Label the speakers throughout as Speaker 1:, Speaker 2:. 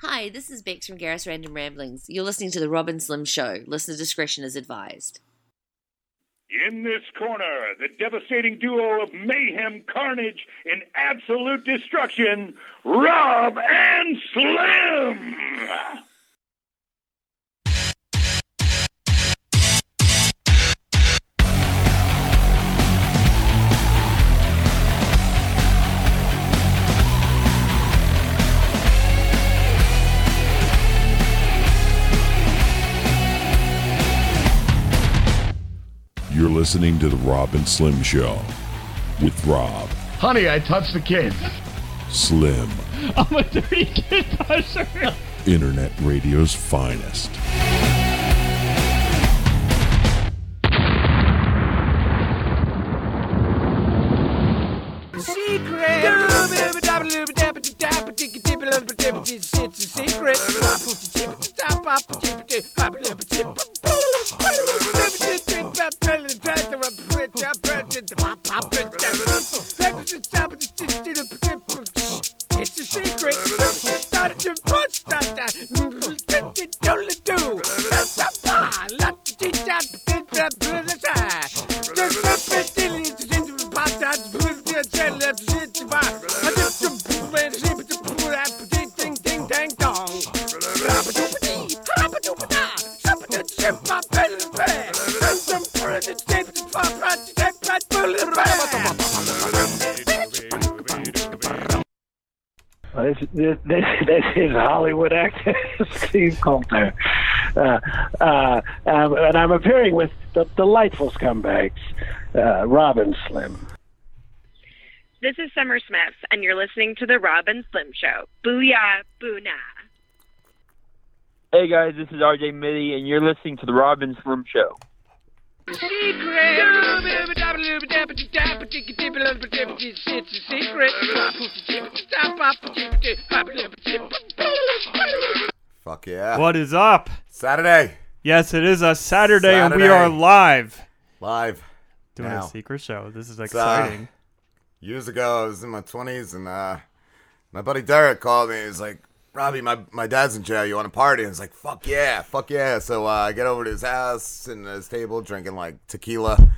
Speaker 1: Hi, this is Bex from Garris Random Ramblings. You're listening to The Robin Slim Show. Listener discretion is advised.
Speaker 2: In this corner, the devastating duo of mayhem, carnage, and absolute destruction, Rob and Slim!
Speaker 3: You're listening to The Rob and Slim Show with Rob,
Speaker 4: Honey, I touched the kid.
Speaker 3: Slim,
Speaker 5: I'm a dirty kid pusher.
Speaker 3: Internet radio's finest.
Speaker 6: secret. It's a secret. It's a secret. Started to punch that. Don't do. Let the
Speaker 7: Uh, This, this, this, this is Hollywood actor Steve Coulter. Uh, uh, um, and I'm appearing with the delightful scumbags, uh, Robin Slim.
Speaker 8: This is Summer Smith, and you're listening to The Robin Slim Show. Booyah, boona.
Speaker 9: Hey guys, this is RJ Mitty, and you're listening to the Robin Slim Show.
Speaker 6: It's a secret.
Speaker 10: Fuck yeah.
Speaker 5: What is up?
Speaker 10: Saturday.
Speaker 5: Yes, it is a Saturday, and we
Speaker 10: Saturday.
Speaker 5: are live
Speaker 10: Live.
Speaker 5: doing
Speaker 10: now.
Speaker 5: a secret show. This is
Speaker 10: uh,
Speaker 5: exciting.
Speaker 10: Years ago, I was in my 20s, and uh, my buddy Derek called me. He's like, Robbie, my, my dad's in jail. You want to party? And I was like, fuck yeah, fuck yeah. So uh, I get over to his house, sitting at his table, drinking like tequila,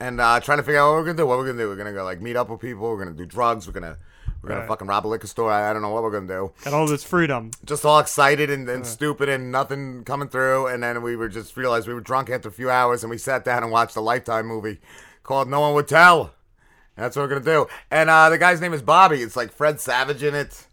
Speaker 10: and uh, trying to figure out what we're going to do. What we're going to do. We're going to go like meet up with people. We're going to do drugs. We're going to. We're gonna
Speaker 5: Right.
Speaker 10: fucking rob a liquor store. I, I don't know what we're gonna do.
Speaker 5: Got all this freedom.
Speaker 10: Just all excited and, and stupid and nothing coming through. And then we were just realized we were drunk after a few hours, and we sat down and watched a Lifetime movie called No One Would Tell. That's what we're gonna do. And uh, the guy's name is Bobby. It's like Fred Savage in it.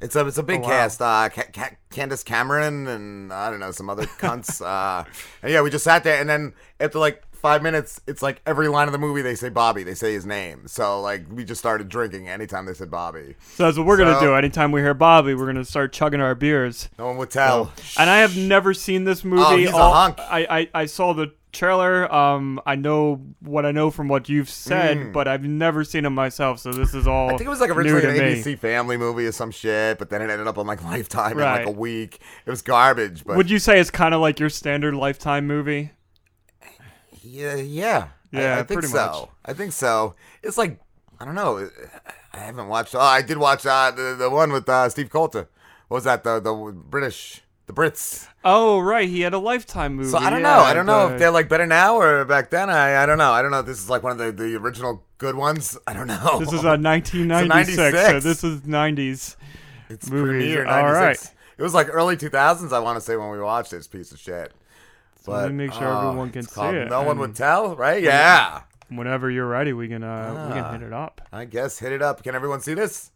Speaker 10: It's a it's a big
Speaker 5: Oh, wow.
Speaker 10: cast. Uh, Ca- Ca- Candace Cameron and I don't know some other cunts. uh, and yeah, we just sat there, and then after like five minutes, it's like every line of the movie they say Bobby, they say his name. So like we just started drinking anytime they said Bobby.
Speaker 5: So that's what we're gonna
Speaker 10: So-
Speaker 5: do. Anytime we hear Bobby, we're gonna start chugging our beers.
Speaker 10: No one would tell.
Speaker 5: And I have never seen this movie.
Speaker 10: Oh, he's a
Speaker 5: All-
Speaker 10: hunk.
Speaker 5: I, I I saw the trailer. Um, I know what I know from what you've said, but I've never seen it myself. So this is all.
Speaker 10: Mm. I think it was like
Speaker 5: Oh, new
Speaker 10: originally
Speaker 5: to
Speaker 10: an
Speaker 5: me.
Speaker 10: ABC Family movie or some shit, but then it ended up on like Lifetime in
Speaker 5: Right.
Speaker 10: like a week. It was garbage, but
Speaker 5: Would you say it's kind of like your standard Lifetime movie?
Speaker 10: yeah, yeah, I-
Speaker 5: Yeah,
Speaker 10: I, think
Speaker 5: pretty
Speaker 10: so.
Speaker 5: much.
Speaker 10: I think so. It's like I don't know. I haven't watched. Oh, I did watch uh, the the one with uh, Steve Coulter. What was that? The the British, the Brits.
Speaker 5: Oh right, he had a Lifetime movie.
Speaker 10: So I don't
Speaker 5: yeah,
Speaker 10: know. I don't know
Speaker 5: the-
Speaker 10: if they're like better now or back then. I I don't know. I don't know. if This is like one of the, the original good ones. I don't know.
Speaker 5: This is a 1996, so
Speaker 10: 96.
Speaker 5: this is 90s.
Speaker 10: It's
Speaker 5: Movies.
Speaker 10: premiere
Speaker 5: All
Speaker 10: 96.
Speaker 5: right.
Speaker 10: It was like early 2000s, I want to say, when we watched this piece of shit. But,
Speaker 5: let me make sure
Speaker 10: oh,
Speaker 5: everyone can
Speaker 10: it's
Speaker 5: see
Speaker 10: called
Speaker 5: it,
Speaker 10: No one would
Speaker 5: and-
Speaker 10: tell, right? Yeah.
Speaker 5: Whenever you're ready, we can uh,
Speaker 10: Ah.
Speaker 5: we can hit it up.
Speaker 10: I guess hit it up. Can everyone see this?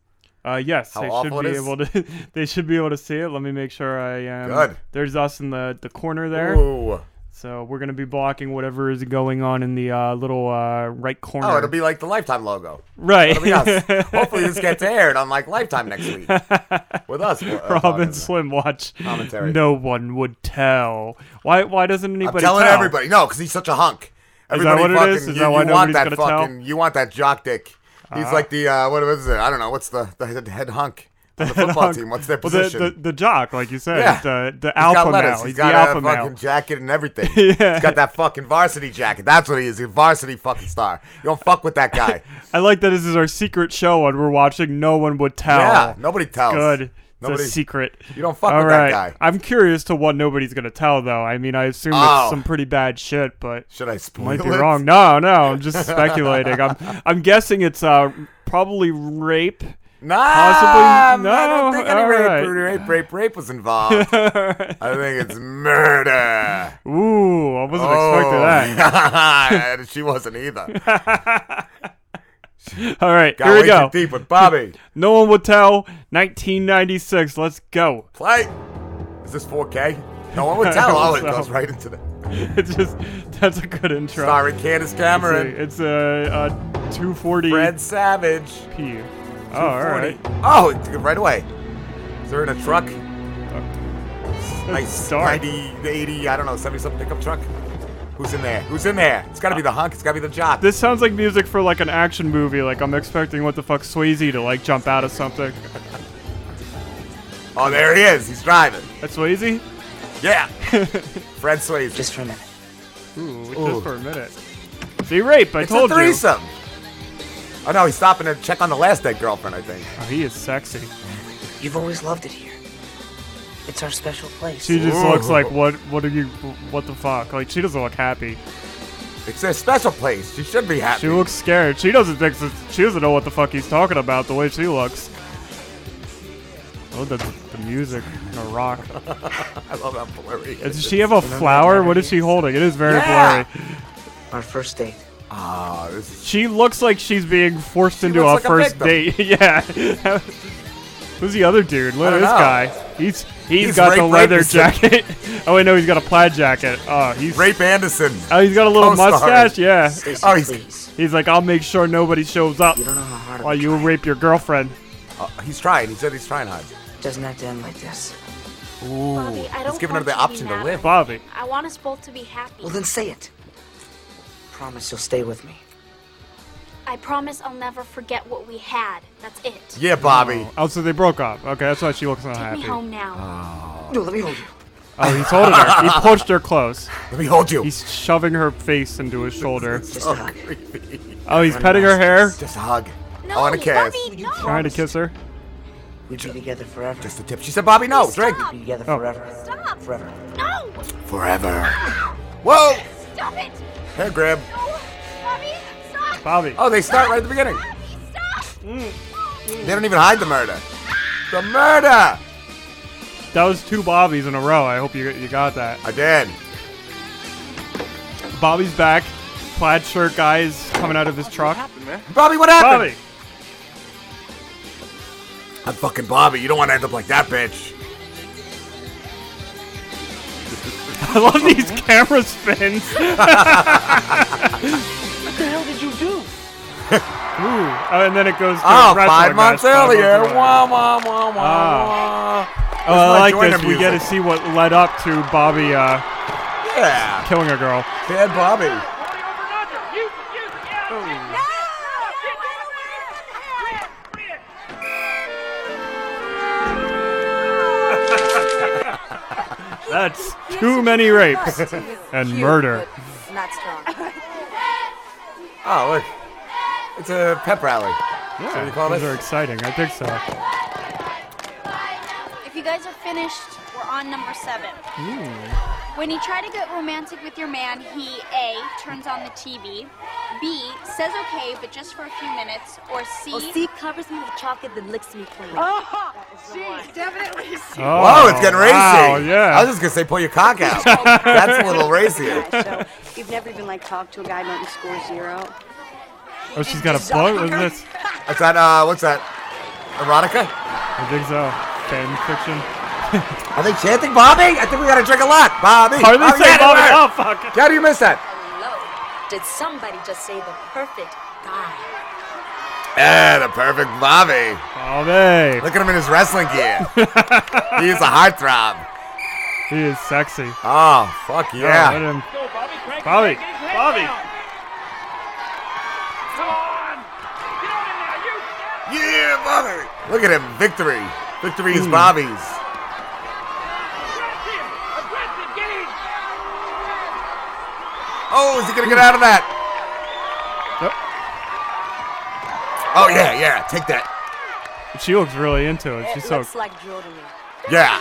Speaker 5: Uh, yes,
Speaker 10: How
Speaker 5: they should
Speaker 10: awful it
Speaker 5: be
Speaker 10: is.
Speaker 5: able to. They should be able to see it. Let me make sure I am.
Speaker 10: Good.
Speaker 5: There's us in the the corner there,
Speaker 10: Ooh.
Speaker 5: so we're gonna be blocking whatever is going on in the uh, little uh, right corner.
Speaker 10: Oh, it'll be like the Lifetime logo.
Speaker 5: right.
Speaker 10: It'll be us. Hopefully, this gets aired on like Lifetime next week with us. uh, talking
Speaker 5: Robin
Speaker 10: about it.
Speaker 5: Slim watch.
Speaker 10: Commentary.
Speaker 5: No one would tell. Why? Why doesn't anybody?
Speaker 10: I'm telling
Speaker 5: tell?
Speaker 10: everybody. No, because he's such a hunk.
Speaker 5: Is that
Speaker 10: Everybody
Speaker 5: what
Speaker 10: fucking,
Speaker 5: it is? Is
Speaker 10: you,
Speaker 5: that why
Speaker 10: you want
Speaker 5: nobody's
Speaker 10: that
Speaker 5: gonna tell? Uh-huh.
Speaker 10: fucking, you want that jock dick. He's like the, uh, what is it? I don't know. What's the, the head hunk on the football team? What's their
Speaker 5: Well, the,
Speaker 10: position?
Speaker 5: the, the jock, like you said,
Speaker 10: Yeah.
Speaker 5: the the
Speaker 10: He's
Speaker 5: alpha
Speaker 10: got letters.
Speaker 5: male.
Speaker 10: He's
Speaker 5: He's the
Speaker 10: got
Speaker 5: alpha
Speaker 10: a fucking
Speaker 5: male.
Speaker 10: jacket and everything.
Speaker 5: Yeah.
Speaker 10: He's got that fucking varsity jacket. That's what he is. He's a varsity fucking star. You don't fuck with that guy.
Speaker 5: I like that this is our secret show and we're watching No One Would Tell.
Speaker 10: yeah. Nobody tells.
Speaker 5: Good. It's
Speaker 10: Nobody-
Speaker 5: a secret.
Speaker 10: You don't fuck
Speaker 5: All
Speaker 10: with that
Speaker 5: right.
Speaker 10: guy.
Speaker 5: I'm curious to what nobody's gonna tell though. I mean, I assume
Speaker 10: Oh.
Speaker 5: it's some pretty bad shit, but
Speaker 10: Should I spoil
Speaker 5: might be
Speaker 10: it?
Speaker 5: wrong. No, no, I'm just speculating. I'm I'm guessing it's uh probably rape.
Speaker 10: Nah,
Speaker 5: possibly no.
Speaker 10: I don't think any
Speaker 5: all
Speaker 10: rape,
Speaker 5: right.
Speaker 10: rape, rape, rape was involved. I think it's murder.
Speaker 5: Ooh, I wasn't
Speaker 10: Oh.
Speaker 5: expecting that.
Speaker 10: And she wasn't either.
Speaker 5: All right,
Speaker 10: Got
Speaker 5: here
Speaker 10: way
Speaker 5: we go.
Speaker 10: too deep with Bobby.
Speaker 5: No one would tell. 1996. Let's go.
Speaker 10: Play. Is this 4K? No one would tell. Oh, it
Speaker 5: So-
Speaker 10: goes right into the.
Speaker 5: It's just that's a good intro.
Speaker 10: Sorry, Candace Cameron.
Speaker 5: It's a, a 240
Speaker 10: Fred Savage.
Speaker 5: P. Oh, all right.
Speaker 10: 240. Oh, it took it right away. Is there in a truck?
Speaker 5: It's
Speaker 10: Nice
Speaker 5: dark.
Speaker 10: 90, 80, I don't know, 70 something pickup truck? Who's in there? Who's in there? It's gotta be the hunk, it's gotta be the jock.
Speaker 5: This sounds like music for like an action movie. Like I'm expecting what the fuck Swayze to like jump out of something.
Speaker 10: Oh, there he is. He's driving.
Speaker 5: That's Uh, Swayze.
Speaker 10: Yeah. Fred Swayze.
Speaker 11: Just for a minute.
Speaker 5: Ooh,
Speaker 10: Ooh.
Speaker 5: just for a minute. See, rape. I
Speaker 10: it's
Speaker 5: told
Speaker 10: a
Speaker 5: you.
Speaker 10: threesome. Oh no, he's stopping to check on the last dead girlfriend, I think.
Speaker 5: Oh, he is sexy.
Speaker 11: You've always loved it here. It's our special place.
Speaker 5: She just looks
Speaker 10: Ooh.
Speaker 5: like what? What are you? What the fuck? Like she doesn't look happy.
Speaker 10: It's a special place. She should be happy.
Speaker 5: She looks scared. She doesn't think she doesn't know what the fuck he's talking about. The way she looks. Oh, the, the music, the rock.
Speaker 10: I love how blurry. it
Speaker 5: Does
Speaker 10: is.
Speaker 5: she have a flower? What is she holding? It is very
Speaker 10: Yeah.
Speaker 5: blurry.
Speaker 11: Our first date.
Speaker 10: Ah, this is
Speaker 5: She looks like she's being forced into a
Speaker 10: looks like a
Speaker 5: first
Speaker 10: victim.
Speaker 5: date. yeah. Who's the other dude? Look
Speaker 10: I
Speaker 5: at
Speaker 10: don't
Speaker 5: this
Speaker 10: know.
Speaker 5: guy. He's
Speaker 10: He's
Speaker 5: he's got the
Speaker 10: rape
Speaker 5: leather
Speaker 10: rapist.
Speaker 5: jacket. oh wait, no, he's got a plaid jacket. Oh, he's
Speaker 10: Rape Anderson.
Speaker 5: oh he's got a little
Speaker 10: co-star.
Speaker 5: mustache. Yeah.
Speaker 11: Stacy,
Speaker 10: Oh, he's-
Speaker 11: please.
Speaker 5: He's like, I'll make sure nobody shows up
Speaker 11: You don't know how hard.
Speaker 5: while
Speaker 11: I'm
Speaker 5: you
Speaker 11: trying.
Speaker 5: rape your girlfriend.
Speaker 10: Uh, he's trying. He said he's trying hard.
Speaker 11: Doesn't have to end like this.
Speaker 10: Ooh,
Speaker 12: Bobby, I
Speaker 10: he's
Speaker 12: don't
Speaker 10: giving her the
Speaker 12: want you to be
Speaker 10: option to
Speaker 12: mad.
Speaker 10: live.
Speaker 5: Bobby.
Speaker 12: I want us both to be happy.
Speaker 11: Well, then say it. Promise you'll stay with me.
Speaker 12: I promise I'll never forget what we had. That's it.
Speaker 10: Yeah, Bobby.
Speaker 5: Oh, so they broke up. Okay, that's why she looks not
Speaker 12: Take me
Speaker 5: happy.
Speaker 12: home now.
Speaker 11: No, let me hold you.
Speaker 5: Oh, he's holding her. He pushed her close.
Speaker 10: Let me hold you.
Speaker 5: He's shoving her face into his shoulder.
Speaker 11: Just a hug.
Speaker 5: Oh, he's petting her hair,
Speaker 10: Just a hug.
Speaker 12: No,
Speaker 10: I want to kiss.
Speaker 12: Bobby, no.
Speaker 5: trying to kiss her.
Speaker 11: We'd be together forever.
Speaker 10: Just a tip. She said, Bobby, no. Drink.
Speaker 12: Stop.
Speaker 11: be together
Speaker 5: Oh.
Speaker 11: forever.
Speaker 12: Stop.
Speaker 11: Forever.
Speaker 12: No.
Speaker 10: Forever. Whoa.
Speaker 12: Stop it.
Speaker 10: Hair grab.
Speaker 12: No. Bobby, stop.
Speaker 5: Bobby.
Speaker 10: Oh, they start right at the beginning. Mm.
Speaker 12: Bobby, stop.
Speaker 10: They don't even hide the murder. The murder.
Speaker 5: That was two Bobbies in a row. I hope you you got that.
Speaker 10: I did.
Speaker 5: Bobby's back. Plaid shirt guys coming out of his truck.
Speaker 10: Bobby, what happened?
Speaker 5: Bobby.
Speaker 10: I'm fucking Bobby. You don't want to end up like that bitch.
Speaker 5: I love these camera spins.
Speaker 11: What the hell did you do?
Speaker 5: Ooh. Oh, and then it goes. To Oh,
Speaker 10: Oh,
Speaker 5: a wrestling
Speaker 10: five months
Speaker 5: match, five
Speaker 10: earlier.
Speaker 5: months
Speaker 10: Wah, wah, wah, wah,
Speaker 5: Ah.
Speaker 10: wah.
Speaker 5: Oh,
Speaker 10: Where's my
Speaker 5: I like
Speaker 10: Joyner
Speaker 5: this. We get to
Speaker 10: music?
Speaker 5: see what led up to Bobby uh,
Speaker 10: Yeah.
Speaker 5: killing a girl.
Speaker 10: Bad Bobby.
Speaker 5: That's too many rapes and murder.
Speaker 12: Not strong.
Speaker 10: Oh, look. It's a pep rally. what you
Speaker 5: Yeah,
Speaker 10: call
Speaker 5: those
Speaker 10: this?
Speaker 5: are exciting. I think so.
Speaker 12: If you guys are finished, we're on number seven. When you try to get romantic with your man, he A, turns on the TV, B, says okay, but just for a few minutes, or C,
Speaker 13: Well, Steve Oh, covers me with chocolate, then licks me clean.
Speaker 5: Oh,
Speaker 10: Whoa, it's getting racy.
Speaker 5: Wow, yeah.
Speaker 10: I was just going to say, pull your cock out. That's a little racier.
Speaker 13: so you've never even like talked to a guy, don't you score zero?
Speaker 5: oh, she's got a book. Isn't this?
Speaker 10: Is that, uh, what's that? Erotica?
Speaker 5: I think so. Fan fiction.
Speaker 10: Are they chanting Bobby? I think we got to drink a lot. Bobby.
Speaker 5: Are they
Speaker 10: Bobby,
Speaker 5: saying
Speaker 10: yeah,
Speaker 5: Bobby?
Speaker 10: it
Speaker 5: Oh
Speaker 10: worked.
Speaker 5: fuck!
Speaker 10: How do you miss that?
Speaker 13: Hello. Did somebody just say the perfect guy?
Speaker 10: Yeah, Eh, the perfect Bobby.
Speaker 5: Oh, Bobby,
Speaker 10: Look at him in his wrestling gear. he is a heartthrob.
Speaker 5: he is sexy.
Speaker 10: Oh, fuck
Speaker 5: Oh, let
Speaker 10: yeah.
Speaker 5: him- Bobby, Bobby.
Speaker 10: Yeah, Bobby. Look at him. Victory. Victory is Bobby's. Oh, is he going to get out of that? Oh, yeah, yeah. Take that.
Speaker 5: She looks really into it. She's
Speaker 14: It
Speaker 5: so
Speaker 14: looks like Joe to me.
Speaker 10: Yeah.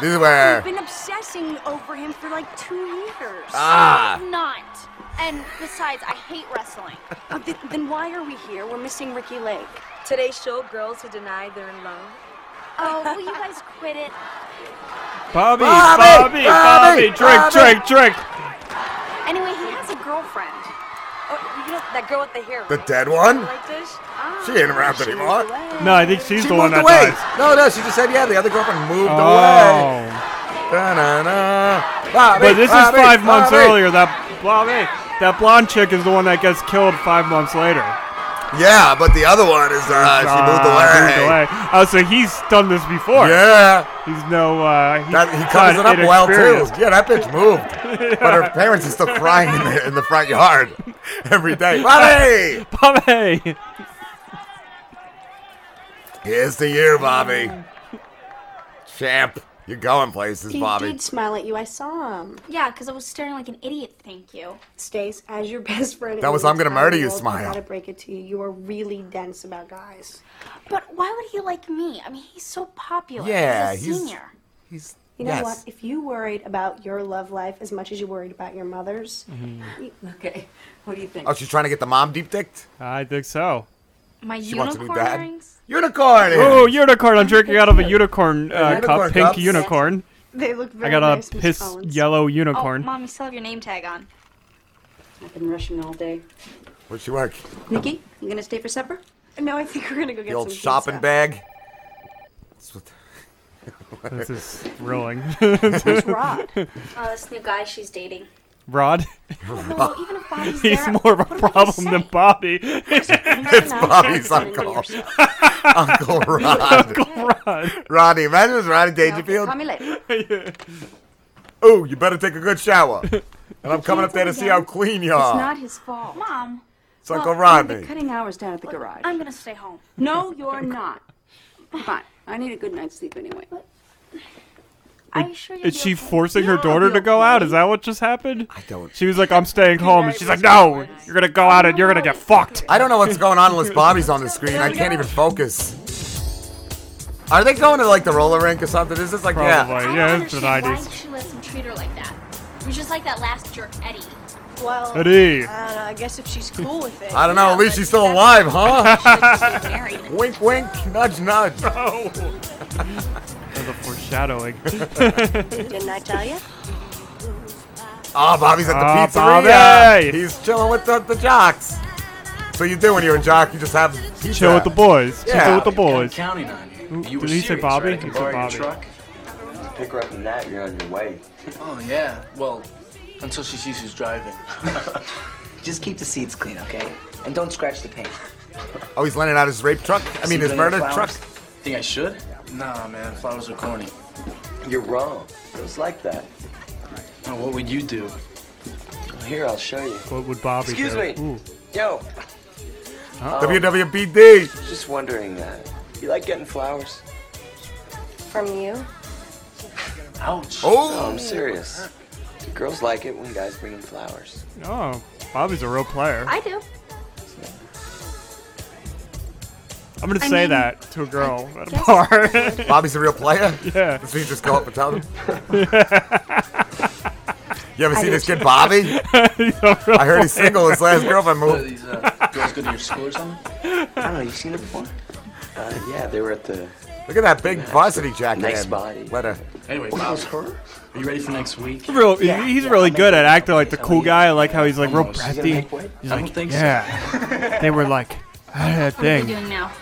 Speaker 10: This is where.
Speaker 14: I've been obsessing over him for like two years.
Speaker 10: Ah.
Speaker 12: I'm not. And besides, I hate wrestling.
Speaker 14: Oh, th- then why are we here? We're missing Ricky Lake.
Speaker 13: Today's show, girls who deny they're in love.
Speaker 12: Oh, will you guys quit it?
Speaker 5: Bobby,
Speaker 6: Bobby,
Speaker 5: Bobby, Bobby,
Speaker 6: Bobby,
Speaker 5: drink,
Speaker 6: Bobby.
Speaker 5: drink, drink.
Speaker 12: Anyway, he has a girlfriend.
Speaker 13: Oh, you know that girl with the hair.
Speaker 10: The dead one?
Speaker 13: Like this?
Speaker 10: She ain't around anymore.
Speaker 5: No, I think she's
Speaker 10: She
Speaker 5: the one
Speaker 10: moved
Speaker 5: that
Speaker 10: away.
Speaker 5: dies.
Speaker 10: No, no, she just said yeah. The other girlfriend moved away.
Speaker 5: Oh.
Speaker 10: Da-na-na. Bobby,
Speaker 5: But this is
Speaker 10: Bobby,
Speaker 5: five months
Speaker 10: Bobby.
Speaker 5: earlier. That Bobby, that blonde chick is the one that gets killed five months later.
Speaker 10: Yeah, but the other one is uh, she moved
Speaker 5: Ah,
Speaker 10: away.
Speaker 5: moved away. Oh, so he's done this before.
Speaker 10: Yeah.
Speaker 5: He's no. Uh, he's
Speaker 10: That, he covers it
Speaker 5: not
Speaker 10: up well
Speaker 5: inexperienced.
Speaker 10: too. Yeah, that bitch moved, but her parents are still crying in the, in the front yard every day. Bobby,
Speaker 5: Bobby.
Speaker 10: here's to you, Bobby. Champ, you're going places,
Speaker 14: He
Speaker 10: Bobby.
Speaker 14: did smile at you. I saw him.
Speaker 12: Yeah, because I was staring like an idiot. Thank you.
Speaker 14: Stace, as your best friend. in
Speaker 10: That was
Speaker 14: the
Speaker 10: I'm gonna
Speaker 14: entire
Speaker 10: murder you
Speaker 14: world, I
Speaker 10: smile.
Speaker 14: gotta break it to you. You are really dense about guys.
Speaker 12: But why would he like me? I mean, he's so popular.
Speaker 10: Yeah,
Speaker 12: he's a
Speaker 10: he's-
Speaker 12: senior.
Speaker 10: He's.
Speaker 14: You know
Speaker 10: Yes.
Speaker 14: what? If you worried about your love life as much as you worried about your mother's, you- okay. What do you think?
Speaker 10: Oh, she's trying to get the mom deep dicked.
Speaker 5: I think so.
Speaker 12: My
Speaker 10: She wants to be
Speaker 12: unicorn
Speaker 10: dad.
Speaker 12: earrings.
Speaker 10: Unicorn.
Speaker 5: Oh, unicorn! I'm drinking out of a unicorn uh,
Speaker 10: Unicorn
Speaker 5: cup, pink
Speaker 10: cups.
Speaker 5: unicorn.
Speaker 14: They look
Speaker 5: I
Speaker 14: very
Speaker 5: got a
Speaker 14: nice, Miss
Speaker 5: piss
Speaker 14: Collins.
Speaker 5: yellow unicorn.
Speaker 12: Oh, mom, you still have your name tag on.
Speaker 14: I've been rushing all day.
Speaker 10: Where'd she work?
Speaker 14: Nikki, you gonna stay for supper? No, I think we're gonna go get
Speaker 10: The old
Speaker 14: some
Speaker 10: shopping
Speaker 14: pizza.
Speaker 10: bag.
Speaker 5: This is thrilling.
Speaker 14: Where's Rod?
Speaker 12: Oh, this new guy she's dating.
Speaker 5: Rod.
Speaker 12: No, even if Bobby's
Speaker 5: He's
Speaker 12: there,
Speaker 5: more of a
Speaker 12: what do we
Speaker 5: problem than Bobby.
Speaker 10: It's Bobby's uncle. Uncle Rod.
Speaker 5: Uncle Rod.
Speaker 10: Roddy, imagine it's Roddy Dangerfield. Oh, you better take a good shower. And I'm coming up there to see how clean you
Speaker 14: It's
Speaker 10: are.
Speaker 14: not his fault.
Speaker 12: Mom,
Speaker 10: It's Uncle
Speaker 14: They're
Speaker 10: Rodney.
Speaker 14: cutting hours down at the garage.
Speaker 12: I'm gonna stay home.
Speaker 14: No, you're not. Fine. I need a good night's sleep anyway.
Speaker 12: Are you sure you're
Speaker 5: Is she forcing her daughter to go out? Is that what just happened? I
Speaker 10: don't.
Speaker 5: She was like, "I'm staying home," and she's like, "No, you're gonna go out and you're gonna get fucked."
Speaker 10: I don't know what's going on unless Bobby's on the screen. I can't even focus. Are they going to like the roller rink or something? Is this like
Speaker 5: Probably,
Speaker 10: yeah?
Speaker 5: yeah,
Speaker 12: I don't understand why she lets him treat her like that. He's just like that last jerk, Eddie.
Speaker 14: Well,
Speaker 10: Eddie.
Speaker 14: I
Speaker 12: uh,
Speaker 14: don't know. I guess if she's cool with it.
Speaker 10: I don't know. At least she's still alive, huh?
Speaker 12: married.
Speaker 10: wink, wink. Nudge, nudge.
Speaker 5: Oh. the foreshadowing.
Speaker 14: Didn't I tell you?
Speaker 10: Oh, Bobby's at the
Speaker 5: Ah,
Speaker 10: pizzeria.
Speaker 5: Bobby.
Speaker 10: He's chilling with the, the jocks. So you do when you're a jock, you just have pizza.
Speaker 5: Chill with the boys.
Speaker 10: Yeah.
Speaker 5: Chill with the boys.
Speaker 15: Counting on you.
Speaker 5: Ooh,
Speaker 15: You were
Speaker 5: Did he say
Speaker 15: serious,
Speaker 5: Bobby?
Speaker 15: right? I
Speaker 5: He
Speaker 15: can
Speaker 5: said
Speaker 15: borrow your
Speaker 5: Bobby.
Speaker 15: truck. Pick her up in that, you're on your way. Oh yeah. Well, until she sees who's driving. Just keep the seats clean, okay? And don't scratch the paint.
Speaker 10: Oh, he's lending out his rape truck. I
Speaker 15: See
Speaker 10: mean, his
Speaker 15: any
Speaker 10: murder
Speaker 15: flowers?
Speaker 10: truck.
Speaker 15: Think I should? Nah, man. Flowers are corny. You're wrong. It was like that. Oh, what would you do? Here, I'll show you.
Speaker 5: What would Bobby
Speaker 15: Excuse
Speaker 5: do?
Speaker 15: me. Yo.
Speaker 5: Huh?
Speaker 10: WWBD.
Speaker 15: Just wondering that. You like getting flowers?
Speaker 14: From you?
Speaker 15: Ouch.
Speaker 10: Oh.
Speaker 15: No, I'm serious. Girls like it when guys bring them flowers.
Speaker 5: Oh, Bobby's a real player.
Speaker 12: I do.
Speaker 5: I'm gonna
Speaker 12: I
Speaker 5: say
Speaker 12: mean,
Speaker 5: that to a girl at a
Speaker 12: guess-
Speaker 5: bar.
Speaker 10: Bobby's a real player.
Speaker 5: Yeah.
Speaker 10: So you just go up and tell him. you ever see this kid, Bobby? I heard he's single. His last girlfriend
Speaker 15: What are
Speaker 10: moved.
Speaker 15: These uh, girls go to your school or something? I don't know. You seen her before? Uh, yeah, they were at the.
Speaker 10: Look at that big varsity jacket.
Speaker 15: Nice
Speaker 10: man.
Speaker 15: body.
Speaker 10: What a
Speaker 15: Anyway, Miles, are you ready for next week?
Speaker 5: Real, he's really good at acting like the cool guy. I like how he's like real breathy. He's
Speaker 15: I don't
Speaker 5: like,
Speaker 15: think so.
Speaker 5: yeah. they were like, "How did that
Speaker 12: What are we
Speaker 5: thing.
Speaker 12: doing now?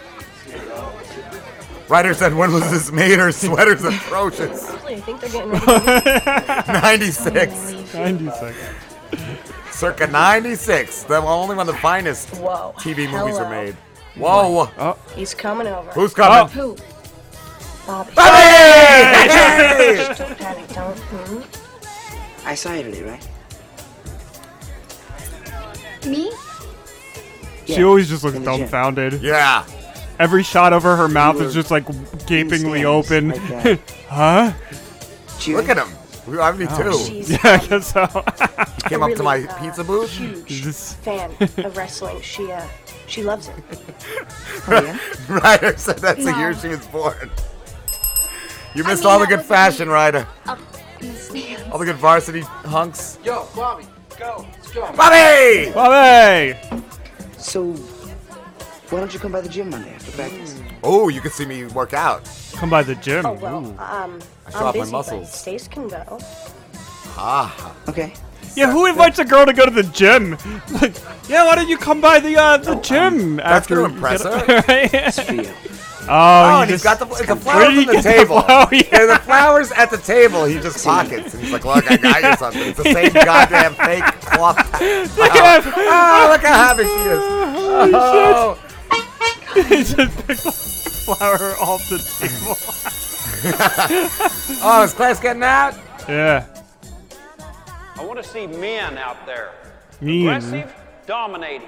Speaker 10: writer said, when was this made? Her sweater's atrocious.
Speaker 14: I think they're getting ready.
Speaker 10: 96.
Speaker 5: 96.
Speaker 10: Circa 96. The only one of the finest
Speaker 14: Whoa.
Speaker 10: TV movies
Speaker 14: Hello.
Speaker 10: were made. Whoa.
Speaker 14: He's coming over.
Speaker 10: Who's coming? Oh.
Speaker 14: Who? Bobby.
Speaker 10: Hey!
Speaker 14: Shh, Don't panic, don't. Hmm?
Speaker 15: I saw you today, right?
Speaker 12: Me?
Speaker 5: She always just looks dumbfounded.
Speaker 10: Yeah.
Speaker 5: Every shot of her, her mouth is
Speaker 10: were
Speaker 5: just like gapingly open.
Speaker 10: like
Speaker 5: huh?
Speaker 10: Look at him. We- I'm me
Speaker 5: Oh,
Speaker 10: too.
Speaker 5: Yeah, I guess so.
Speaker 10: Came up to my
Speaker 14: Really, uh,
Speaker 10: pizza booth.
Speaker 14: Huge
Speaker 5: This-
Speaker 14: fan of wrestling. She uh, She loves it.
Speaker 10: Ryder said that's the year
Speaker 14: No.
Speaker 10: she was born. You missed all the good fashion, Ryder. All the good varsity hunks.
Speaker 15: Yo, Bobby, go, let's go.
Speaker 10: Bobby!
Speaker 5: Bobby!
Speaker 11: So, why don't you come by the gym Monday after practice?
Speaker 10: Oh, you can see me work out.
Speaker 5: Come by the gym.
Speaker 14: Oh well, um,
Speaker 10: I show
Speaker 14: I'm
Speaker 10: off my
Speaker 14: busy, but
Speaker 10: muscles.
Speaker 14: Stace can go.
Speaker 10: Ah.
Speaker 11: Okay.
Speaker 5: Yeah, who invites a girl to go to the gym? Like, yeah, why don't you come by the uh, the gym after?
Speaker 10: Oh, gonna
Speaker 5: you
Speaker 10: impress
Speaker 5: get-
Speaker 10: her.
Speaker 5: Right? Oh,
Speaker 10: Oh,
Speaker 5: you
Speaker 10: and he's
Speaker 5: just-
Speaker 10: got the, the
Speaker 5: Where did
Speaker 10: flowers
Speaker 5: he
Speaker 10: on the
Speaker 5: get
Speaker 10: table.
Speaker 5: flower?
Speaker 10: yeah. the flowers at the table. He just pockets. And he's like, look, I got you something. It's the same goddamn fake cloth. flower. Oh, look how happy she is. Oh.
Speaker 5: He just picked the flower off the table.
Speaker 10: oh, is class getting out?
Speaker 5: yeah,
Speaker 16: I want to see men out there.
Speaker 5: me.
Speaker 10: Hmm.
Speaker 16: Aggressive, dominating.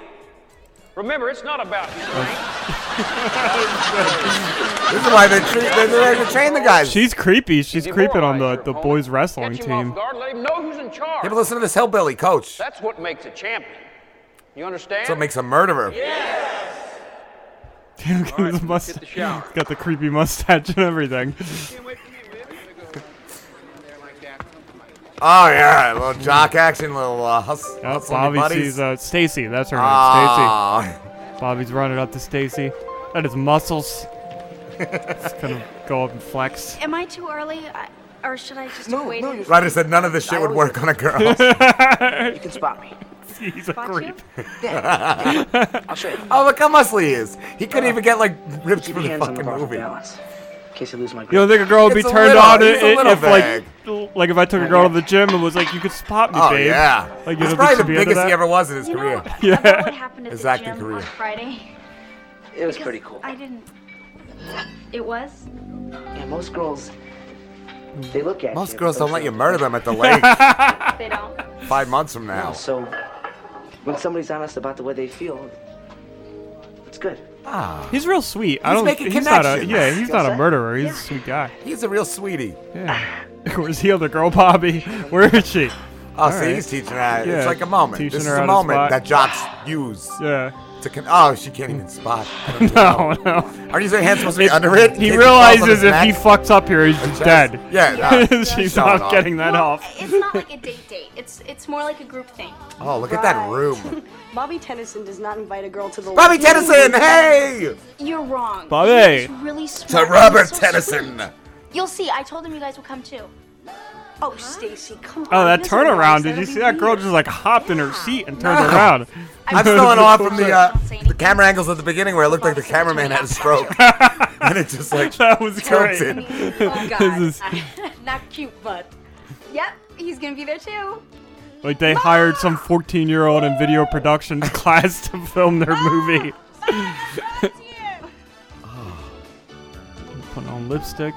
Speaker 16: Remember, it's not about
Speaker 10: This is why they, treat, they, they, they train the guys.
Speaker 5: She's creepy. She's creeping on the, the boys wrestling team.
Speaker 16: guard. Let him know who's in charge.
Speaker 10: Yeah, but listen to this hellbilly coach.
Speaker 16: That's what makes a champion. You understand?
Speaker 10: That's what makes a murderer.
Speaker 5: Damn, the must-
Speaker 16: hit the shower.
Speaker 5: got the creepy mustache and everything.
Speaker 10: Oh, yeah. A little jock action, little uh, hus-
Speaker 5: Yep,
Speaker 10: hustling
Speaker 5: Bobby
Speaker 10: buddies. Ah.
Speaker 5: sees uh, Stacy. That's her name, Stacy. Bobby's running up to Stacy. That is muscles. Just kind of go up and flex.
Speaker 12: Am I too early, I, or should I just wait? No,
Speaker 10: Ryder said none of this shit would work on a girl.
Speaker 11: You can spot me.
Speaker 5: He's a creep.
Speaker 11: I'll show you.
Speaker 10: oh, look how muscly he is. He couldn't even get like ripped from the
Speaker 11: hands on the
Speaker 10: fucking
Speaker 11: bar for
Speaker 10: movie.
Speaker 11: balance. In case I lose my grip.
Speaker 5: You don't think a girl would be
Speaker 10: It's a
Speaker 5: turned
Speaker 10: little-
Speaker 5: on i-
Speaker 10: it's a
Speaker 5: i-
Speaker 10: little
Speaker 5: if, like, l- like if I took a girl to the gym and was like, "You could spot me,
Speaker 10: Oh
Speaker 5: babe."
Speaker 10: yeah,
Speaker 5: Like you
Speaker 10: he's
Speaker 5: don't think
Speaker 10: probably the
Speaker 5: she'd be into
Speaker 10: biggest
Speaker 5: that?
Speaker 10: he ever was in his career.
Speaker 5: Yeah.
Speaker 12: What happened at
Speaker 10: His
Speaker 12: the
Speaker 10: acting
Speaker 12: gym
Speaker 10: career.
Speaker 12: on Friday?
Speaker 11: It was
Speaker 12: Because
Speaker 11: pretty cool.
Speaker 12: I didn't. It was.
Speaker 11: Yeah, most girls, they look at
Speaker 10: Most
Speaker 11: you,
Speaker 10: girls
Speaker 11: but
Speaker 10: don't
Speaker 11: those
Speaker 10: let you
Speaker 11: girls-
Speaker 10: murder them at the lake
Speaker 12: They don't.
Speaker 10: five months from now.
Speaker 11: So, when somebody's honest about the way they feel, it's good.
Speaker 10: Ah,
Speaker 5: He's real sweet. I
Speaker 10: He's
Speaker 5: don't.
Speaker 10: making
Speaker 5: he's not a.
Speaker 10: connections.
Speaker 5: Yeah, he's
Speaker 10: You
Speaker 5: not a
Speaker 10: upset?
Speaker 5: murderer. He's a sweet guy.
Speaker 10: he's a real sweetie.
Speaker 5: Yeah. Where's the other girl, Bobby? Where is she?
Speaker 10: Oh, see, he's teaching her.
Speaker 5: Yeah,
Speaker 10: It's like a moment.
Speaker 5: teaching
Speaker 10: This is
Speaker 5: her
Speaker 10: a
Speaker 5: how to
Speaker 10: moment
Speaker 5: spot.
Speaker 10: that jocks use.
Speaker 5: Yeah.
Speaker 10: To con- oh, she can't even spot.
Speaker 5: No, no.
Speaker 10: Aren't you saying hands supposed to be
Speaker 5: It-
Speaker 10: under it?
Speaker 5: He
Speaker 10: Can't you tell from
Speaker 5: realizes
Speaker 10: his
Speaker 5: if
Speaker 10: neck?
Speaker 5: he fucks up here, he's
Speaker 10: chest?
Speaker 5: dead.
Speaker 10: Yeah, no.
Speaker 5: she's
Speaker 10: Showing
Speaker 5: not
Speaker 10: off.
Speaker 5: getting that
Speaker 12: Well,
Speaker 5: off.
Speaker 12: It's not like a date date. It's it's more like a group thing.
Speaker 10: Oh, look at that
Speaker 14: Right.
Speaker 10: room.
Speaker 14: Bobby Tennyson does not invite a girl to the.
Speaker 10: Bobby
Speaker 14: lake.
Speaker 10: Tennyson, hey!
Speaker 12: You're wrong.
Speaker 5: Bobby.
Speaker 12: He was really
Speaker 10: To
Speaker 12: smart.
Speaker 10: Robert
Speaker 12: He was so
Speaker 10: Tennyson.
Speaker 12: sweet. You'll see. I told him you guys will come too.
Speaker 14: Oh, Stacy, come on.
Speaker 5: Oh, that
Speaker 14: you guys are
Speaker 5: turnaround!
Speaker 14: nice.
Speaker 5: Did you
Speaker 14: That'll
Speaker 5: see
Speaker 14: be
Speaker 5: that girl
Speaker 14: weird.
Speaker 5: just like hopped in her seat and turned
Speaker 10: No.
Speaker 5: around?
Speaker 10: I'm still in awe from the uh, the camera angles at the beginning where it looked like the cameraman had a stroke, and it just like
Speaker 5: That was
Speaker 10: tilted.
Speaker 5: great.
Speaker 12: Oh
Speaker 5: This
Speaker 12: God.
Speaker 5: is-
Speaker 12: not cute, but. Yep, he's gonna be there too.
Speaker 5: like they hired some 14-year-old in video production class to film their movie. Oh. Putting on lipstick.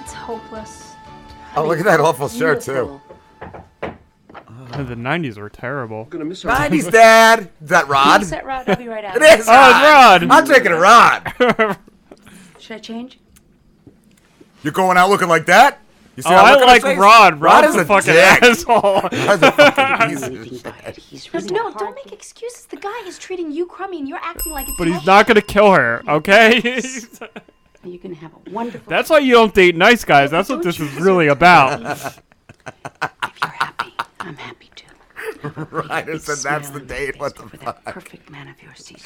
Speaker 12: It's hopeless.
Speaker 10: Oh, look at that awful shirt too.
Speaker 5: Man, Oh, the 90s were terrible.
Speaker 6: gonna miss her.
Speaker 10: Nineties dad, is that Rod?
Speaker 12: Is that Rod? I'll be right out.
Speaker 10: It is.
Speaker 5: Oh, it's Rod.
Speaker 10: I'm drinking a Rod.
Speaker 12: Should I change?
Speaker 10: You're going out looking like that? You see
Speaker 5: Oh,
Speaker 10: how
Speaker 5: I
Speaker 10: look on his
Speaker 5: like
Speaker 10: face?
Speaker 5: Rod. Rod
Speaker 10: is
Speaker 5: is a fucking
Speaker 10: dick.
Speaker 5: asshole.
Speaker 10: Rod's a fucking piece of shit.
Speaker 12: No, no, don't make excuses. The guy is treating you crummy, and you're acting like it's.
Speaker 5: But he's not gonna kill her, okay?
Speaker 12: You're gonna have a wonderful.
Speaker 5: That's why you don't date nice guys. That's what this is really about.
Speaker 12: I'm happy too.
Speaker 10: Ryder said that's the date. What the fuck?
Speaker 12: Perfect man of yours sees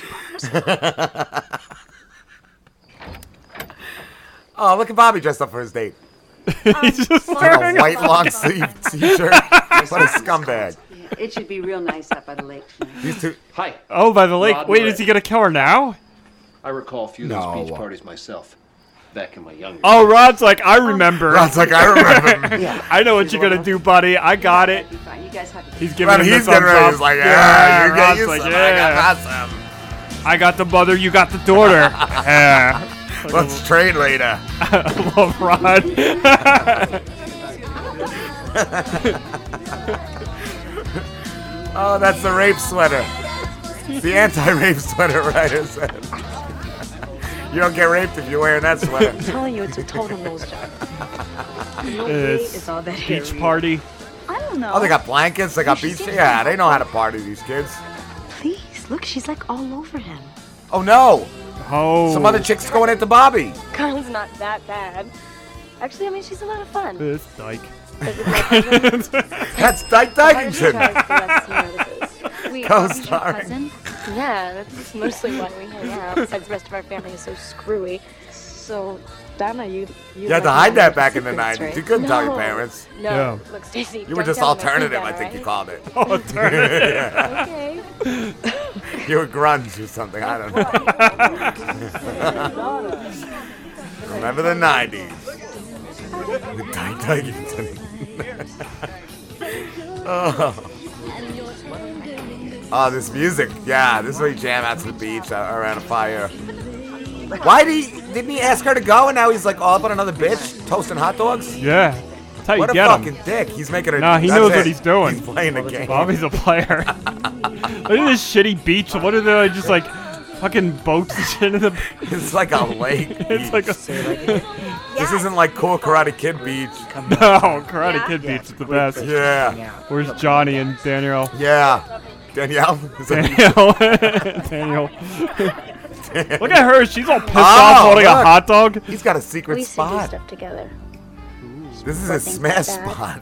Speaker 10: Oh, look at Bobby dressed up for his date.
Speaker 12: Um,
Speaker 5: He's just
Speaker 10: He's got
Speaker 5: wearing
Speaker 10: a white long sleeve t-shirt. What a scumbag.
Speaker 17: It should be real nice out by the lake.
Speaker 10: These two.
Speaker 18: Hi.
Speaker 5: Oh, by the lake.
Speaker 18: Rod
Speaker 5: Wait,
Speaker 18: Moret.
Speaker 5: is he gonna kill her now?
Speaker 18: I recall a few of
Speaker 10: No.
Speaker 18: those beach parties myself back in my younger
Speaker 5: Oh, Rod's like, I remember.
Speaker 10: Rod's like, I remember.
Speaker 5: I know what you're gonna do, buddy. I got it. He's giving
Speaker 10: Right,
Speaker 5: him
Speaker 10: he's
Speaker 5: the thumbs
Speaker 10: getting ready.
Speaker 5: up.
Speaker 10: He's like,
Speaker 5: yeah,
Speaker 10: yeah, you
Speaker 5: Rod's
Speaker 10: get you
Speaker 5: like,
Speaker 10: some.
Speaker 5: yeah.
Speaker 10: I got some.
Speaker 5: I got the mother, you got the daughter. yeah.
Speaker 10: Let's trade later.
Speaker 5: I love Rod.
Speaker 10: Oh, that's the rape sweater. It's the anti-rape sweater, Ryder said. You don't get raped if you're wearing that sweater.
Speaker 17: I'm telling you, it's a total nose job. No date
Speaker 5: it's
Speaker 17: is all that hairy.
Speaker 5: beach party.
Speaker 12: I don't know.
Speaker 10: Oh, they got blankets. They got beach. Yeah, they know how to party. These kids.
Speaker 12: Please.
Speaker 19: Because look, she's like all over him.
Speaker 10: Oh no!
Speaker 5: Oh.
Speaker 10: Some other chick's going after Bobby.
Speaker 19: Carlin's not that bad. Actually, I mean, she's a lot of fun.
Speaker 5: This dyke.
Speaker 10: That's Dyke Dykington.
Speaker 19: We
Speaker 10: Co-starring.
Speaker 19: cousin. Yeah, that's mostly why we hang out. Besides, the rest of our family is so screwy. So, Donna, you you,
Speaker 10: You
Speaker 19: like
Speaker 10: had to hide that back in the
Speaker 19: secrets, right?
Speaker 10: 90s. You couldn't tell your
Speaker 19: No.
Speaker 10: parents.
Speaker 19: No,
Speaker 10: Yeah.
Speaker 19: look, Stacy.
Speaker 10: You were just alternative, I think you called it.
Speaker 19: Alternative.
Speaker 10: you were grunge or something. I don't know. Remember the 90s. With Dyke Dykington. oh. oh, this music. Yeah, this is where you jam out to the beach uh, around a fire. Why did he, didn't he ask her to go and now he's like all about another bitch toasting hot dogs?
Speaker 5: Yeah. That's how you
Speaker 10: what
Speaker 5: get
Speaker 10: a
Speaker 5: 'em.
Speaker 10: fucking dick. He's making her.
Speaker 5: Nah, he
Speaker 10: that's
Speaker 5: knows
Speaker 10: it.
Speaker 5: what he's doing.
Speaker 10: He's playing the game.
Speaker 5: Bobby's a player. Look at this shitty beach. What are they just like fucking boats and shit in the
Speaker 10: It's like a lake.
Speaker 5: it's like a
Speaker 10: This isn't like cool Karate Kid beach.
Speaker 5: No, Karate Kid beach is the best.
Speaker 10: Yeah.
Speaker 5: Where's Johnny and Daniel?
Speaker 10: Yeah. Danielle? Is that-
Speaker 5: Daniel. Daniel. Look at her. She's all pissed
Speaker 10: Oh,
Speaker 5: off holding a
Speaker 10: look.
Speaker 5: hot dog.
Speaker 10: He's got a secret
Speaker 14: we used to do
Speaker 10: spot.
Speaker 14: stuff together.
Speaker 10: This is a
Speaker 14: Things
Speaker 10: smash
Speaker 14: like that.
Speaker 10: spot.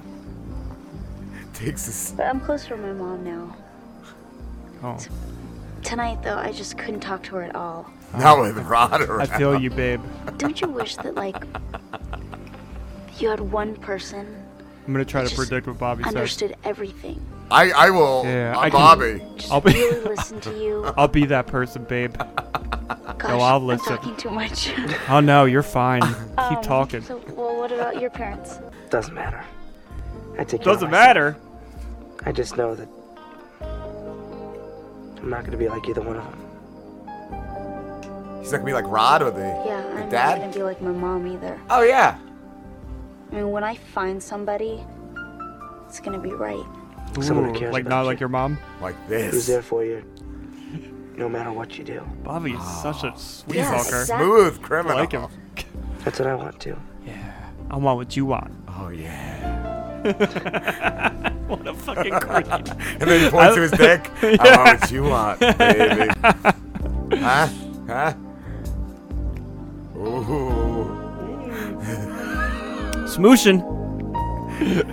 Speaker 10: Takes this.
Speaker 14: But I'm closer to my mom now.
Speaker 5: Oh.
Speaker 14: Tonight, though, I just couldn't talk to her at all.
Speaker 10: Not with Rod around.
Speaker 5: I feel you, babe.
Speaker 14: Don't you wish that, like, you had one person
Speaker 5: I'm gonna try to predict what Bobby says.
Speaker 14: understood everything?
Speaker 10: I, I will.
Speaker 5: Yeah,
Speaker 10: I'm
Speaker 5: I can-
Speaker 10: Uh, Bobby.
Speaker 5: I'll
Speaker 14: really
Speaker 5: be.
Speaker 14: listen to you.
Speaker 5: I'll be that person, babe.
Speaker 14: Gosh,
Speaker 5: no, I'll
Speaker 14: I'm
Speaker 5: listen.
Speaker 14: talking too much.
Speaker 5: Oh no, you're fine. Keep
Speaker 14: Um,
Speaker 5: talking.
Speaker 14: So, well, what about your parents?
Speaker 11: Doesn't matter. I take care of
Speaker 5: Doesn't
Speaker 11: myself.
Speaker 5: matter.
Speaker 11: I just know that I'm not gonna be like either one of them.
Speaker 10: He's not gonna be like Rod or the,
Speaker 14: Yeah,
Speaker 10: the
Speaker 14: I'm not
Speaker 10: dad.
Speaker 14: gonna be like my mom either.
Speaker 10: Oh yeah.
Speaker 14: I mean, when I find somebody, it's gonna be right.
Speaker 11: Someone who
Speaker 5: Ooh,
Speaker 11: cares
Speaker 5: like
Speaker 11: about
Speaker 5: not like your mom.
Speaker 10: Like
Speaker 11: Who's
Speaker 10: this.
Speaker 11: there for you, no matter what you do.
Speaker 5: Bobby is such a sweet
Speaker 11: Ah. Yes,
Speaker 5: talker.
Speaker 11: exactly.
Speaker 10: Smooth criminal.
Speaker 5: Like him.
Speaker 11: That's what I want to.
Speaker 5: I want what you want.
Speaker 10: Oh yeah.
Speaker 5: what a fucking creep.
Speaker 10: And then he points to his dick. I want what you want, baby. huh? Huh? Ooh.
Speaker 5: Smooshin.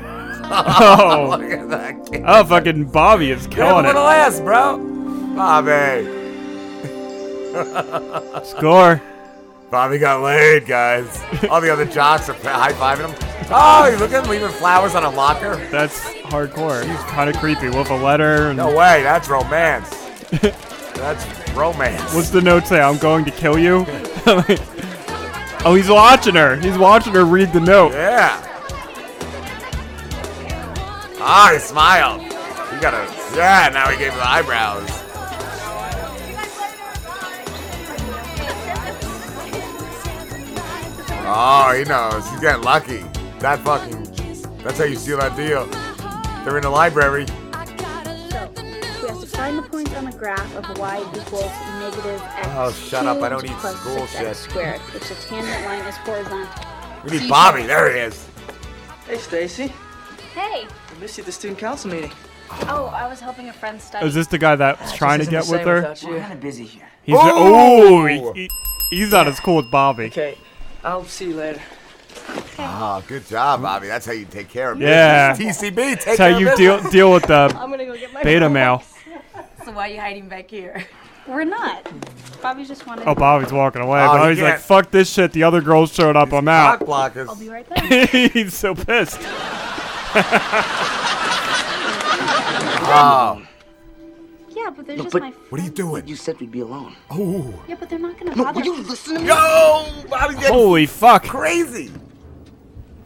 Speaker 5: oh.
Speaker 10: Look at that kid.
Speaker 5: Oh, fucking Bobby is
Speaker 10: You're
Speaker 5: killing
Speaker 10: the little
Speaker 5: it.
Speaker 10: ass, bro. Bobby.
Speaker 5: Score.
Speaker 10: Bobby got laid, guys. All the other jocks are high fiving him. Oh, you look at him leaving flowers on a locker.
Speaker 5: That's hardcore. He's kind of creepy with a letter. And
Speaker 10: No way, that's romance. that's romance.
Speaker 5: What's the note say? I'm going to kill you? oh, he's watching her. He's watching her read the note.
Speaker 10: Yeah. Ah, he smiled. You gotta. Yeah, now he gave him the eyebrows. Oh, he knows. He's getting lucky. That fucking. That's how you steal that deal. They're in the library.
Speaker 12: So, we have to find the points on the graph of y equals negative x
Speaker 10: Oh, shut up. I don't
Speaker 12: cubed
Speaker 10: eat
Speaker 12: plus
Speaker 10: school
Speaker 12: 6x
Speaker 10: shit.
Speaker 12: squared, which the tangent line is horizontal.
Speaker 10: We need Bobby. There he is.
Speaker 15: Hey, Stacy.
Speaker 12: Hey!
Speaker 15: I missed you at the student council meeting.
Speaker 12: Oh, I was helping a friend study.
Speaker 5: Is this the guy that's trying to get with her?
Speaker 15: We're kind of busy here.
Speaker 5: He's oh, he, he- he's not as cool as Bobby.
Speaker 15: Okay, I'll see you later.
Speaker 10: Oh, good job, Bobby. That's how you take care of
Speaker 5: Yeah.
Speaker 10: business. TCB, take
Speaker 5: That's how
Speaker 10: care of
Speaker 5: you
Speaker 10: business.
Speaker 5: deal deal with the
Speaker 12: I'm gonna go get my
Speaker 5: beta male.
Speaker 12: So why are you hiding back here? We're not. Bobby just wanted.
Speaker 5: Oh, Bobby's walking away.
Speaker 10: Oh, he
Speaker 5: Bobby's like,
Speaker 10: can't-
Speaker 5: "Fuck this shit." The other girls showed up. I'm out.
Speaker 10: Cock blockers.
Speaker 12: I'll be right back.
Speaker 5: he's so pissed.
Speaker 10: Oh.
Speaker 12: Yeah, but they're
Speaker 11: No,
Speaker 12: just
Speaker 11: but-
Speaker 12: my.
Speaker 10: What are you doing?
Speaker 11: You said we'd be alone.
Speaker 10: Oh.
Speaker 12: Yeah, but they're not gonna
Speaker 11: No,
Speaker 12: bother.
Speaker 11: will you listen to me?
Speaker 10: Yo, Bobby's getting
Speaker 5: Holy fuck!
Speaker 10: crazy.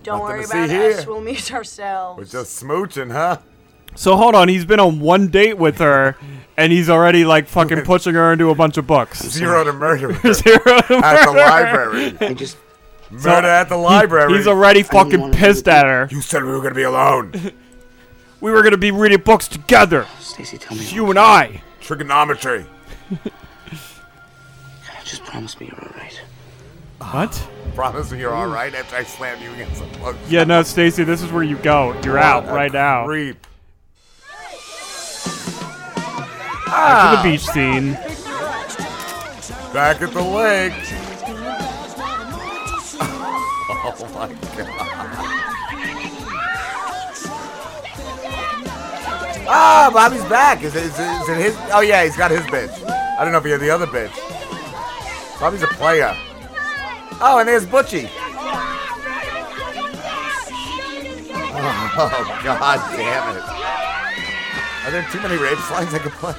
Speaker 20: Don't
Speaker 10: Nothing
Speaker 20: worry
Speaker 10: to see
Speaker 20: about us.
Speaker 10: here.
Speaker 20: We'll meet ourselves.
Speaker 10: We're just smooching, huh?
Speaker 5: So hold on, he's been on one date with her, and he's already like fucking pushing her into a bunch of books.
Speaker 10: Zero to murder.
Speaker 5: Zero to
Speaker 10: At the
Speaker 5: murder.
Speaker 10: library.
Speaker 11: I just
Speaker 5: So
Speaker 10: Murder at the
Speaker 5: he-
Speaker 10: library.
Speaker 5: he's already fucking pissed at her.
Speaker 10: You said we were gonna be alone.
Speaker 5: We were gonna be reading books together,
Speaker 11: Stacy, tell me.
Speaker 5: you and I.
Speaker 10: Trigonometry.
Speaker 11: Just promise me you're all right.
Speaker 5: What?
Speaker 10: Promise me you're all right after I slammed you against the book.
Speaker 5: Yeah, no, Stacy, this is where
Speaker 10: Oh,
Speaker 5: you go. You're out right now.
Speaker 10: Creep.
Speaker 5: Back to the beach scene.
Speaker 10: Back at the lake. Oh my god. Ah, Bobby's back. Is it, is, it, is it his? Oh yeah, he's got his bitch. I don't know if he had the other bitch. Bobby's a player. Oh, and there's Butchie. Oh god damn it! Are there too many rape lines I could play?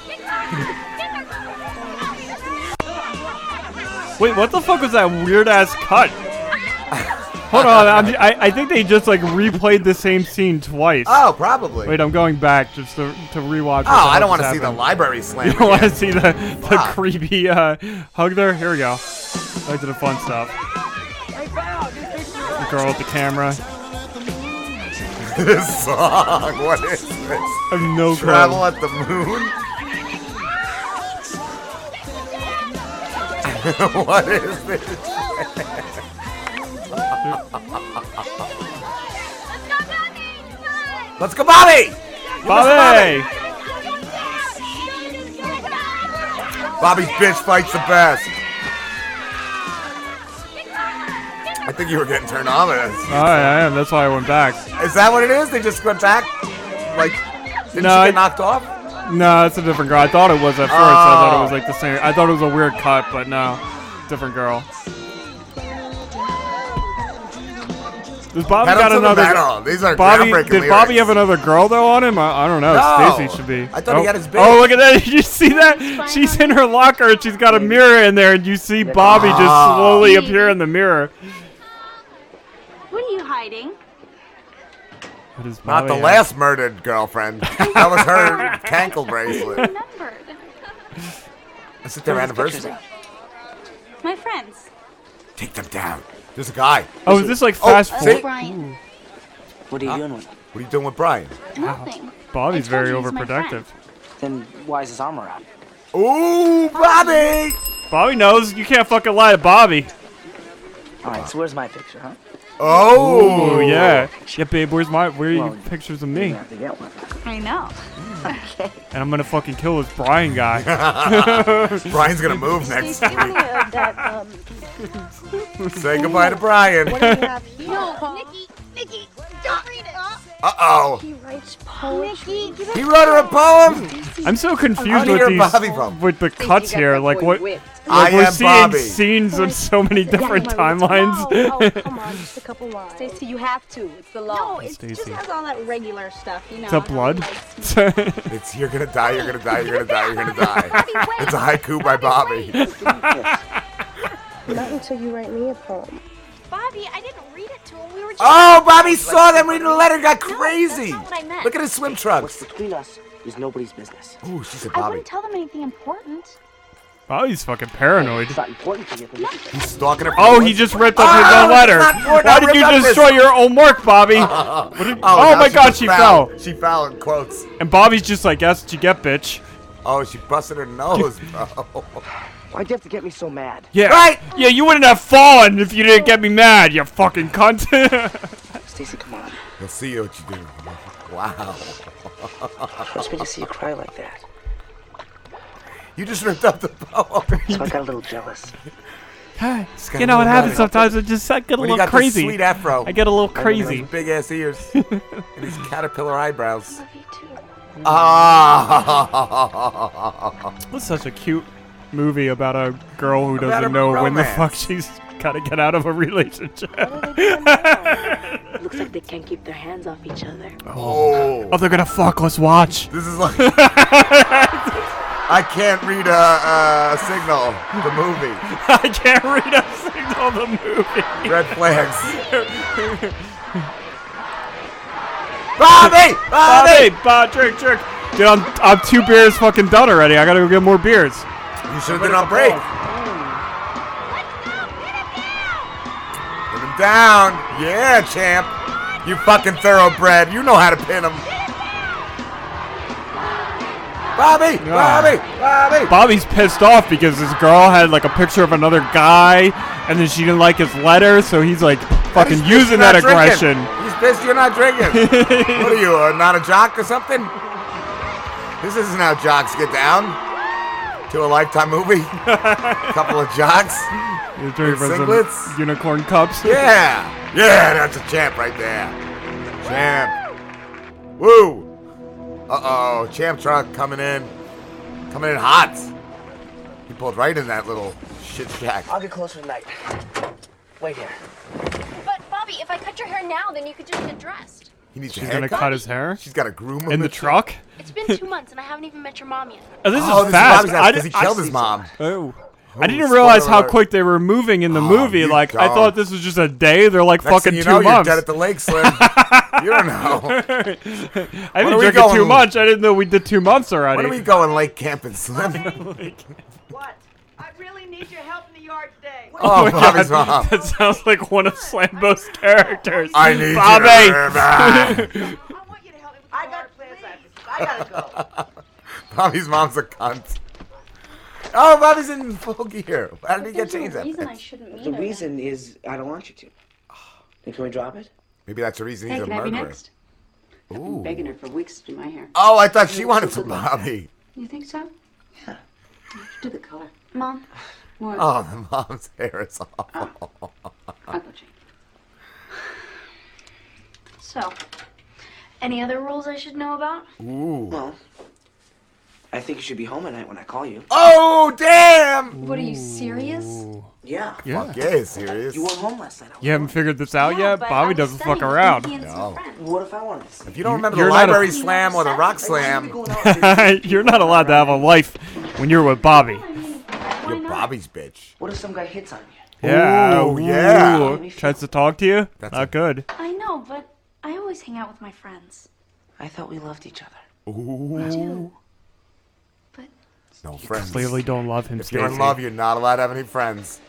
Speaker 5: Wait, what the fuck was that weird ass cut? Hold on, I'm, I, I think they just like replayed the same scene twice.
Speaker 10: Oh, probably.
Speaker 5: Wait, I'm going back just to, to rewatch.
Speaker 10: Oh, I don't
Speaker 5: want
Speaker 10: to see the library slam.
Speaker 5: You don't want to
Speaker 10: again.
Speaker 5: see the, the creepy uh, hug there? Here we go. Back to the fun stuff. The girl with the camera.
Speaker 10: this song. What is this?
Speaker 5: I have no clue.
Speaker 10: Travel at the moon. what is this? Let's go, Bobby! We miss
Speaker 5: Bobby!
Speaker 10: Bobby's bitch fights the best. I think you were getting turned on by this.
Speaker 5: All right, I am. That's why I went back.
Speaker 10: Is that what it is? They just went back? Like, didn't
Speaker 5: No,
Speaker 10: she
Speaker 5: I-
Speaker 10: get knocked off?
Speaker 5: No, it's a different girl. I thought it was at first. I thought it was like the same. I thought it was a weird cut, but no, different girl. Does Bobby
Speaker 10: Pedal
Speaker 5: got
Speaker 10: to the
Speaker 5: another?
Speaker 10: metal. These are
Speaker 5: Bobby,
Speaker 10: groundbreaking
Speaker 5: did Bobby
Speaker 10: lyrics.
Speaker 5: have another girl though on him? I, I don't know.
Speaker 10: No.
Speaker 5: Stacy should be.
Speaker 10: I thought he
Speaker 5: oh.
Speaker 10: got his bitch.
Speaker 5: Oh, look at that! Did you see that? She's in her locker and she's got a mirror in there, and you see Bobby
Speaker 10: Ah.
Speaker 5: just slowly appear in the mirror.
Speaker 12: What are you hiding?
Speaker 5: That is
Speaker 10: Not the
Speaker 5: Bobby,
Speaker 10: last murdered girlfriend. That was her cankle bracelet.
Speaker 12: Remembered.
Speaker 10: Is it their anniversary?
Speaker 12: My friends.
Speaker 10: Take them down. There's a guy.
Speaker 5: Oh, is this like fast
Speaker 10: oh,
Speaker 5: forward?
Speaker 10: see?
Speaker 12: Brian.
Speaker 15: What are you doing with?
Speaker 10: What are you doing with Brian?
Speaker 12: Nothing.
Speaker 5: Bobby's
Speaker 12: I told
Speaker 5: very
Speaker 12: you he's my
Speaker 5: overproductive.
Speaker 15: Then why is his arm around?
Speaker 10: Ooh, Bobby!
Speaker 5: Bobby knows. You can't fucking lie to Bobby.
Speaker 15: All right, so where's my picture, huh?
Speaker 10: Oh
Speaker 5: Ooh, yeah. Yeah, babe, where's my where are you pictures of me?
Speaker 15: You have to get one.
Speaker 12: I know.
Speaker 10: Hmm.
Speaker 5: And I'm gonna fucking kill this Brian guy.
Speaker 10: Brian's gonna move next week.
Speaker 12: um,
Speaker 10: Say goodbye to Brian. uh
Speaker 12: No, Nikki, Nikki, don't read it.
Speaker 10: oh.
Speaker 12: He writes poetry. Nikki,
Speaker 10: He wrote her a poem.
Speaker 5: I'm so
Speaker 10: How
Speaker 5: confused
Speaker 10: do you
Speaker 5: with
Speaker 10: hear
Speaker 5: these
Speaker 10: Bobby from?
Speaker 5: with the cuts here. Like what? Like
Speaker 10: I
Speaker 5: we're
Speaker 10: am
Speaker 5: seeing
Speaker 10: Bobby.
Speaker 5: scenes of so many different timelines.
Speaker 12: just a couple lines. Stacey, you have to. It's the law. No, it just
Speaker 5: Stacey.
Speaker 12: has all that regular stuff, you know.
Speaker 5: Is that blood?
Speaker 10: It's you're gonna die, you're gonna die, you're gonna die, you're gonna die. It's a haiku by Bobby.
Speaker 14: Not until you write me a poem.
Speaker 12: Bobby, I didn't read it to him. We were just.
Speaker 10: Oh, Bobby saw them reading the letter and got crazy.
Speaker 12: not what I meant.
Speaker 10: Look at his swim trunks.
Speaker 15: What's between us is nobody's business.
Speaker 10: Ooh, she said
Speaker 12: I
Speaker 10: Bobby.
Speaker 12: wouldn't tell them anything important.
Speaker 5: Bobby's fucking paranoid.
Speaker 15: It's not important to you.
Speaker 10: He's stalking her.
Speaker 5: Oh, he just ripped up his
Speaker 10: Oh,
Speaker 5: own letter.
Speaker 10: it's not for-
Speaker 5: Why
Speaker 10: not
Speaker 5: did you
Speaker 10: ripped up
Speaker 5: destroy
Speaker 10: his-
Speaker 5: your own work, Bobby?
Speaker 10: Oh,
Speaker 5: What did-
Speaker 10: now
Speaker 5: oh my God,
Speaker 10: just
Speaker 5: she
Speaker 10: fouled.
Speaker 5: fell.
Speaker 10: She fell in quotes.
Speaker 5: And Bobby's just like, that's what you get, bitch.
Speaker 10: Oh, she busted her nose, bro.
Speaker 15: Why'd you have to get me so mad?
Speaker 5: Yeah.
Speaker 10: Right.
Speaker 5: Yeah, you wouldn't have fallen if you didn't get me mad, you fucking cunt.
Speaker 15: Stacy, come on.
Speaker 10: Let's see what you do. Wow.
Speaker 15: Hurts me to see you cry like that.
Speaker 10: You just ripped up the poem.
Speaker 15: So I got a little jealous.
Speaker 10: gotta know, it love happens it. sometimes,
Speaker 5: I just I get
Speaker 10: When he got this sweet afro.
Speaker 5: a little
Speaker 10: Big ass ears and these caterpillar eyebrows. Ah!
Speaker 5: This is such a cute movie about a girl who
Speaker 10: About
Speaker 5: doesn't
Speaker 10: a
Speaker 5: know when the fuck
Speaker 10: romance. Oh.
Speaker 5: she's gotta get out of a relationship.
Speaker 17: Looks like they can't keep their hands off each other.
Speaker 10: Oh,
Speaker 5: Oh, they're gonna fuck. Let's watch.
Speaker 10: this is like I can't read a, a signal. The movie,
Speaker 5: I can't read a signal the movie.
Speaker 10: red flags. Bobby,
Speaker 5: Bobby,
Speaker 10: Bobby.
Speaker 5: Bob, drink, drink. Dude, I'm, I'm two beers fucking done already. I gotta go get more beers. Oh,
Speaker 10: You should have been on break. Put him down. Yeah, champ. You fucking thoroughbred. You know how to pin him. Bobby,
Speaker 5: Ah.
Speaker 10: Bobby, Bobby.
Speaker 5: Bobby's pissed off because this girl had like a picture of another guy, and then she didn't like his letter, so he's like fucking
Speaker 10: He's pissed
Speaker 5: using
Speaker 10: you're
Speaker 5: that
Speaker 10: not
Speaker 5: aggression.
Speaker 10: Drinking. He's pissed you're not drinking. what are you, uh, not a jock or something? This isn't how jocks get down. To a lifetime movie. a couple of jocks.
Speaker 5: You're
Speaker 10: with singlets.
Speaker 5: unicorn cups.
Speaker 10: Yeah. Yeah, that's a champ right there. Champ. Woo. Uh oh. Champ truck coming in. Coming in hot. He pulled right in that little shit shack.
Speaker 15: I'll get closer tonight. Wait here.
Speaker 12: But Bobby, if I cut your hair now, then you could just get dressed.
Speaker 10: He needs a
Speaker 5: She's gonna
Speaker 10: haircut?
Speaker 5: cut his hair.
Speaker 10: She's got a groom
Speaker 5: in the truck.
Speaker 12: It's been two months and I haven't even met your mom yet.
Speaker 5: Oh, this
Speaker 10: Oh,
Speaker 5: is
Speaker 10: this is
Speaker 5: fast.
Speaker 10: Bobby's
Speaker 5: I
Speaker 10: house 'cause
Speaker 5: didn't-
Speaker 10: he killed his mom.
Speaker 5: Oh. I didn't realize how quick they were moving in the movie. Like I
Speaker 10: dog.
Speaker 5: thought this was just a day. They're like
Speaker 10: Oh, Next
Speaker 5: fucking
Speaker 10: thing you
Speaker 5: two
Speaker 10: know,
Speaker 5: months.
Speaker 10: You're dead at the lake, Slim. you don't know.
Speaker 5: I
Speaker 10: When
Speaker 5: didn't
Speaker 10: are we
Speaker 5: drink it
Speaker 10: going-
Speaker 5: too much. I didn't know we did two months already.
Speaker 10: When are we going lake camping, Slim?
Speaker 21: What? I really need your help in the yard today.
Speaker 10: Oh,
Speaker 5: my
Speaker 10: Bobby's
Speaker 5: God.
Speaker 10: mom.
Speaker 5: That sounds like one of Slambo's characters.
Speaker 10: I need you
Speaker 5: Bobby.
Speaker 10: to remember.
Speaker 21: I got plans. I, I gotta go.
Speaker 10: Bobby's mom's a cunt. Oh, Bobby's in full gear. How did he get changed that?
Speaker 12: I shouldn't
Speaker 11: The reason is I don't want you to. Then can we drop it?
Speaker 10: Maybe that's the reason he's
Speaker 22: Hey,
Speaker 10: a
Speaker 22: can I be
Speaker 10: murderer.
Speaker 22: next? I've been begging her for weeks to do my hair.
Speaker 10: Oh, I thought she
Speaker 22: Looks
Speaker 10: wanted
Speaker 22: so
Speaker 10: some
Speaker 22: good like that.
Speaker 10: Bobby.
Speaker 22: You think so? Yeah. Do the color. Mom. What?
Speaker 10: Oh, the mom's hair is awful.
Speaker 22: I'll go change.
Speaker 12: So, any other rules I should know about?
Speaker 10: Ooh.
Speaker 11: Well, I think you should be home at night when I call you.
Speaker 10: Oh, damn!
Speaker 12: What are you serious?
Speaker 11: Yeah.
Speaker 5: Yeah.
Speaker 10: Fuck yeah, he's serious.
Speaker 11: You were home last night.
Speaker 5: You haven't figured this out yet.
Speaker 11: but
Speaker 5: Bobby
Speaker 11: I'm
Speaker 5: doesn't fuck
Speaker 11: studying.
Speaker 5: around.
Speaker 11: What if I wanted to?
Speaker 10: If you don't remember
Speaker 5: You're
Speaker 10: the
Speaker 5: not a-
Speaker 10: library slam or the rock slam,
Speaker 5: you're not allowed to have a life when you're with Bobby.
Speaker 10: you're Bobby's bitch.
Speaker 11: What if some guy hits on you?
Speaker 5: Yeah.
Speaker 10: Ooh, yeah.
Speaker 5: ooh. Tries to talk to you. not good.
Speaker 12: I know, but I always hang out with my friends.
Speaker 11: I thought we loved each other.
Speaker 10: Ooh. No friends.
Speaker 5: Clearly don't love him.
Speaker 10: If you're in
Speaker 5: Stacey.
Speaker 10: love, you're not allowed to have any friends.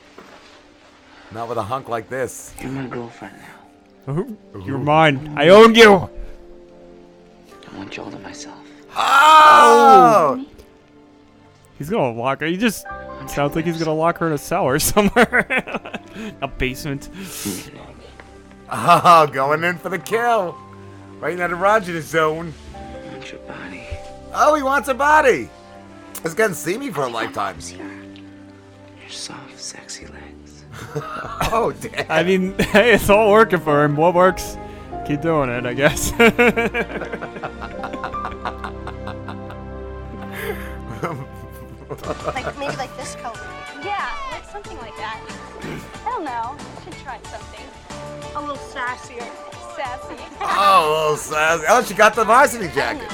Speaker 10: Not with a hunk like this.
Speaker 11: You're my girlfriend now.
Speaker 5: Ooh, You're mine. I own you.
Speaker 11: I want you all to myself.
Speaker 10: Oh!
Speaker 5: He's gonna lock her. He just sounds like he's gonna lock her in a cellar somewhere, a basement.
Speaker 10: Oh, going in for the kill. Right in that erogenous zone.
Speaker 11: What's your body?
Speaker 10: Oh, he wants a body. This guy can see me for a lifetime.
Speaker 11: Your soft, sexy legs.
Speaker 10: Oh, damn.
Speaker 5: I mean, hey, it's all working for him. What works? Keep doing it, I guess.
Speaker 12: Like maybe like this color. Yeah, like something like that. I don't know. I should try something. A little sassier. Sassy.
Speaker 10: Oh, little sassy. Oh, she got the varsity jacket.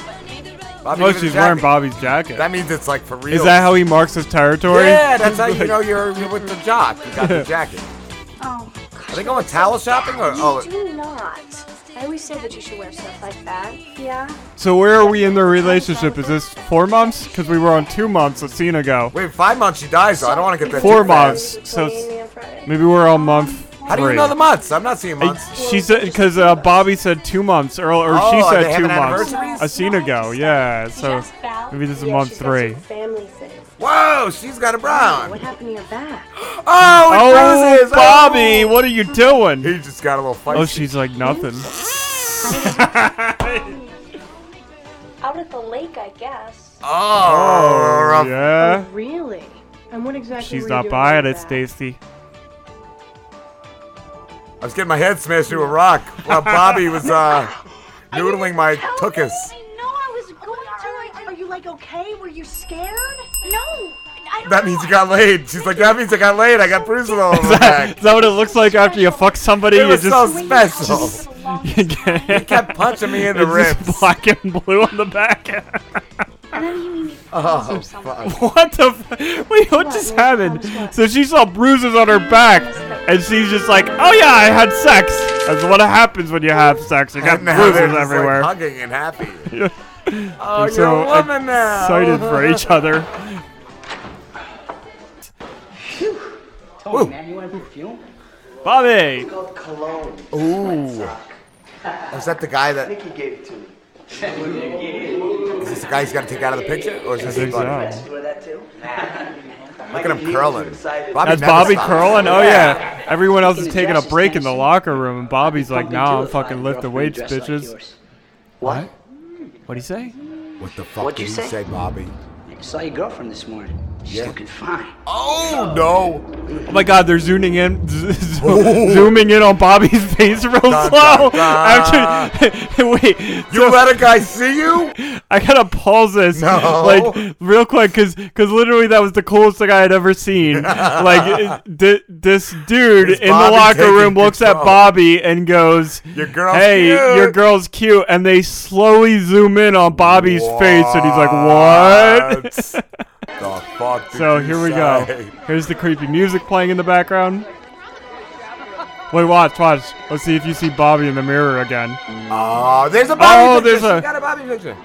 Speaker 10: Bobby
Speaker 5: oh,
Speaker 10: gave her the
Speaker 5: she's wearing
Speaker 10: jacket.
Speaker 5: Bobby's jacket.
Speaker 10: That means it's like for real.
Speaker 5: Is that how he marks his territory?
Speaker 10: Yeah, that's how you know you're, you're with the jock. You got the jacket.
Speaker 12: Oh,
Speaker 10: Are they going towel shopping or? Oh,
Speaker 12: do not. I always say that you should wear stuff like that. Yeah.
Speaker 5: So where are we in their relationship? Is this four months? Because we were on two months a scene ago.
Speaker 10: wait, five months she dies though. I don't want to get that.
Speaker 5: Four
Speaker 10: too fast.
Speaker 5: months. So it's- maybe we're on month.
Speaker 10: How do you
Speaker 5: three.
Speaker 10: know the months? I'm not seeing
Speaker 5: Uh,
Speaker 10: months.
Speaker 5: She said because uh, Bobby said two months, or, or
Speaker 10: Oh,
Speaker 5: she
Speaker 10: are they
Speaker 5: said two
Speaker 10: having
Speaker 5: months
Speaker 10: anniversaries?
Speaker 5: a scene ago. Yeah, so maybe this is month three.
Speaker 14: Family things.
Speaker 10: Whoa, she's got a brown.
Speaker 14: What happened to your back?
Speaker 10: Oh, it
Speaker 5: Oh,
Speaker 10: bruises. Oh.
Speaker 5: Bobby, what are you doing?
Speaker 10: He just got a little feisty.
Speaker 5: Oh, she's like nothing.
Speaker 12: Out at the lake, I guess.
Speaker 10: Oh, rough.
Speaker 5: yeah.
Speaker 14: Really? And what exactly
Speaker 5: She's
Speaker 14: were
Speaker 5: not
Speaker 14: you doing with
Speaker 5: buying it,
Speaker 14: that?
Speaker 5: Stacy.
Speaker 10: I was getting my head smashed through a rock while Bobby was uh, noodling my tookus.
Speaker 12: No, I was going to. Are you like okay? Were you scared? No. I don't
Speaker 10: That means you got laid. She's like, that means I got laid. I got bruises all over my back.
Speaker 5: Is that what it looks like after you fuck somebody?
Speaker 10: It
Speaker 5: You
Speaker 10: was so
Speaker 5: just
Speaker 10: special.
Speaker 5: you get-
Speaker 10: kept punching me in the
Speaker 5: it's just
Speaker 10: ribs.
Speaker 5: black and blue on the back.
Speaker 10: Oh, fuck.
Speaker 5: What the? F- Wait, what just happened? So she saw bruises on her back, and she's just like, "Oh yeah, I had sex." That's what happens when you have sex. You got
Speaker 10: And now
Speaker 5: bruises
Speaker 10: they're just,
Speaker 5: everywhere.
Speaker 10: Like hugging and happy.
Speaker 5: Yeah.
Speaker 10: Oh,
Speaker 5: They're
Speaker 10: you're a woman now.
Speaker 5: excited for each other.
Speaker 10: Woo.
Speaker 15: Tony, man, you want to perfume?
Speaker 5: Bobby,
Speaker 11: Called cologne.
Speaker 10: Ooh. Oh, is that the guy that?
Speaker 11: Nikki gave it to me.
Speaker 10: Is this the guy he's got to take out of the picture, or is
Speaker 5: I
Speaker 10: this
Speaker 5: think
Speaker 10: his buddy?
Speaker 5: so.
Speaker 11: You wear that too?
Speaker 10: Look at him curling. Bobby
Speaker 5: that's
Speaker 10: never
Speaker 5: Bobby
Speaker 10: stops.
Speaker 5: curling. Oh yeah, everyone else is taking a break in the locker room, and Bobby's like, "Nah, I'm fucking lift the weights, bitches." What? What'd he say?
Speaker 10: What the fuck
Speaker 22: What'd
Speaker 10: did
Speaker 22: you
Speaker 10: he
Speaker 22: say?
Speaker 10: say, Bobby?
Speaker 22: I saw your girlfriend this morning. She's looking fine.
Speaker 10: Oh no!
Speaker 5: Oh my god, they're zooming in, z- z- zooming in on Bobby's face real
Speaker 10: Dun,
Speaker 5: slow.
Speaker 10: dun, dun.
Speaker 5: After, wait,
Speaker 10: You let a guy see you?
Speaker 5: I gotta pause this,
Speaker 10: No.
Speaker 5: like real quick, cause, 'cause literally that was the coolest thing I had ever seen. like th- this dude
Speaker 10: Is
Speaker 5: in
Speaker 10: Bobby
Speaker 5: the locker
Speaker 10: taking
Speaker 5: room looks at
Speaker 10: control?
Speaker 5: Bobby and goes,
Speaker 10: Your girl's
Speaker 5: "Hey,
Speaker 10: cute."
Speaker 5: your girl's cute," and they slowly zoom in on Bobby's face, and he's like, "What?"
Speaker 10: the fuck did
Speaker 5: So
Speaker 10: you
Speaker 5: here we
Speaker 10: say?
Speaker 5: go. Here's the creepy music playing in the background. Wait, watch, watch. Let's see if you see Bobby in the mirror again.
Speaker 10: Oh, there's a Bobby
Speaker 5: Oh, there's
Speaker 10: picture. She
Speaker 5: a-
Speaker 10: got a Bobby picture.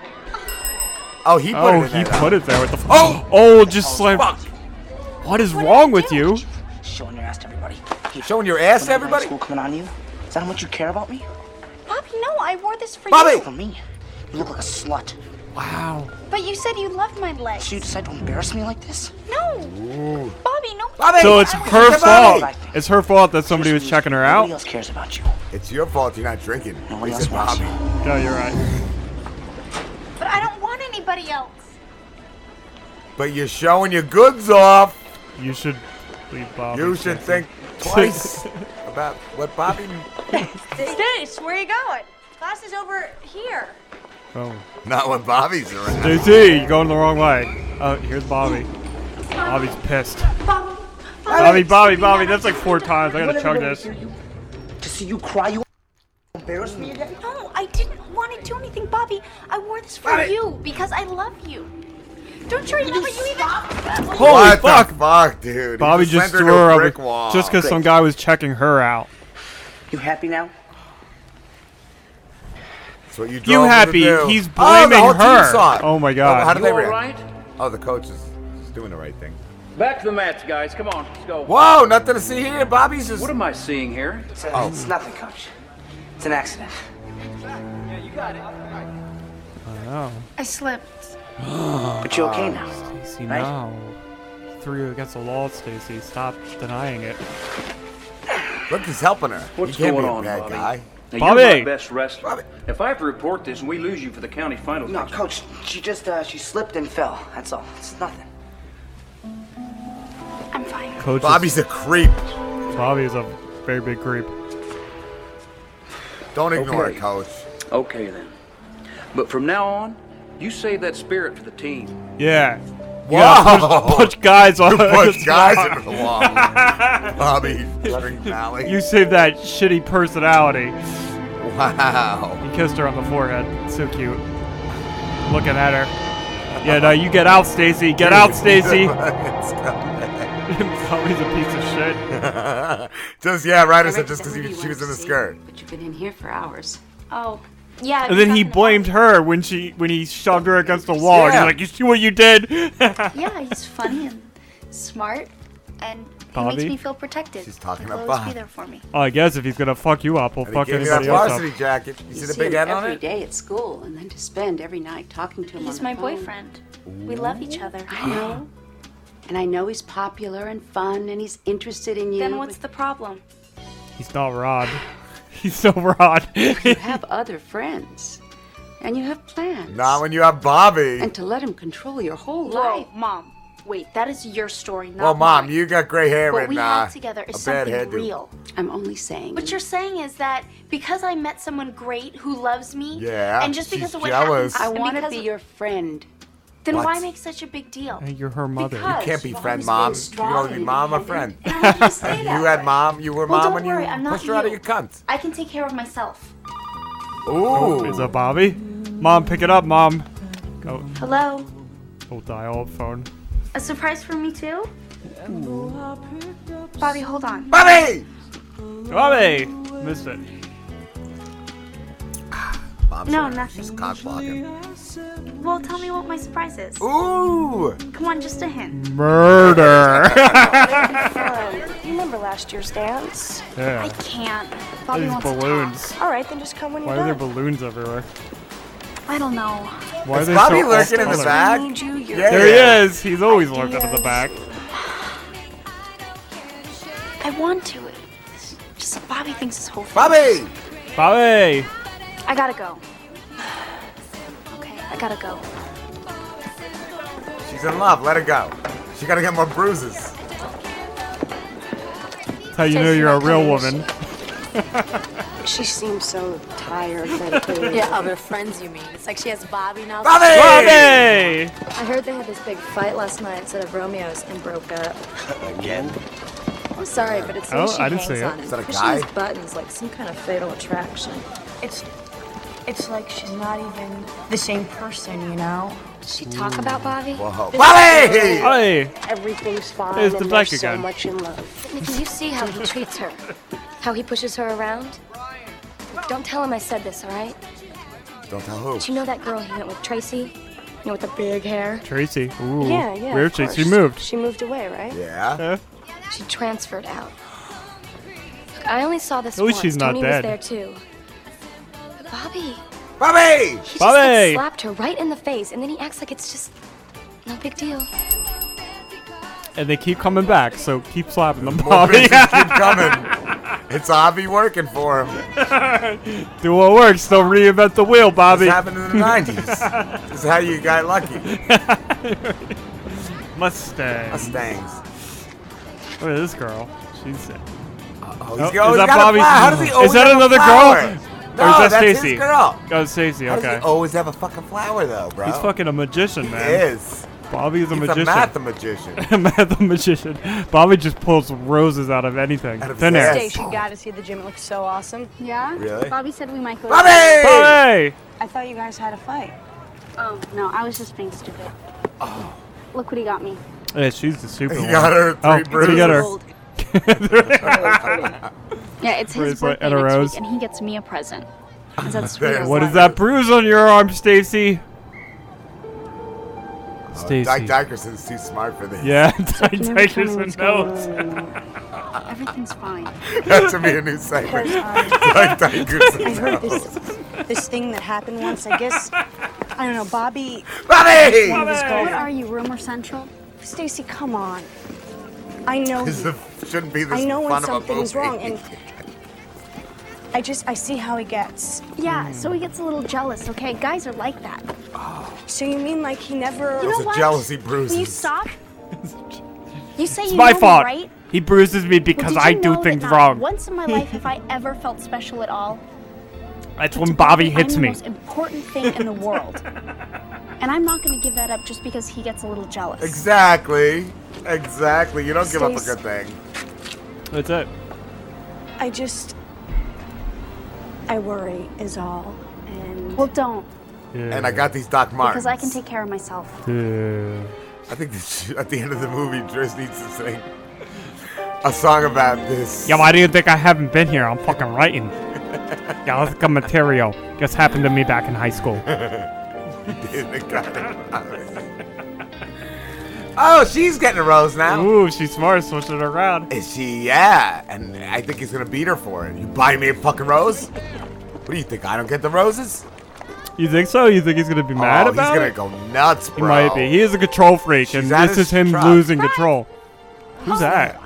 Speaker 10: Oh, he put
Speaker 5: oh,
Speaker 10: it in
Speaker 5: he
Speaker 10: there, though.
Speaker 5: put it there. What the? F-
Speaker 10: Oh!
Speaker 5: oh, just slammed. What is wrong with you?
Speaker 22: Showing your ass to everybody. Here,
Speaker 10: Showing your ass to
Speaker 22: when I went
Speaker 10: everybody?
Speaker 22: School coming on you. Is that how much you care about me?
Speaker 12: Bobby, no, I wore this for
Speaker 22: Bobby!
Speaker 12: you.
Speaker 22: For me. You look like a slut. Wow.
Speaker 12: But you said you loved my legs.
Speaker 22: So you decide to embarrass me like this?
Speaker 12: No, Bobby, no.
Speaker 5: So it's
Speaker 22: I was
Speaker 5: her
Speaker 22: just
Speaker 5: fault.
Speaker 22: about
Speaker 5: It's her fault that somebody was checking her out.
Speaker 22: Nobody else cares about you.
Speaker 10: It's your fault you're not drinking.
Speaker 22: Nobody
Speaker 10: He said
Speaker 22: else wants
Speaker 10: Bobby.
Speaker 5: No, you're right.
Speaker 12: But I don't want anybody else.
Speaker 10: But you're showing your goods off.
Speaker 5: You should leave Bobby.
Speaker 10: You should think twice about what Bobby.
Speaker 20: Stace, where are you going? Class is over here.
Speaker 5: Oh.
Speaker 10: Not when Bobby's around.
Speaker 5: JT, you're going the wrong way. Oh, here's Bobby. Bobby's pissed.
Speaker 22: Bobby,
Speaker 5: Bobby, Bobby, Bobby. That's like four times. I gotta
Speaker 22: Whatever,
Speaker 5: chug
Speaker 22: whatever,
Speaker 5: this.
Speaker 22: hear you. To see you cry, you embarrass me again?
Speaker 12: No, I didn't want to do anything, Bobby. I wore this for
Speaker 22: Bobby!
Speaker 12: you because I love you. Don't you remember you, even?
Speaker 5: Holy
Speaker 10: what
Speaker 5: fuck.
Speaker 10: The fuck, dude. He
Speaker 5: Bobby just
Speaker 10: slammed
Speaker 5: threw her
Speaker 10: to a
Speaker 5: over
Speaker 10: brick wall.
Speaker 5: just because some guy was checking her out.
Speaker 22: You happy now?
Speaker 10: That's what you,
Speaker 5: You
Speaker 10: drove him to
Speaker 5: happy?
Speaker 10: do.
Speaker 5: He's
Speaker 10: Oh, the
Speaker 5: blaming
Speaker 10: whole team
Speaker 5: her.
Speaker 10: saw it.
Speaker 5: Oh my
Speaker 10: Oh, how
Speaker 5: god.
Speaker 10: did they
Speaker 16: You all
Speaker 10: react? Oh, the coach is is doing the right thing.
Speaker 16: Back to the mats, guys. Come on, let's go.
Speaker 10: Whoa, nothing to see here. Bobby's just.
Speaker 16: What am I seeing here?
Speaker 22: It's, a- it's nothing, coach. It's an accident.
Speaker 16: Yeah, you got it.
Speaker 12: I slipped.
Speaker 22: But you're okay now,
Speaker 5: Stacy,
Speaker 22: right?
Speaker 5: no. Through against the wall, Stacy. Stop denying it.
Speaker 10: Look, he's helping her.
Speaker 16: What's
Speaker 10: he can't
Speaker 16: going
Speaker 10: be a
Speaker 16: on,
Speaker 10: bad
Speaker 16: Bobby?
Speaker 10: guy.
Speaker 16: Now, You're
Speaker 5: Bobby!
Speaker 16: my best wrestler. If I have to report this and we lose you for the county finals,
Speaker 22: No,
Speaker 16: next
Speaker 22: coach, she just, uh, she slipped and fell. That's all. It's nothing.
Speaker 12: I'm fine.
Speaker 5: Coach.
Speaker 10: Bobby's a creep.
Speaker 5: Bobby is a very big creep.
Speaker 10: Don't ignore
Speaker 16: Okay.
Speaker 10: it, coach.
Speaker 16: Okay then. But from now on, you save that spirit for the team.
Speaker 5: Yeah.
Speaker 10: Whoa!
Speaker 5: Yeah, push, push guys on
Speaker 10: You pushed guys into the wall. Bobby, Spring Valley.
Speaker 5: You saved that shitty personality.
Speaker 10: Wow.
Speaker 5: He kissed her on the forehead. So cute. Looking at her. Yeah, no, you get out, Stacy. Get out, Stacy. Bobby's a piece of shit.
Speaker 10: just yeah, right. I said
Speaker 12: Alright,
Speaker 10: just because
Speaker 12: then
Speaker 10: she
Speaker 12: what do you
Speaker 10: was
Speaker 12: want
Speaker 10: in the
Speaker 12: to
Speaker 10: skirt.
Speaker 22: But you've been in here for hours.
Speaker 12: Oh, yeah.
Speaker 5: And then he
Speaker 12: talking
Speaker 5: blamed her when she when he shoved her against the wall. And
Speaker 10: Yeah.
Speaker 5: he's like, "You see what you did?"
Speaker 12: about- Yeah, he's funny and smart, and he
Speaker 5: Bobby?
Speaker 12: makes me feel protected.
Speaker 10: She's talking
Speaker 12: He'll
Speaker 10: about
Speaker 12: always
Speaker 10: Bob.
Speaker 12: be there for me.
Speaker 5: Oh, I guess if he's gonna fuck you up, we'll
Speaker 10: And he
Speaker 5: fuck
Speaker 10: gave me that
Speaker 5: anybody else up.
Speaker 10: varsity jacket. You see the big
Speaker 22: him
Speaker 10: head on
Speaker 22: every
Speaker 10: it?
Speaker 22: day at school, and then to spend every night talking to him on
Speaker 12: He's
Speaker 22: the
Speaker 12: my
Speaker 22: phone.
Speaker 12: boyfriend. We love each other.
Speaker 22: I know. And I know he's popular and fun, and he's interested in you.
Speaker 12: Then what's the problem?
Speaker 5: He's not Rod. He's so Rod.
Speaker 22: but you have other friends, and you have plans.
Speaker 10: Not when you have Bobby.
Speaker 22: And to let him control your whole
Speaker 12: Whoa,
Speaker 22: life.
Speaker 12: mom. Wait, that is your story, not
Speaker 10: Well, mom,
Speaker 12: mine.
Speaker 10: you got gray hair
Speaker 12: What
Speaker 10: and
Speaker 12: we
Speaker 10: uh,
Speaker 12: had together is
Speaker 10: a bad
Speaker 12: something
Speaker 10: head.
Speaker 12: real.
Speaker 22: I'm only saying.
Speaker 12: What you're saying is that because I met someone great who loves me,
Speaker 10: Yeah,
Speaker 12: and just because
Speaker 10: she's
Speaker 12: of what
Speaker 10: jealous.
Speaker 12: happens,
Speaker 22: I
Speaker 12: and
Speaker 22: want to
Speaker 12: because-
Speaker 22: be your friend.
Speaker 12: then
Speaker 10: What?
Speaker 12: why make such a big deal?
Speaker 5: Hey, You're her mother.
Speaker 12: Because-
Speaker 10: Can't be
Speaker 12: Mom's
Speaker 10: friend,
Speaker 12: been
Speaker 10: mom. You
Speaker 12: strong
Speaker 10: can only be
Speaker 12: and
Speaker 10: mom or friend.
Speaker 12: And I don't just say that
Speaker 10: You had
Speaker 12: way.
Speaker 10: mom, you were
Speaker 12: Well,
Speaker 10: mom,
Speaker 12: don't
Speaker 10: and
Speaker 12: worry,
Speaker 10: you
Speaker 12: I'm not
Speaker 10: pushed her out of
Speaker 12: you.
Speaker 10: your cunt.
Speaker 12: I can take care of myself.
Speaker 10: Ooh.
Speaker 5: Is that Bobby? Mom, pick it up, mom. Go.
Speaker 12: Hello.
Speaker 5: Oh, dial up phone.
Speaker 12: A surprise for me too? Bobby, hold on.
Speaker 10: Bobby!
Speaker 5: Bobby, missed it.
Speaker 10: Mom's
Speaker 12: No,
Speaker 10: there.
Speaker 12: nothing.
Speaker 10: She's cock blocking.
Speaker 12: Well, tell me what my surprise is.
Speaker 10: Ooh.
Speaker 12: Come on, just a hint.
Speaker 5: Murder.
Speaker 20: You remember last year's dance?
Speaker 5: yeah.
Speaker 12: I can't. Bobby
Speaker 5: These
Speaker 12: wants to
Speaker 5: balloons.
Speaker 20: All right, then just come when
Speaker 5: Why are
Speaker 20: you're
Speaker 5: there
Speaker 20: done.
Speaker 5: balloons everywhere?
Speaker 12: talk. I don't know.
Speaker 5: Why
Speaker 10: Is
Speaker 5: are they
Speaker 10: Bobby
Speaker 5: so
Speaker 10: lurking in the
Speaker 5: off-colored?
Speaker 10: back?
Speaker 20: I need you. You're
Speaker 10: Yeah.
Speaker 5: There he is. He's always lurking in the back.
Speaker 12: I want to. It's Just that Bobby thinks it's whole.
Speaker 10: Bobby!
Speaker 5: Bobby.
Speaker 12: I gotta go. Okay, I gotta go.
Speaker 10: She's in love. Let her go. She gotta get more bruises.
Speaker 5: That's how you know you're a real woman.
Speaker 14: She seems so tired medically.
Speaker 1: yeah, of her friends, you mean. It's like she has Bobby now.
Speaker 10: Bobby!
Speaker 5: Bobby!
Speaker 1: I heard they had this big fight last night instead of Romeo's and broke up.
Speaker 10: Again?
Speaker 1: I'm sorry, but it seems
Speaker 5: Oh,
Speaker 1: she
Speaker 5: I didn't
Speaker 1: hangs
Speaker 5: see it.
Speaker 1: on him.
Speaker 5: Is that a
Speaker 1: Pushing
Speaker 5: guy?
Speaker 1: his buttons like some kind of fatal attraction.
Speaker 14: It's, it's like she's not even the same person, you know? Does she
Speaker 1: talk Ooh. about Bobby?
Speaker 10: Whoa.
Speaker 5: Bobby! Hey!
Speaker 14: Everything's fine.
Speaker 5: There's the
Speaker 14: and
Speaker 5: black
Speaker 14: they're so
Speaker 5: again.
Speaker 14: much in love.
Speaker 1: Nick, you see how he treats her, how he pushes her around. Don't tell him I said this, all right?
Speaker 10: Don't tell who.
Speaker 1: Do you know that girl he went with, Tracy? You know, with the big hair.
Speaker 5: Tracy. Ooh.
Speaker 1: Yeah, yeah,
Speaker 5: Where
Speaker 1: of
Speaker 5: Tracy
Speaker 1: course.
Speaker 5: moved.
Speaker 1: She moved away, right?
Speaker 5: Uh,
Speaker 10: Yeah.
Speaker 1: She transferred out. Look, I only saw this
Speaker 5: At least
Speaker 1: once.
Speaker 5: she's not
Speaker 1: Tony
Speaker 5: dead.
Speaker 1: was there too. Bobby.
Speaker 10: Bobby!
Speaker 1: He just
Speaker 5: Bobby!
Speaker 1: like, slapped her right in the face, and then he acts like it's just no big deal.
Speaker 5: And they keep coming back, so keep slapping them,
Speaker 10: More
Speaker 5: Bobby.
Speaker 10: bruises keep coming. It's Avi working for him.
Speaker 5: Do what works. Don't reinvent the wheel, Bobby.
Speaker 10: This happened in the 90s. this is how you got lucky.
Speaker 5: Mustang.
Speaker 10: Mustangs.
Speaker 5: Look at this girl. She's.
Speaker 10: Oh,
Speaker 5: is
Speaker 10: got- he's
Speaker 5: that
Speaker 10: got a
Speaker 5: Bobby's?
Speaker 10: flower. How does he always
Speaker 5: is that
Speaker 10: have a
Speaker 5: another
Speaker 10: flower?
Speaker 5: girl?
Speaker 10: No,
Speaker 5: or is that
Speaker 10: that's his
Speaker 5: Stacy?
Speaker 10: girl.
Speaker 5: Oh, it's Stacy.
Speaker 10: How does
Speaker 5: Okay.
Speaker 10: he always have a fucking flower though, bro?
Speaker 5: He's fucking a magician, man.
Speaker 10: He is.
Speaker 5: Bobby's a
Speaker 10: He's
Speaker 5: magician.
Speaker 10: a mathematician.
Speaker 5: Mathematician. Bobby just pulls roses out of anything.
Speaker 10: Out of
Speaker 5: Thin
Speaker 10: his
Speaker 5: air.
Speaker 10: ass.
Speaker 14: Stace, you gotta see the gym. It looks so awesome.
Speaker 6: Yeah?
Speaker 5: Really?
Speaker 6: Bobby said we might go
Speaker 10: Bobby!
Speaker 5: Bobby!
Speaker 6: I thought you guys had a fight. Oh, no, I was just being stupid.
Speaker 10: Oh.
Speaker 6: Look what he got me.
Speaker 5: Yeah, she's the super
Speaker 10: He
Speaker 5: one.
Speaker 10: got her three
Speaker 5: oh, what did he get her?
Speaker 6: bruises.
Speaker 12: Yeah, it's
Speaker 5: Where
Speaker 12: his
Speaker 5: it's like
Speaker 12: birthday
Speaker 5: Ed
Speaker 12: next
Speaker 5: Rose.
Speaker 12: week, and he gets me a present. 'Cause that's
Speaker 5: What
Speaker 12: real
Speaker 5: is
Speaker 12: life.
Speaker 5: that bruise on your arm, Stacy?
Speaker 10: Oh,
Speaker 5: Stacy.
Speaker 10: Dyke Dickerson's too smart for this.
Speaker 5: Yeah, Dyke
Speaker 12: Can you
Speaker 5: Dickerson
Speaker 12: tell me what's going
Speaker 5: knows.
Speaker 12: on anymore? Everything's fine.
Speaker 10: that should be a new segment. Dyke
Speaker 12: I
Speaker 10: Dickerson
Speaker 12: heard
Speaker 10: knows.
Speaker 14: This thing that happened once, I guess. I don't know, Bobby.
Speaker 10: Bobby!
Speaker 14: One of his
Speaker 10: Bobby!
Speaker 6: What are you, Rumor Central?
Speaker 14: Stacy, come on. I know
Speaker 10: This
Speaker 14: you.
Speaker 10: is- shouldn't be this
Speaker 14: I know when
Speaker 10: fun of a
Speaker 14: something's
Speaker 10: movie.
Speaker 14: wrong, and I just I see how he gets.
Speaker 12: Yeah, so he gets a little jealous, okay? Guys are like that.
Speaker 14: So you mean like he never?
Speaker 10: Those are jealousy bruises.
Speaker 12: stop? you say
Speaker 5: It's
Speaker 12: you
Speaker 5: my
Speaker 12: know me,
Speaker 5: fault.
Speaker 12: right?
Speaker 5: He bruises me because
Speaker 12: Well, did
Speaker 5: I
Speaker 12: you know
Speaker 5: do
Speaker 12: that
Speaker 5: things
Speaker 12: not
Speaker 5: wrong.
Speaker 12: Once in my life have I ever felt special at all.
Speaker 5: That's when Bobby
Speaker 12: I'm
Speaker 5: hits
Speaker 12: the
Speaker 5: me.
Speaker 12: most important thing in the world. And I'm not going to give that up just because he gets a little jealous.
Speaker 10: Exactly. Exactly. You don't give up a
Speaker 12: Stace.
Speaker 10: good thing.
Speaker 5: That's it.
Speaker 14: I just I worry is all. And
Speaker 12: Well, don't,
Speaker 10: And I got these Doc Martens.
Speaker 12: because I can take care of myself.
Speaker 10: I think this, at the end of the movie, Driz needs to sing a song about this.
Speaker 5: Yeah, why do you think I haven't been here? I'm fucking writing. yeah, let's get material. Just happened to me back in high school.
Speaker 10: It got it. oh, she's getting a rose now.
Speaker 5: Ooh, she's smart, switching it around.
Speaker 10: Is she? Yeah, and I think he's gonna beat her for it. You buy me a fucking rose? What do you think? I don't get the roses?
Speaker 5: You think so? You think he's gonna be mad
Speaker 10: oh,
Speaker 5: about
Speaker 10: he's gonna
Speaker 5: it?
Speaker 10: go nuts,
Speaker 5: He
Speaker 12: Uh,
Speaker 10: bro.
Speaker 5: might be. He is a control freak, and
Speaker 10: at
Speaker 5: this
Speaker 10: his
Speaker 5: is him
Speaker 10: truck.
Speaker 5: losing control. Who's that?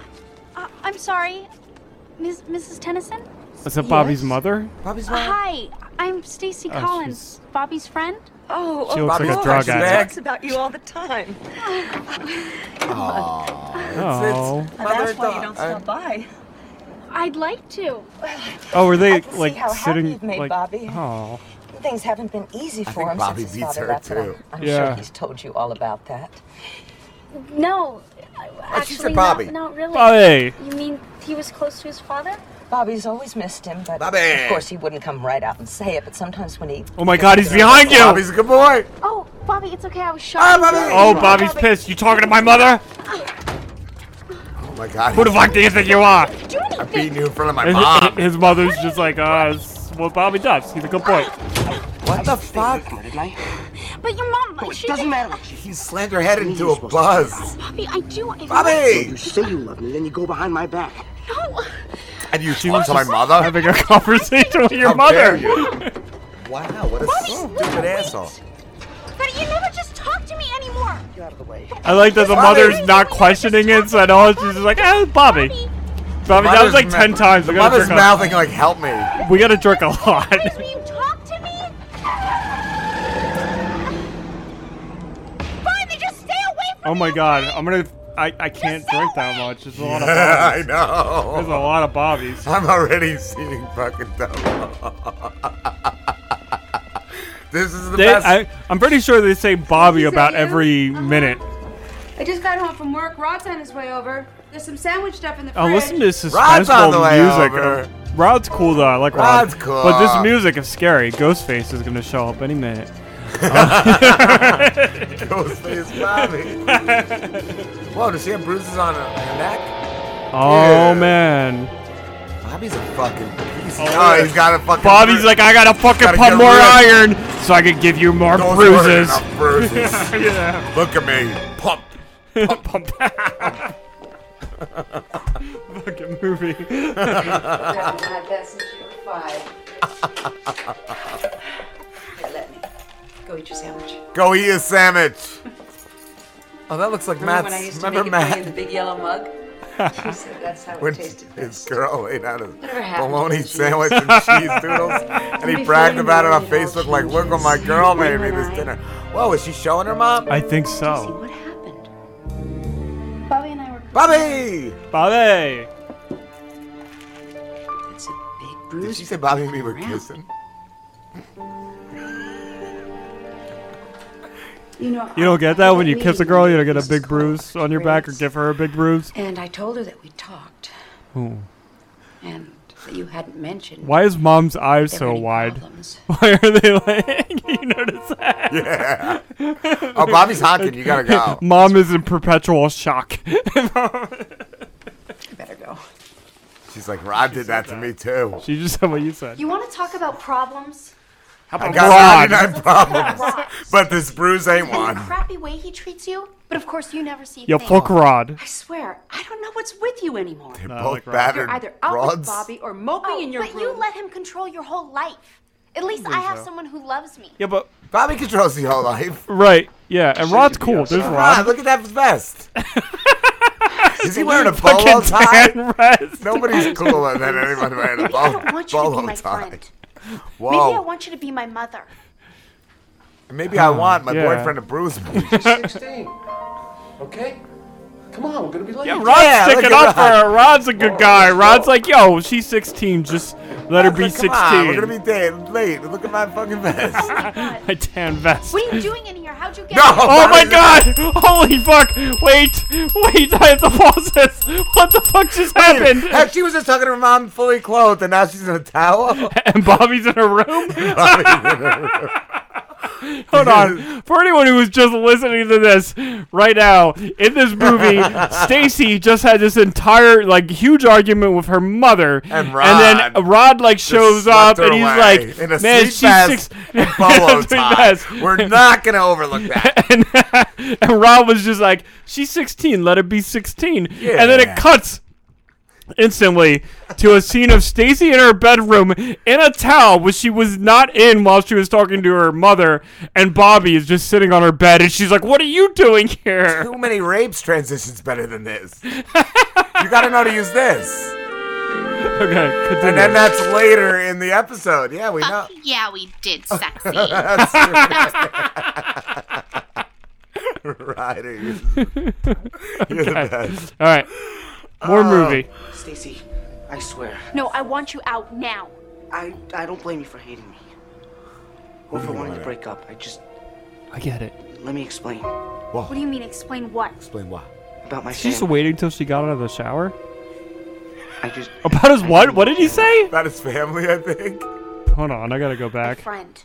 Speaker 12: Uh, I'm sorry, Ms. Mrs. Tennyson.
Speaker 5: Is it Bobby's mother?
Speaker 10: Bobby's
Speaker 12: Hi, I'm Stacy
Speaker 5: Oh,
Speaker 12: Collins, Bobby's friend.
Speaker 1: Oh,
Speaker 5: She looks like a drug addict.
Speaker 1: about you all the time.
Speaker 5: Oh.
Speaker 1: that's why you don't stop
Speaker 12: by. I'd like to.
Speaker 5: Oh, were
Speaker 1: I
Speaker 5: they
Speaker 1: can see
Speaker 5: like
Speaker 1: how happy
Speaker 5: sitting
Speaker 1: you've made
Speaker 5: like?
Speaker 1: Bobby.
Speaker 5: Oh,
Speaker 1: Things haven't been easy for him
Speaker 5: Bobby
Speaker 1: since his
Speaker 5: beats
Speaker 1: father
Speaker 5: her,
Speaker 1: left. but
Speaker 5: too.
Speaker 1: I'm, I'm
Speaker 5: Yeah.
Speaker 1: sure he's told you all about that.
Speaker 12: No,
Speaker 1: she
Speaker 12: actually,
Speaker 1: said Bobby.
Speaker 12: Not, not really.
Speaker 1: Bobby.
Speaker 12: You mean he was close to his father?
Speaker 1: Bobby's always missed him, but
Speaker 10: Bobby!
Speaker 1: of course he wouldn't come right out and say it. But sometimes when he
Speaker 5: oh my God, he's behind you!
Speaker 10: Bobby's a good boy.
Speaker 12: Oh, Bobby, it's okay. I was shocked.
Speaker 5: Oh, Bobby's pissed. You talking to my mother?
Speaker 10: Oh my god.
Speaker 5: Who the fuck do you think you are?
Speaker 10: I'm beating you in front of my
Speaker 5: His-
Speaker 10: mom.
Speaker 5: His, mother's just like, ah, it's what Bobby does. He's a good boy.
Speaker 10: What the fuck?
Speaker 12: But your mom. she doesn't matter what she.
Speaker 10: You slammed her head into a buzz.
Speaker 12: Bobby, I do. I
Speaker 10: Bobby!
Speaker 11: You say you love me, then you go behind my back.
Speaker 12: No.
Speaker 10: And you talked to my
Speaker 5: just
Speaker 10: mother?
Speaker 5: Having a conversation with your
Speaker 10: How
Speaker 5: mother.
Speaker 10: dare you. Wow, what a stupid asshole.
Speaker 12: But you never just talk to me anymore.
Speaker 11: Get out of the way.
Speaker 5: I like that the
Speaker 10: Bobby!
Speaker 5: mother's not questioning it, so at all she's just like, ah, Bobby. Bobby, that was
Speaker 10: Mother's
Speaker 5: like
Speaker 10: ma-
Speaker 5: ten times.
Speaker 10: The
Speaker 5: We gotta
Speaker 10: mother's
Speaker 5: drink a-
Speaker 10: mouthing like, "Help me."
Speaker 5: We gotta drink a lot.
Speaker 12: Fine, then just stay away
Speaker 5: Oh my god, I'm gonna. I, I can't drink that much. There's a lot of
Speaker 10: Yeah, I
Speaker 5: bobbies.
Speaker 10: know.
Speaker 5: There's a lot of bobbies.
Speaker 10: I'm already seeing fucking dumb. this is the
Speaker 5: They-
Speaker 10: best.
Speaker 5: I, I'm pretty sure they say Bobby about every minute.
Speaker 12: I just got home from work. Rod's on his way over. There's some sandwich stuff in the
Speaker 5: Oh,
Speaker 12: fridge.
Speaker 5: listen to this
Speaker 10: Rod's on the
Speaker 5: suspenseful
Speaker 10: way
Speaker 5: music.
Speaker 10: over.
Speaker 5: Rod's cool though. I like Rod.
Speaker 10: Rod's cool.
Speaker 5: But this music is scary. Ghostface is gonna show up any minute.
Speaker 10: Ghostface Bobby. Whoa, does she have bruises on her, her neck?
Speaker 5: oh man.
Speaker 10: Bobby's a fucking piece.
Speaker 5: Oh,
Speaker 10: Oh, he's got a fucking.
Speaker 5: Bobby's
Speaker 10: bru-
Speaker 5: like, I gotta fucking
Speaker 10: Gotta
Speaker 5: pump
Speaker 10: get
Speaker 5: more
Speaker 10: rid of-
Speaker 5: iron so I can give you more
Speaker 10: Don't worry
Speaker 5: bruises.
Speaker 10: about bruises. Look at me, pump.
Speaker 5: Pump. pump. fucking movie.
Speaker 22: had that since you were five. Here, let me. Go eat your sandwich.
Speaker 10: Go eat a sandwich. Oh, that looks like
Speaker 22: Remember
Speaker 10: Matt's.
Speaker 22: when I used to
Speaker 10: remember
Speaker 22: make it for you in
Speaker 10: Matt?
Speaker 22: the big yellow mug? She said that's how
Speaker 10: when
Speaker 22: it tasted.
Speaker 10: his girl oh, ate out a
Speaker 22: happened
Speaker 10: bologna
Speaker 22: to the
Speaker 10: sandwich
Speaker 22: cheese?
Speaker 10: and cheese doodles, and he
Speaker 22: Before
Speaker 10: bragged
Speaker 22: you
Speaker 10: about it
Speaker 22: know
Speaker 10: on Facebook, like, "Look what my girl made me this dinner." Whoa, is she showing her mom?
Speaker 5: I think so.
Speaker 23: Bobby and I were.
Speaker 10: Bobby.
Speaker 5: Bobby.
Speaker 22: It's a big bruise.
Speaker 10: Did she say Bobby and me were kissing?
Speaker 22: You know.
Speaker 5: You don't get that when you kiss a girl, you don't get a big bruise on your back or give her a big bruise.
Speaker 22: And I told her that we talked
Speaker 5: Ooh.
Speaker 22: and that you hadn't mentioned.
Speaker 5: Why is mom's eyes
Speaker 22: there
Speaker 5: so
Speaker 22: were any
Speaker 5: wide?
Speaker 22: problems.
Speaker 5: Why are they like? you notice that?
Speaker 10: Yeah. Oh, Bobby's honking. You gotta go.
Speaker 5: Mom is in perpetual shock.
Speaker 22: better go.
Speaker 10: She's like, "Rob did that to me too."
Speaker 5: She just said what you said.
Speaker 12: You want to talk about problems?
Speaker 10: I
Speaker 5: about
Speaker 10: got
Speaker 5: Rod?
Speaker 10: 99 problems, but this bruise ain't
Speaker 12: The
Speaker 10: one.
Speaker 12: crappy way he treats you, but of course you never see.
Speaker 5: Yo,
Speaker 12: things.
Speaker 5: fuck Rod.
Speaker 22: I swear, I don't know what's with you anymore.
Speaker 10: They're both battered
Speaker 12: You're either out
Speaker 10: broads.
Speaker 12: with Bobby
Speaker 22: or moping
Speaker 12: oh,
Speaker 22: in your
Speaker 12: But you let him control your whole life. At least I
Speaker 10: think
Speaker 12: have
Speaker 10: so.
Speaker 12: someone who loves me.
Speaker 5: Yeah, but
Speaker 10: Bobby controls the whole life.
Speaker 5: Right. Yeah, and Rod's cool. There's
Speaker 10: Rod,
Speaker 5: Rod.
Speaker 10: look at that vest. Is he wearing a
Speaker 5: Fucking
Speaker 10: polo tie?
Speaker 5: tan vest.
Speaker 10: Nobody's cooler than anyone wearing a
Speaker 12: Maybe I
Speaker 10: polo,
Speaker 12: don't want you to be
Speaker 10: polo
Speaker 12: my
Speaker 10: tie.
Speaker 12: friend. Maybe I
Speaker 10: Whoa.
Speaker 12: want you to be my mother.
Speaker 10: Maybe I
Speaker 5: Ah,
Speaker 10: want my
Speaker 5: yeah.
Speaker 10: boyfriend to bruise me.
Speaker 6: Sixteen. Okay. Come on, we're gonna be late.
Speaker 5: Yeah, Rod's
Speaker 6: Yeah, look
Speaker 5: sticking
Speaker 6: at
Speaker 5: up for
Speaker 6: Rod.
Speaker 5: her. Rod's a good guy. Rod's like, yo, she's 16. Just let her be 16.
Speaker 10: Come on, Ah, we're gonna be dead late. Look at my fucking vest.
Speaker 5: a tan vest.
Speaker 12: Oh What are you doing in here? How'd you get?
Speaker 10: No!
Speaker 12: here?
Speaker 5: Oh my god! Holy fuck! Wait! Wait! I have to pause this! What the fuck just happened?
Speaker 10: Heck, she was just talking to her mom fully clothed, and now she's in a towel.
Speaker 5: And Bobby's in her room?
Speaker 10: Bobby's in her room.
Speaker 5: Hold on. For anyone who was just listening to this right now, in this movie, Stacy just had this entire like huge argument with her mother,
Speaker 10: And
Speaker 5: and then
Speaker 10: Rod
Speaker 5: Rod like shows up,
Speaker 10: Swept her
Speaker 5: and he's
Speaker 10: away
Speaker 5: like,
Speaker 10: in a
Speaker 5: "Man,
Speaker 10: sleep
Speaker 5: she's
Speaker 10: vest
Speaker 5: six
Speaker 10: and polo
Speaker 5: Sleep
Speaker 10: tie.
Speaker 5: vest.
Speaker 10: We're not gonna overlook that.
Speaker 5: and Rob was just like, "She's 16. Let her be 16." And then
Speaker 10: Yeah.
Speaker 5: it cuts instantly to a scene of Stacy in her bedroom in a towel, which she was not in while she was talking to her mother, and Bobby is just sitting on her bed, and she's like, "What are you doing here?"
Speaker 10: Too many rapes transitions better than this. you gotta know to use this.
Speaker 5: Okay, continue.
Speaker 10: And then that's later in the episode. Yeah,
Speaker 12: Uh,
Speaker 10: we know.
Speaker 24: Yeah, we did, sexy.
Speaker 10: That's Ryder, you're, you're the
Speaker 5: Okay.
Speaker 10: best.
Speaker 5: All right, more
Speaker 10: Oh.
Speaker 5: movie.
Speaker 11: Stacy, I swear.
Speaker 12: No, I want you out now.
Speaker 11: I I don't blame you for hating me. Or for wanting to break up. I just
Speaker 5: I get it.
Speaker 11: let me explain.
Speaker 12: What do you mean? Explain what?
Speaker 10: Explain why.
Speaker 11: About my
Speaker 5: She's
Speaker 11: family.
Speaker 5: waiting till she got out of the shower.
Speaker 11: I just
Speaker 5: About his what? What did he say?
Speaker 10: About his family, I think.
Speaker 5: Hold on, I gotta go back.
Speaker 12: Friend.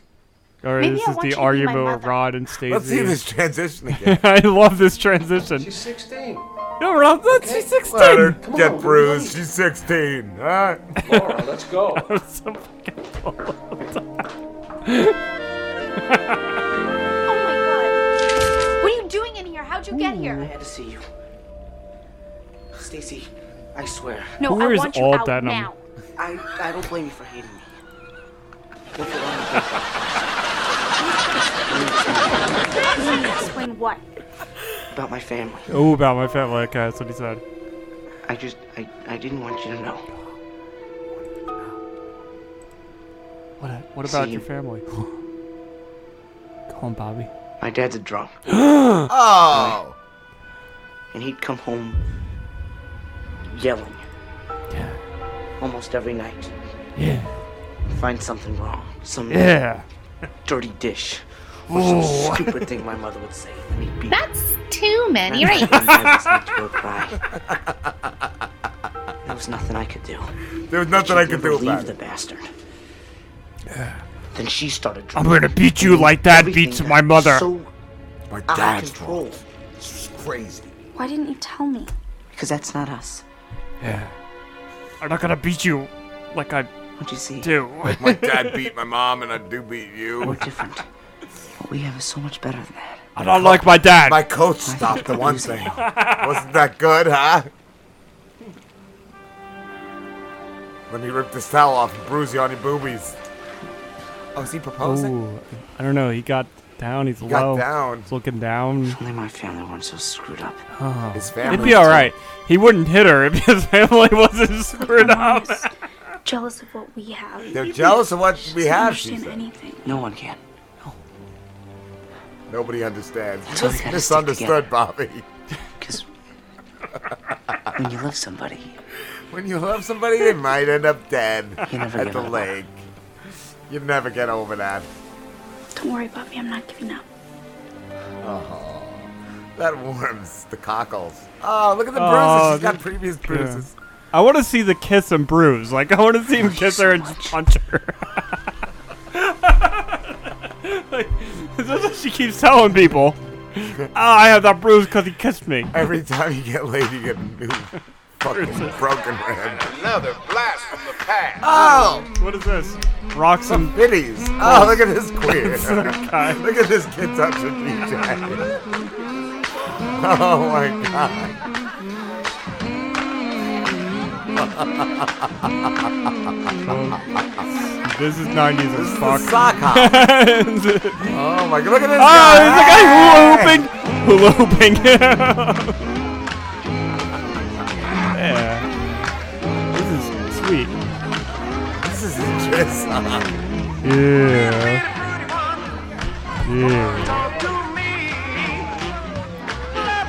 Speaker 5: All right,
Speaker 12: Maybe
Speaker 5: this
Speaker 12: I
Speaker 5: is
Speaker 12: want you
Speaker 5: the
Speaker 12: to be my
Speaker 5: argument with
Speaker 12: mother.
Speaker 5: Rod and Stacy.
Speaker 10: Let's see this transition again.
Speaker 5: I love this transition.
Speaker 6: She's sixteen.
Speaker 5: No, Rob, that's she's 16.
Speaker 10: Let her
Speaker 6: Come
Speaker 10: get
Speaker 6: on,
Speaker 10: bruised. She's 16. All right.
Speaker 6: Laura, let's go.
Speaker 5: I'm so fucking old.
Speaker 12: Oh my god! What are you doing in here? How'd you get
Speaker 11: I
Speaker 12: here?
Speaker 11: had to see you. Stacy, I swear.
Speaker 12: No,
Speaker 5: Where
Speaker 12: I
Speaker 5: is
Speaker 12: want you
Speaker 5: all
Speaker 12: out
Speaker 5: denim?
Speaker 12: now.
Speaker 11: I I don't blame you for hating me. Or for wanting to break up.
Speaker 12: Explain what?
Speaker 11: About my family.
Speaker 5: Oh, about my family. Okay, that's what he said.
Speaker 11: I just I, I didn't want you to know.
Speaker 5: What, what about
Speaker 11: See
Speaker 5: your
Speaker 11: you.
Speaker 5: family? Call him Bobby.
Speaker 11: My dad's a drunk.
Speaker 10: Oh.
Speaker 11: and he'd come home yelling. Almost every night.
Speaker 5: Yeah.
Speaker 11: Find something wrong. Some
Speaker 5: Yeah.
Speaker 11: dirty dish. Or some
Speaker 5: Ooh.
Speaker 11: stupid thing my mother would say.
Speaker 4: That's too many
Speaker 11: Right.
Speaker 4: races.
Speaker 11: There was nothing I could do.
Speaker 10: There was nothing I could do
Speaker 11: Leave
Speaker 10: about
Speaker 11: the bastard. Then she started.
Speaker 5: I'm gonna beat you like that beats my mother.
Speaker 11: So
Speaker 10: my
Speaker 11: out of
Speaker 10: dad's
Speaker 11: control. It's crazy.
Speaker 2: Why didn't you tell me?
Speaker 11: Because that's not us.
Speaker 5: Yeah. I'm not gonna beat you like I
Speaker 11: What'd you see?
Speaker 5: do.
Speaker 10: Like my dad beat my mom, and I do beat you.
Speaker 11: We're different. What we have is so much better than that.
Speaker 5: I don't like my dad.
Speaker 10: My coach stopped the one thing. Wasn't that good, huh? Let me rip this towel off and bruise you on your boobies. Oh, is he proposing?
Speaker 5: Ooh, I don't know. He got down. He's
Speaker 10: got
Speaker 5: low.
Speaker 10: down.
Speaker 5: He's looking down.
Speaker 11: Only my family weren't so screwed up.
Speaker 5: Oh.
Speaker 10: His
Speaker 5: It'd
Speaker 10: family
Speaker 5: be all
Speaker 10: too.
Speaker 5: right. He wouldn't hit her if his family wasn't screwed up.
Speaker 2: Jealous of what we have.
Speaker 10: They're jealous of what we
Speaker 2: Doesn't
Speaker 10: have. she
Speaker 2: Understand
Speaker 10: said.
Speaker 2: anything.
Speaker 11: No one can.
Speaker 10: Nobody understands.
Speaker 11: That's why we
Speaker 10: Mis-
Speaker 11: gotta stick
Speaker 10: misunderstood, Bobby.
Speaker 11: When you love somebody,
Speaker 10: When you love somebody, they might end up dead
Speaker 11: You never
Speaker 10: at
Speaker 11: get
Speaker 10: the
Speaker 11: over
Speaker 10: lake. You never get over that.
Speaker 2: Don't worry, Bobby. I'm not giving up.
Speaker 10: Oh, that warms the cockles. Oh, look at the
Speaker 5: Oh,
Speaker 10: bruises. She's got
Speaker 5: that-
Speaker 10: previous
Speaker 5: yeah.
Speaker 10: bruises.
Speaker 5: I want to see the kiss and bruise. Like I want to see him kiss her and just punch her. like, that's what she keeps telling people. oh, I have that bruise because he kissed me.
Speaker 10: Every time you get laid, you get a new fucking broken rib.
Speaker 7: Another blast from the past.
Speaker 10: Oh!
Speaker 5: What is this? Rocks and
Speaker 10: biddies. Oh, look at this queer.
Speaker 5: Okay.
Speaker 10: look at this kid touching DJ. Oh my god.
Speaker 5: This is 90s
Speaker 10: This
Speaker 5: as
Speaker 10: is the
Speaker 5: fuck.
Speaker 10: sock hop. oh my god, look at
Speaker 5: Oh, there's a
Speaker 10: this guy.
Speaker 5: guy hula hooping. Hula hooping. yeah. This is sweet.
Speaker 10: This is interesting.
Speaker 5: Yeah. Yeah.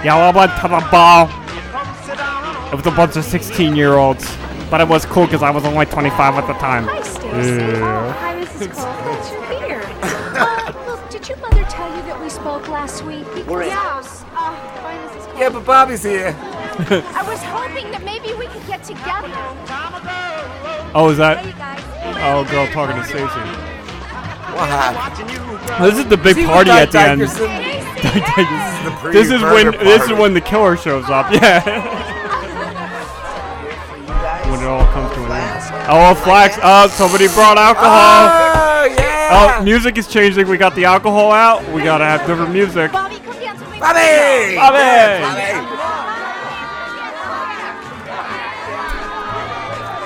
Speaker 5: Yeah, I went to the ball. It was a bunch of 16 year olds. But it was cool because I was only 25 at the time.
Speaker 4: Hi, Stacy. Oh,
Speaker 5: Yeah.
Speaker 4: hi, Mrs. Cole. Glad you're here. Uh, look, did your mother tell you that we spoke last week?
Speaker 10: We're in.
Speaker 4: Yes. Uh, hi, Mrs. Cole.
Speaker 10: Yeah, but Bobby's here.
Speaker 4: I was hoping that maybe we could get together.
Speaker 5: Oh, is that?
Speaker 4: Hey, guys.
Speaker 5: Oh, girl talking to Stacy.
Speaker 10: What happened?
Speaker 5: This is the big
Speaker 10: See,
Speaker 5: party
Speaker 10: Doug
Speaker 5: at the end.
Speaker 10: Dickerson.
Speaker 5: Doug Dickerson.
Speaker 10: The pre-
Speaker 5: This is when
Speaker 10: murder
Speaker 5: this is
Speaker 10: party.
Speaker 5: when the killer shows up. Yeah. when it all comes to an end. Oh, flax up. Somebody brought alcohol.
Speaker 10: Oh, yeah.
Speaker 5: Oh, music is changing. We got the alcohol out. We gotta have different music.
Speaker 4: Bobby, come dance with me.
Speaker 10: Bobby!
Speaker 5: Bobby!
Speaker 10: Yeah, Bobby!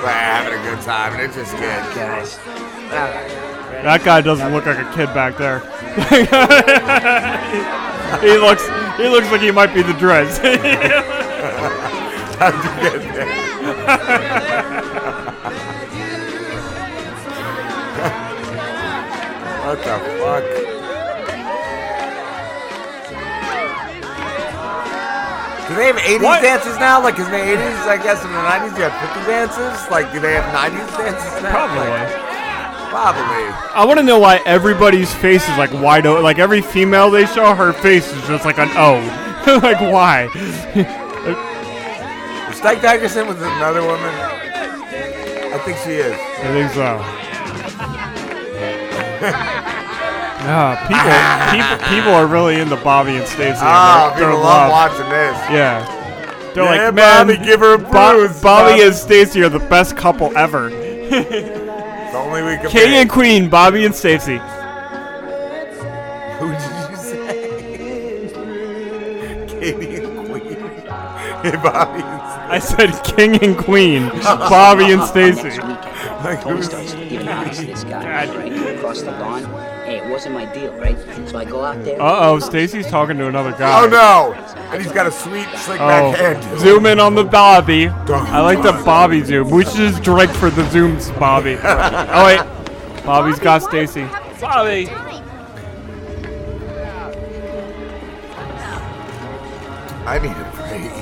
Speaker 10: We're having a good time, and it's just good, guys.
Speaker 5: That guy doesn't look like a kid back there. he looks he looks like he might be the dreads.
Speaker 10: How'd you get there? what the fuck? Do they have 80s
Speaker 5: What?
Speaker 10: dances now? Like, is the 80s, I guess, in the 90s, you had 50 dances? Like, do they have 90s dances now?
Speaker 5: Probably.
Speaker 10: Probably.
Speaker 5: I want to know why everybody's face is like wide open. Like every female they show, her face is just like an O. like why?
Speaker 10: Stike Dickerson was another woman. I think she is.
Speaker 5: I think so. Ah, people, people, people are really into Bobby and Stacey. and
Speaker 10: Oh,
Speaker 5: their- their
Speaker 10: people love
Speaker 5: love.
Speaker 10: watching this.
Speaker 5: Yeah, they're
Speaker 10: Yeah,
Speaker 5: like, man,
Speaker 10: Bobby, give her a
Speaker 5: Bo-
Speaker 10: bruise,
Speaker 5: Bobby
Speaker 10: Bobby."
Speaker 5: and Stacey are the best couple ever.
Speaker 10: It's only we can.
Speaker 5: King and Queen, Bobby and Stacey.
Speaker 10: Who did you say? Katie and Queen. Hey, Bobby.
Speaker 5: I said King and Queen, Bobby
Speaker 15: Uh,
Speaker 5: and Stacey.
Speaker 10: Like,
Speaker 15: Tony
Speaker 10: who's-
Speaker 15: starts giving advice to this guy, right? Across the lawn. Hey, it wasn't my deal, right? So I go out there.
Speaker 5: Uh oh, Stacey's talking to another guy.
Speaker 10: Oh no! And he's got a sweet slick back
Speaker 5: Oh,
Speaker 10: hand.
Speaker 5: zoom in on the Bobby. I like the Bobby zoom. We should just drink for the zooms, Bobby. oh wait, Bobby's got Stacy. Bobby.
Speaker 10: I need a break.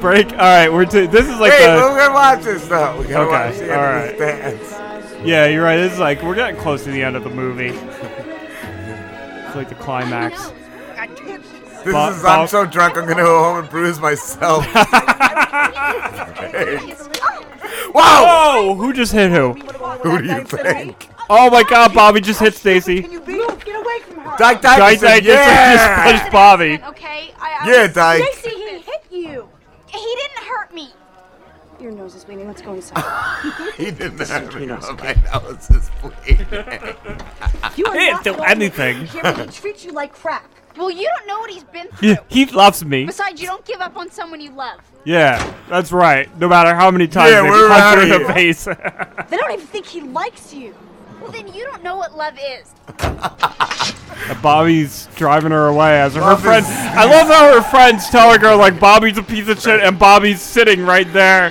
Speaker 5: Break. All right, we're t- this is like
Speaker 10: Wait,
Speaker 5: the-
Speaker 10: we're gonna watch this though. We gotta watch
Speaker 5: okay.
Speaker 10: the
Speaker 5: All
Speaker 10: end
Speaker 5: right.
Speaker 10: of this dance.
Speaker 5: Yeah, you're right. This is like we're getting close to the end of the movie. it's like the climax.
Speaker 10: This
Speaker 5: Bob-
Speaker 10: is. I'm
Speaker 5: Bob-
Speaker 10: so drunk. I'm gonna go home and bruise myself.
Speaker 5: Whoa! Oh, Who just hit who?
Speaker 10: Who do you think?
Speaker 5: Oh my God! Bobby just hit Stacy.
Speaker 10: Dyke
Speaker 5: Dyke
Speaker 10: Dyke.
Speaker 5: Dyke
Speaker 10: Yeah.
Speaker 5: just punched Bobby.
Speaker 12: Okay, I, I
Speaker 10: Yeah,
Speaker 12: was-
Speaker 10: Dyke.
Speaker 12: Stacy, he hit you. He didn't hurt me. Your nose is bleeding. Let's go inside.
Speaker 10: He didn't have it on my nose. It's bleeding.
Speaker 12: You
Speaker 5: I didn't do anything.
Speaker 12: treats you like crap. Well, you don't know what he's been through.
Speaker 5: he, he loves me.
Speaker 12: Besides, you don't give up on someone you love.
Speaker 5: Yeah, that's right. No matter how many times
Speaker 10: Yeah,
Speaker 5: they
Speaker 10: we're
Speaker 5: punch her
Speaker 10: outta
Speaker 5: in the
Speaker 10: here.
Speaker 5: face.
Speaker 12: They don't even think he likes you. Well, then you don't know what love is.
Speaker 5: Bobby's driving her away as her
Speaker 10: Love
Speaker 5: friend.
Speaker 10: is-
Speaker 5: I love how her friends telling her like Bobby's a piece of shit, and Bobby's sitting right there.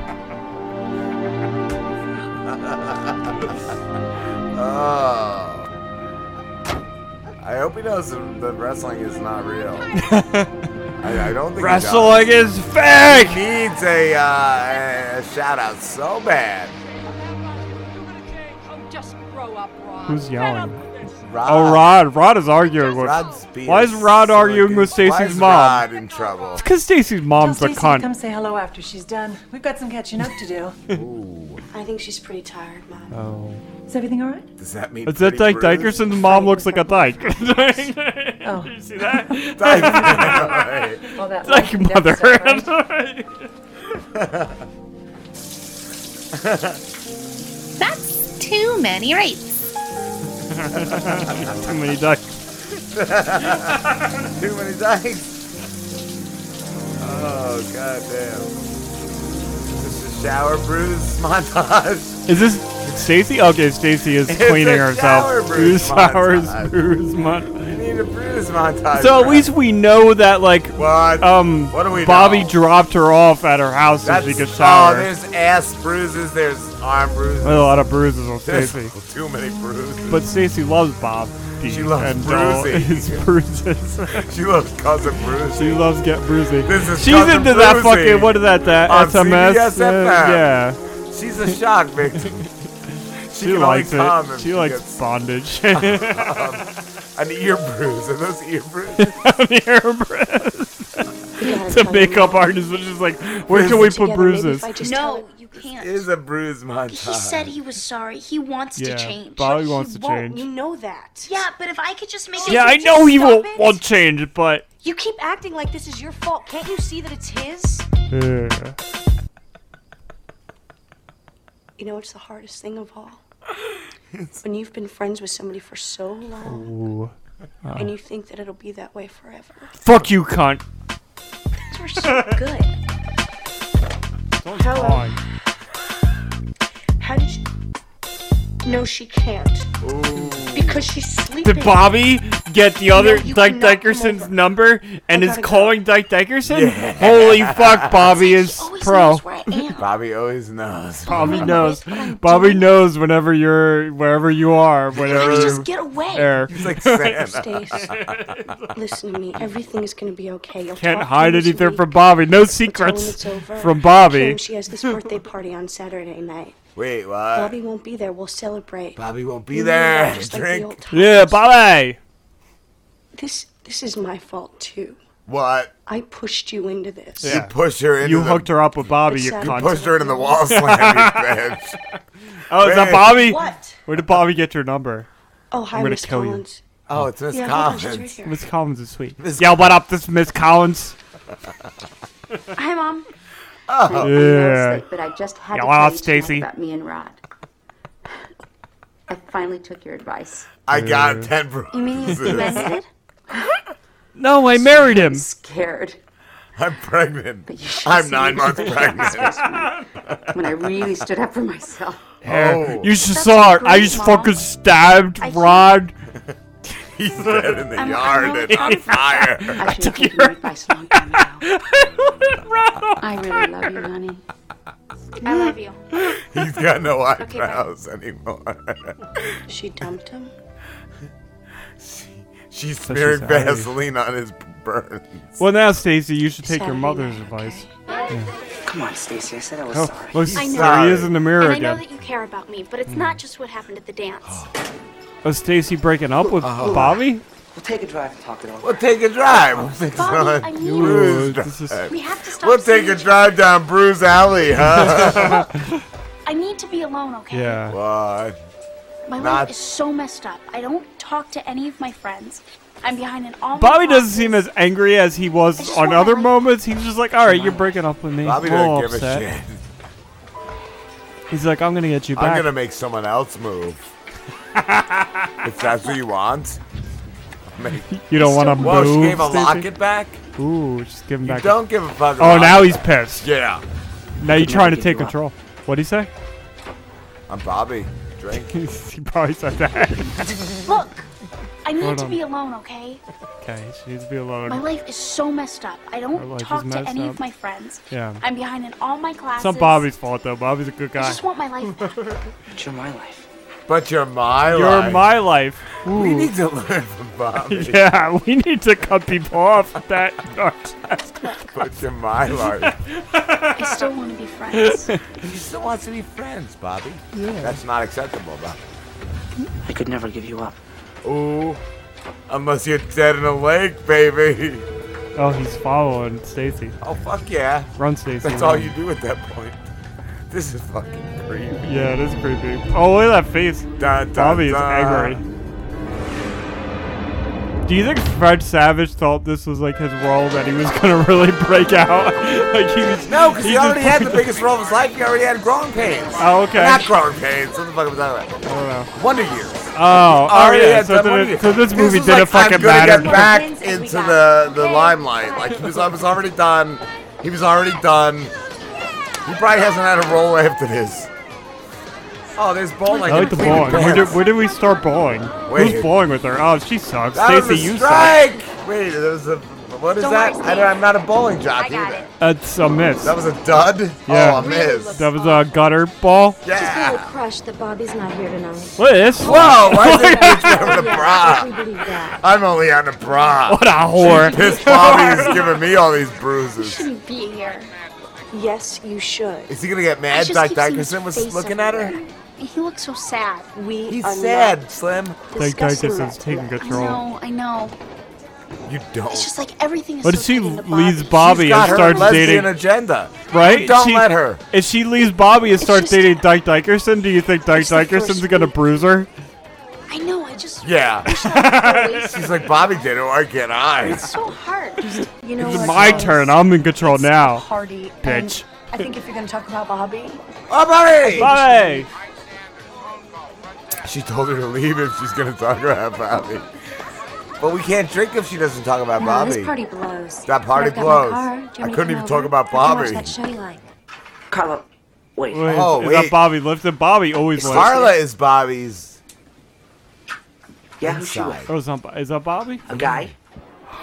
Speaker 10: Oh. I hope he knows that that wrestling is not real. I, I don't think
Speaker 5: Wrestling
Speaker 10: he does.
Speaker 5: is fake.
Speaker 10: He needs a, uh, a shout out so bad.
Speaker 21: Just grow up, Ron.
Speaker 5: Who's yelling?
Speaker 10: Rod.
Speaker 5: Oh, Rod. Rod is arguing with.
Speaker 10: Rod's being
Speaker 5: Why is Rod
Speaker 10: so
Speaker 5: arguing
Speaker 10: good.
Speaker 5: with
Speaker 10: Why
Speaker 5: Stacy's
Speaker 10: is
Speaker 5: mom?
Speaker 10: Rod in trouble.
Speaker 5: It's because Stacy's mom's a
Speaker 8: Tell Stacy to come
Speaker 5: cunt.
Speaker 8: say hello after she's done. We've got some catching up to do.
Speaker 14: I think she's pretty tired, Mom.
Speaker 5: Oh.
Speaker 8: Is everything all right?
Speaker 10: Does that mean
Speaker 5: Is that Dyke
Speaker 10: pretty bruised?
Speaker 5: Dikerson's mom looks like a dyke?
Speaker 8: Oh.
Speaker 5: you see that?
Speaker 10: Dyke.
Speaker 8: All that life
Speaker 5: Dyke
Speaker 8: and death
Speaker 5: mother.
Speaker 8: stuff, right?
Speaker 9: That's too many rates.
Speaker 5: Too many dykes.
Speaker 10: Too many dykes. Oh goddamn! This is shower bruise montage.
Speaker 5: Is this Stacy? Okay, Stacy is
Speaker 10: It's a
Speaker 5: cleaning
Speaker 10: shower
Speaker 5: herself.
Speaker 10: bruise
Speaker 5: showers,
Speaker 10: montage.
Speaker 5: bruise mon-
Speaker 10: You need a bruise montage.
Speaker 5: So at
Speaker 10: bro.
Speaker 5: least we know that like
Speaker 10: What?
Speaker 5: um
Speaker 10: What do we
Speaker 5: Bobby
Speaker 10: know?
Speaker 5: dropped her off at her house so
Speaker 10: That's,
Speaker 5: she could
Speaker 10: oh,
Speaker 5: shower.
Speaker 10: there's ass bruises. There's arm bruises.
Speaker 5: There's a lot of bruises on
Speaker 10: There's
Speaker 5: Stacy.
Speaker 10: too many bruises.
Speaker 5: But Stacy loves Bob.
Speaker 10: She loves
Speaker 5: and all
Speaker 10: bruising.
Speaker 5: his bruises.
Speaker 10: she loves cousin bruising.
Speaker 5: she loves get bruisy.
Speaker 10: This is
Speaker 5: She's
Speaker 10: Cousin
Speaker 5: into that
Speaker 10: Bruising
Speaker 5: fucking what is that that
Speaker 10: on
Speaker 5: SMS?
Speaker 10: CBS
Speaker 5: Uh,
Speaker 10: FM.
Speaker 5: yeah.
Speaker 10: She's a shock victim. She,
Speaker 5: She
Speaker 10: can
Speaker 5: likes
Speaker 10: only come
Speaker 5: it.
Speaker 10: if
Speaker 5: She likes
Speaker 10: gets
Speaker 5: bondage.
Speaker 10: an ear bruise, and those ear bruises.
Speaker 5: The air bruise. the makeup artist was just like, where can we put bruises?
Speaker 12: No, you can't.
Speaker 10: is a bruise montage.
Speaker 12: He said he was sorry. He wants
Speaker 5: Yeah,
Speaker 12: to change.
Speaker 5: Bobby wants to change.
Speaker 12: know that. Yeah, but if I could just make it.
Speaker 5: Yeah, I know he won't won't change, but.
Speaker 4: You keep acting like this is your fault. Can't you see that it's his?
Speaker 5: Yeah.
Speaker 14: You know what's the hardest thing of all? when you've been friends with somebody for so long
Speaker 5: Ooh. Uh,
Speaker 14: and you think that it'll be that way forever.
Speaker 5: fuck you, cunt.
Speaker 14: We're so good. Hello.
Speaker 5: Fine.
Speaker 14: How did you? No, she can't. Because she's sleeping.
Speaker 5: Did Bobby get the other
Speaker 14: No, you
Speaker 5: Dyke
Speaker 14: cannot come
Speaker 5: Dikerson's number and is
Speaker 14: gotta go.
Speaker 5: calling Dyke Dykerson? Holy fuck, Bobby is pro.
Speaker 10: Bobby always knows.
Speaker 5: Bobby knows. Bobby knows whenever you're wherever you are, whenever
Speaker 14: just
Speaker 5: you-
Speaker 14: get away?
Speaker 5: There.
Speaker 10: He's like Santa.
Speaker 14: Listen to me. Everything is gonna be okay. You'll
Speaker 5: Can't
Speaker 14: talk to
Speaker 5: hide
Speaker 14: her this
Speaker 5: anything
Speaker 14: week.
Speaker 5: from Bobby. No
Speaker 14: Tell him
Speaker 5: secrets
Speaker 14: it's over.
Speaker 5: from
Speaker 14: Tell him
Speaker 5: Bobby.
Speaker 14: She has this birthday party on Saturday night.
Speaker 10: Wait, what?
Speaker 14: Bobby won't be there. We'll celebrate.
Speaker 10: Bobby won't
Speaker 14: You
Speaker 10: be
Speaker 14: know,
Speaker 10: there.
Speaker 14: just like the
Speaker 10: Eh, Drink.
Speaker 14: old
Speaker 5: Yeah, Bobby.
Speaker 14: This this is my fault too.
Speaker 10: What?
Speaker 14: I pushed you into this.
Speaker 10: You push her into
Speaker 5: You
Speaker 10: the,
Speaker 5: hooked her up with Bobby. You
Speaker 14: You
Speaker 5: cunt.
Speaker 10: Pushed her into the wall slam, you bitch.
Speaker 5: Oh, is that
Speaker 10: Wait.
Speaker 5: Bobby?
Speaker 14: What?
Speaker 5: Where did Bobby get your number?
Speaker 14: Oh, hi,
Speaker 5: I'm gonna
Speaker 14: Miss
Speaker 5: kill you.
Speaker 14: Collins.
Speaker 10: Oh, it's Miss
Speaker 14: Yeah, hold on, she's right
Speaker 10: Collins.
Speaker 14: here.
Speaker 5: Miss Collins is sweet. yeah, what up? This is Miss Collins.
Speaker 22: Hi, Mom.
Speaker 10: Oh.
Speaker 5: Yeah.
Speaker 22: But I just had
Speaker 5: Yeah,
Speaker 22: to
Speaker 5: what
Speaker 22: tell
Speaker 5: up,
Speaker 22: you
Speaker 5: Stacy?
Speaker 22: tonight about me and Rod. I finally took your advice.
Speaker 10: I got ten bruises.
Speaker 22: You mean you demented?
Speaker 5: No, I married him.
Speaker 22: Scared.
Speaker 10: I'm pregnant.
Speaker 22: should've
Speaker 10: I'm
Speaker 22: seen
Speaker 10: nine
Speaker 22: me.
Speaker 10: months pregnant.
Speaker 22: When I really stood up for myself.
Speaker 10: Oh,
Speaker 5: You should
Speaker 22: That's
Speaker 5: saw it. I
Speaker 22: great,
Speaker 5: just
Speaker 22: Mom.
Speaker 5: fucking stabbed
Speaker 22: I should-
Speaker 5: Rod.
Speaker 10: he's dead in the
Speaker 22: I'm- I'm
Speaker 10: yard
Speaker 22: really
Speaker 10: and on fire.
Speaker 22: I should have taken your advice a long time ago. I really love you, honey.
Speaker 12: I love you.
Speaker 10: He's got no eyebrows anymore.
Speaker 14: She dumped him.
Speaker 10: She's
Speaker 5: So
Speaker 10: smearing
Speaker 5: she's out of here.
Speaker 10: Vaseline on his burns.
Speaker 5: Well, now, Stacy, you should take your mother's advice.
Speaker 11: Come on, Stacy. I said I was
Speaker 5: Oh,
Speaker 11: sorry.
Speaker 5: look,
Speaker 2: I know.
Speaker 5: there he is in the mirror
Speaker 2: and I know
Speaker 5: again.
Speaker 2: that you care about me, but it's not just what happened at the dance.
Speaker 5: Oh, Stacy breaking up with
Speaker 10: Oh.
Speaker 5: Bobby?
Speaker 11: We'll take a drive and talk it over.
Speaker 10: We'll take a drive. We'll take
Speaker 2: Bobby,
Speaker 10: a
Speaker 2: I
Speaker 10: drive.
Speaker 2: mean-
Speaker 10: Bruise
Speaker 5: Oh, This is-
Speaker 10: drive.
Speaker 2: We have to stop
Speaker 10: We'll take a
Speaker 2: seeing-
Speaker 10: drive down Bruce Alley, huh?
Speaker 2: I need to be alone, okay?
Speaker 10: yeah. Why?
Speaker 2: My
Speaker 10: Not-
Speaker 2: life is so messed up. I don't talk to any of my friends. I'm behind in all my
Speaker 5: Bobby doesn't
Speaker 2: classes.
Speaker 5: seem as angry as he was on other moments. He's just like, all right, you're breaking up with me.
Speaker 10: Bobby
Speaker 5: I'm all
Speaker 10: doesn't give
Speaker 5: upset."
Speaker 10: a shit.
Speaker 5: He's like, I'm going to get you back.
Speaker 10: I'm gonna make someone else move. if that's what you want. Make-
Speaker 5: You don't want to move.
Speaker 10: Whoa, she gave a
Speaker 5: Stacy?
Speaker 10: locket back.
Speaker 5: Ooh, just give him
Speaker 10: You
Speaker 5: back.
Speaker 10: don't give a fuck.
Speaker 5: Oh,
Speaker 10: about
Speaker 5: now
Speaker 10: that.
Speaker 5: he's pissed.
Speaker 10: Yeah.
Speaker 5: Now you're
Speaker 10: Fucking
Speaker 5: trying to
Speaker 10: locket
Speaker 5: take
Speaker 10: you up.
Speaker 5: control. What do you say?
Speaker 10: I'm Bobby. Drink.
Speaker 5: he probably said that.
Speaker 2: Look, I need
Speaker 5: Hold
Speaker 2: to
Speaker 5: on.
Speaker 2: be alone, okay?
Speaker 5: okay, she needs to be
Speaker 2: My
Speaker 5: alone.
Speaker 2: life is so messed up. I
Speaker 5: Her
Speaker 2: don't
Speaker 5: life is
Speaker 2: talk to
Speaker 5: messed
Speaker 2: any
Speaker 5: up.
Speaker 2: of my friends.
Speaker 5: Yeah.
Speaker 2: I'm behind in all my classes.
Speaker 5: It's not Bobby's fault, though. Bobby's a good
Speaker 2: I
Speaker 5: guy.
Speaker 2: just want my life back.
Speaker 11: But you're my life.
Speaker 10: But you're my
Speaker 5: You're
Speaker 10: life.
Speaker 5: my life.
Speaker 10: We
Speaker 5: Ooh.
Speaker 10: need to learn from Bobby.
Speaker 5: Yeah, we need to cut people off with that. dark-
Speaker 10: But you're my life.
Speaker 2: I still want to be friends.
Speaker 10: She still wants to be friends, Bobby.
Speaker 2: Yeah.
Speaker 10: That's not acceptable, Bobby.
Speaker 11: I could never give you up.
Speaker 10: Ooh. Unless you're dead in a lake, baby.
Speaker 5: Oh, he's following Stacy.
Speaker 10: Oh, fuck yeah.
Speaker 5: Run, Stacy.
Speaker 10: That's all
Speaker 5: run.
Speaker 10: you do at that point. This is fucking creepy.
Speaker 5: Yeah, it is creepy. Oh, look at that face.
Speaker 10: Da, da,
Speaker 5: Bobby is
Speaker 10: da.
Speaker 5: angry. Do you think Fred Savage thought this was like his role that he was gonna really break out? like he was.
Speaker 10: No, because he,
Speaker 5: just
Speaker 10: already had the
Speaker 5: played
Speaker 10: biggest role of his life. He already had growing pains.
Speaker 5: Oh, okay.
Speaker 10: Not growing pains. What the fuck was that about?
Speaker 5: I don't know.
Speaker 10: Wonder Years.
Speaker 5: Oh, oh
Speaker 10: Already
Speaker 5: yeah.
Speaker 10: had
Speaker 5: So,
Speaker 10: done
Speaker 5: then
Speaker 10: Wonder
Speaker 5: it-
Speaker 10: Years.
Speaker 5: so this movie
Speaker 10: was
Speaker 5: didn't
Speaker 10: like,
Speaker 5: fucking
Speaker 10: I'm gonna
Speaker 5: matter.
Speaker 10: Get back into the, the limelight. Like he was, I was already done. He was already done. He probably hasn't had a role after this. Oh, there's bowling.
Speaker 5: I like the
Speaker 10: Completed
Speaker 5: bowling. Where did,
Speaker 10: dance.
Speaker 5: where did we start bowling? Who's
Speaker 10: Wait.
Speaker 5: bowling with her? Oh, she sucks.
Speaker 10: That
Speaker 5: Stacy,
Speaker 10: was a
Speaker 5: you suck.
Speaker 10: strike. Wait, there was a. What is
Speaker 12: Don't
Speaker 10: that?
Speaker 12: worry,
Speaker 10: I don't,
Speaker 12: Steve.
Speaker 10: I'm not a bowling jockey
Speaker 12: got
Speaker 10: either.
Speaker 5: That's a miss.
Speaker 10: That was a dud.
Speaker 5: Yeah.
Speaker 10: Oh, a miss.
Speaker 5: That was a gutter ball.
Speaker 10: Yeah.
Speaker 6: Just really crushed that Bobby's not here tonight.
Speaker 5: What is this?
Speaker 10: Whoa, why is it bitch wearing a
Speaker 6: Yeah,
Speaker 10: bra?
Speaker 6: we believe that.
Speaker 10: I'm only on a bra.
Speaker 5: What a whore.
Speaker 10: She pissed Bobby's giving me all these bruises.
Speaker 2: shouldn't be here.
Speaker 14: Yes, you should.
Speaker 10: Is he gonna get
Speaker 2: I
Speaker 10: mad?
Speaker 2: just
Speaker 10: Doc
Speaker 2: keep seeing
Speaker 10: Dykerson was
Speaker 2: his face
Speaker 10: looking at her.
Speaker 2: everywhere. He looks so sad.
Speaker 14: We
Speaker 10: He's
Speaker 14: are
Speaker 10: sad, Slim.
Speaker 14: not
Speaker 5: Doc
Speaker 14: discussing
Speaker 5: Dykers is
Speaker 14: that
Speaker 5: taking
Speaker 14: tonight.
Speaker 2: I
Speaker 5: control.
Speaker 2: know, I know.
Speaker 10: You
Speaker 2: It's
Speaker 10: don't.
Speaker 2: just like everything is
Speaker 5: But
Speaker 2: so
Speaker 5: she
Speaker 2: tied into
Speaker 5: leads
Speaker 2: Bobby.
Speaker 5: Bobby
Speaker 10: She's got
Speaker 5: and
Speaker 10: her
Speaker 5: starts
Speaker 10: lesbian
Speaker 5: dating,
Speaker 10: agenda.
Speaker 5: right?
Speaker 10: You don't
Speaker 5: She-
Speaker 10: let her.
Speaker 5: If she leaves Bobby and starts
Speaker 2: just-
Speaker 5: dating Dyke Dykerson, do you think Dyke
Speaker 2: It's the first
Speaker 5: Dykerson's gonna bruise her?
Speaker 2: I know, I just.
Speaker 10: Yeah. She's like Bobby did it. Why can't I?
Speaker 2: It's so hard.
Speaker 17: You
Speaker 12: Oh
Speaker 17: know
Speaker 5: It's
Speaker 17: what,
Speaker 5: my
Speaker 17: guys?
Speaker 5: turn. I'm in control now.
Speaker 17: Party.
Speaker 5: Bitch.
Speaker 17: And I think if you're gonna talk about Bobby,
Speaker 10: Oh, Bobby!
Speaker 5: Bye.
Speaker 10: She told her to leave if she's gonna talk about Bobby. But we can't drink if she doesn't talk about
Speaker 6: No,
Speaker 10: Bobby.
Speaker 6: this party blows.
Speaker 10: That party
Speaker 6: I've got my
Speaker 10: blows.
Speaker 6: car. Do you want
Speaker 10: I
Speaker 6: me to
Speaker 10: couldn't
Speaker 6: come
Speaker 10: even talk
Speaker 6: over?
Speaker 10: about
Speaker 6: I can watch
Speaker 10: Bobby.
Speaker 6: that show you like.
Speaker 11: Carla, wait.
Speaker 5: Wait,
Speaker 10: Oh,
Speaker 5: is that
Speaker 10: wait.
Speaker 5: Bobby lifted? Bobby always lifts.
Speaker 10: Carla is Bobby's.
Speaker 11: Yeah, who's she
Speaker 10: inside.
Speaker 11: with?
Speaker 5: Oh, is that, is that Bobby?
Speaker 11: A guy?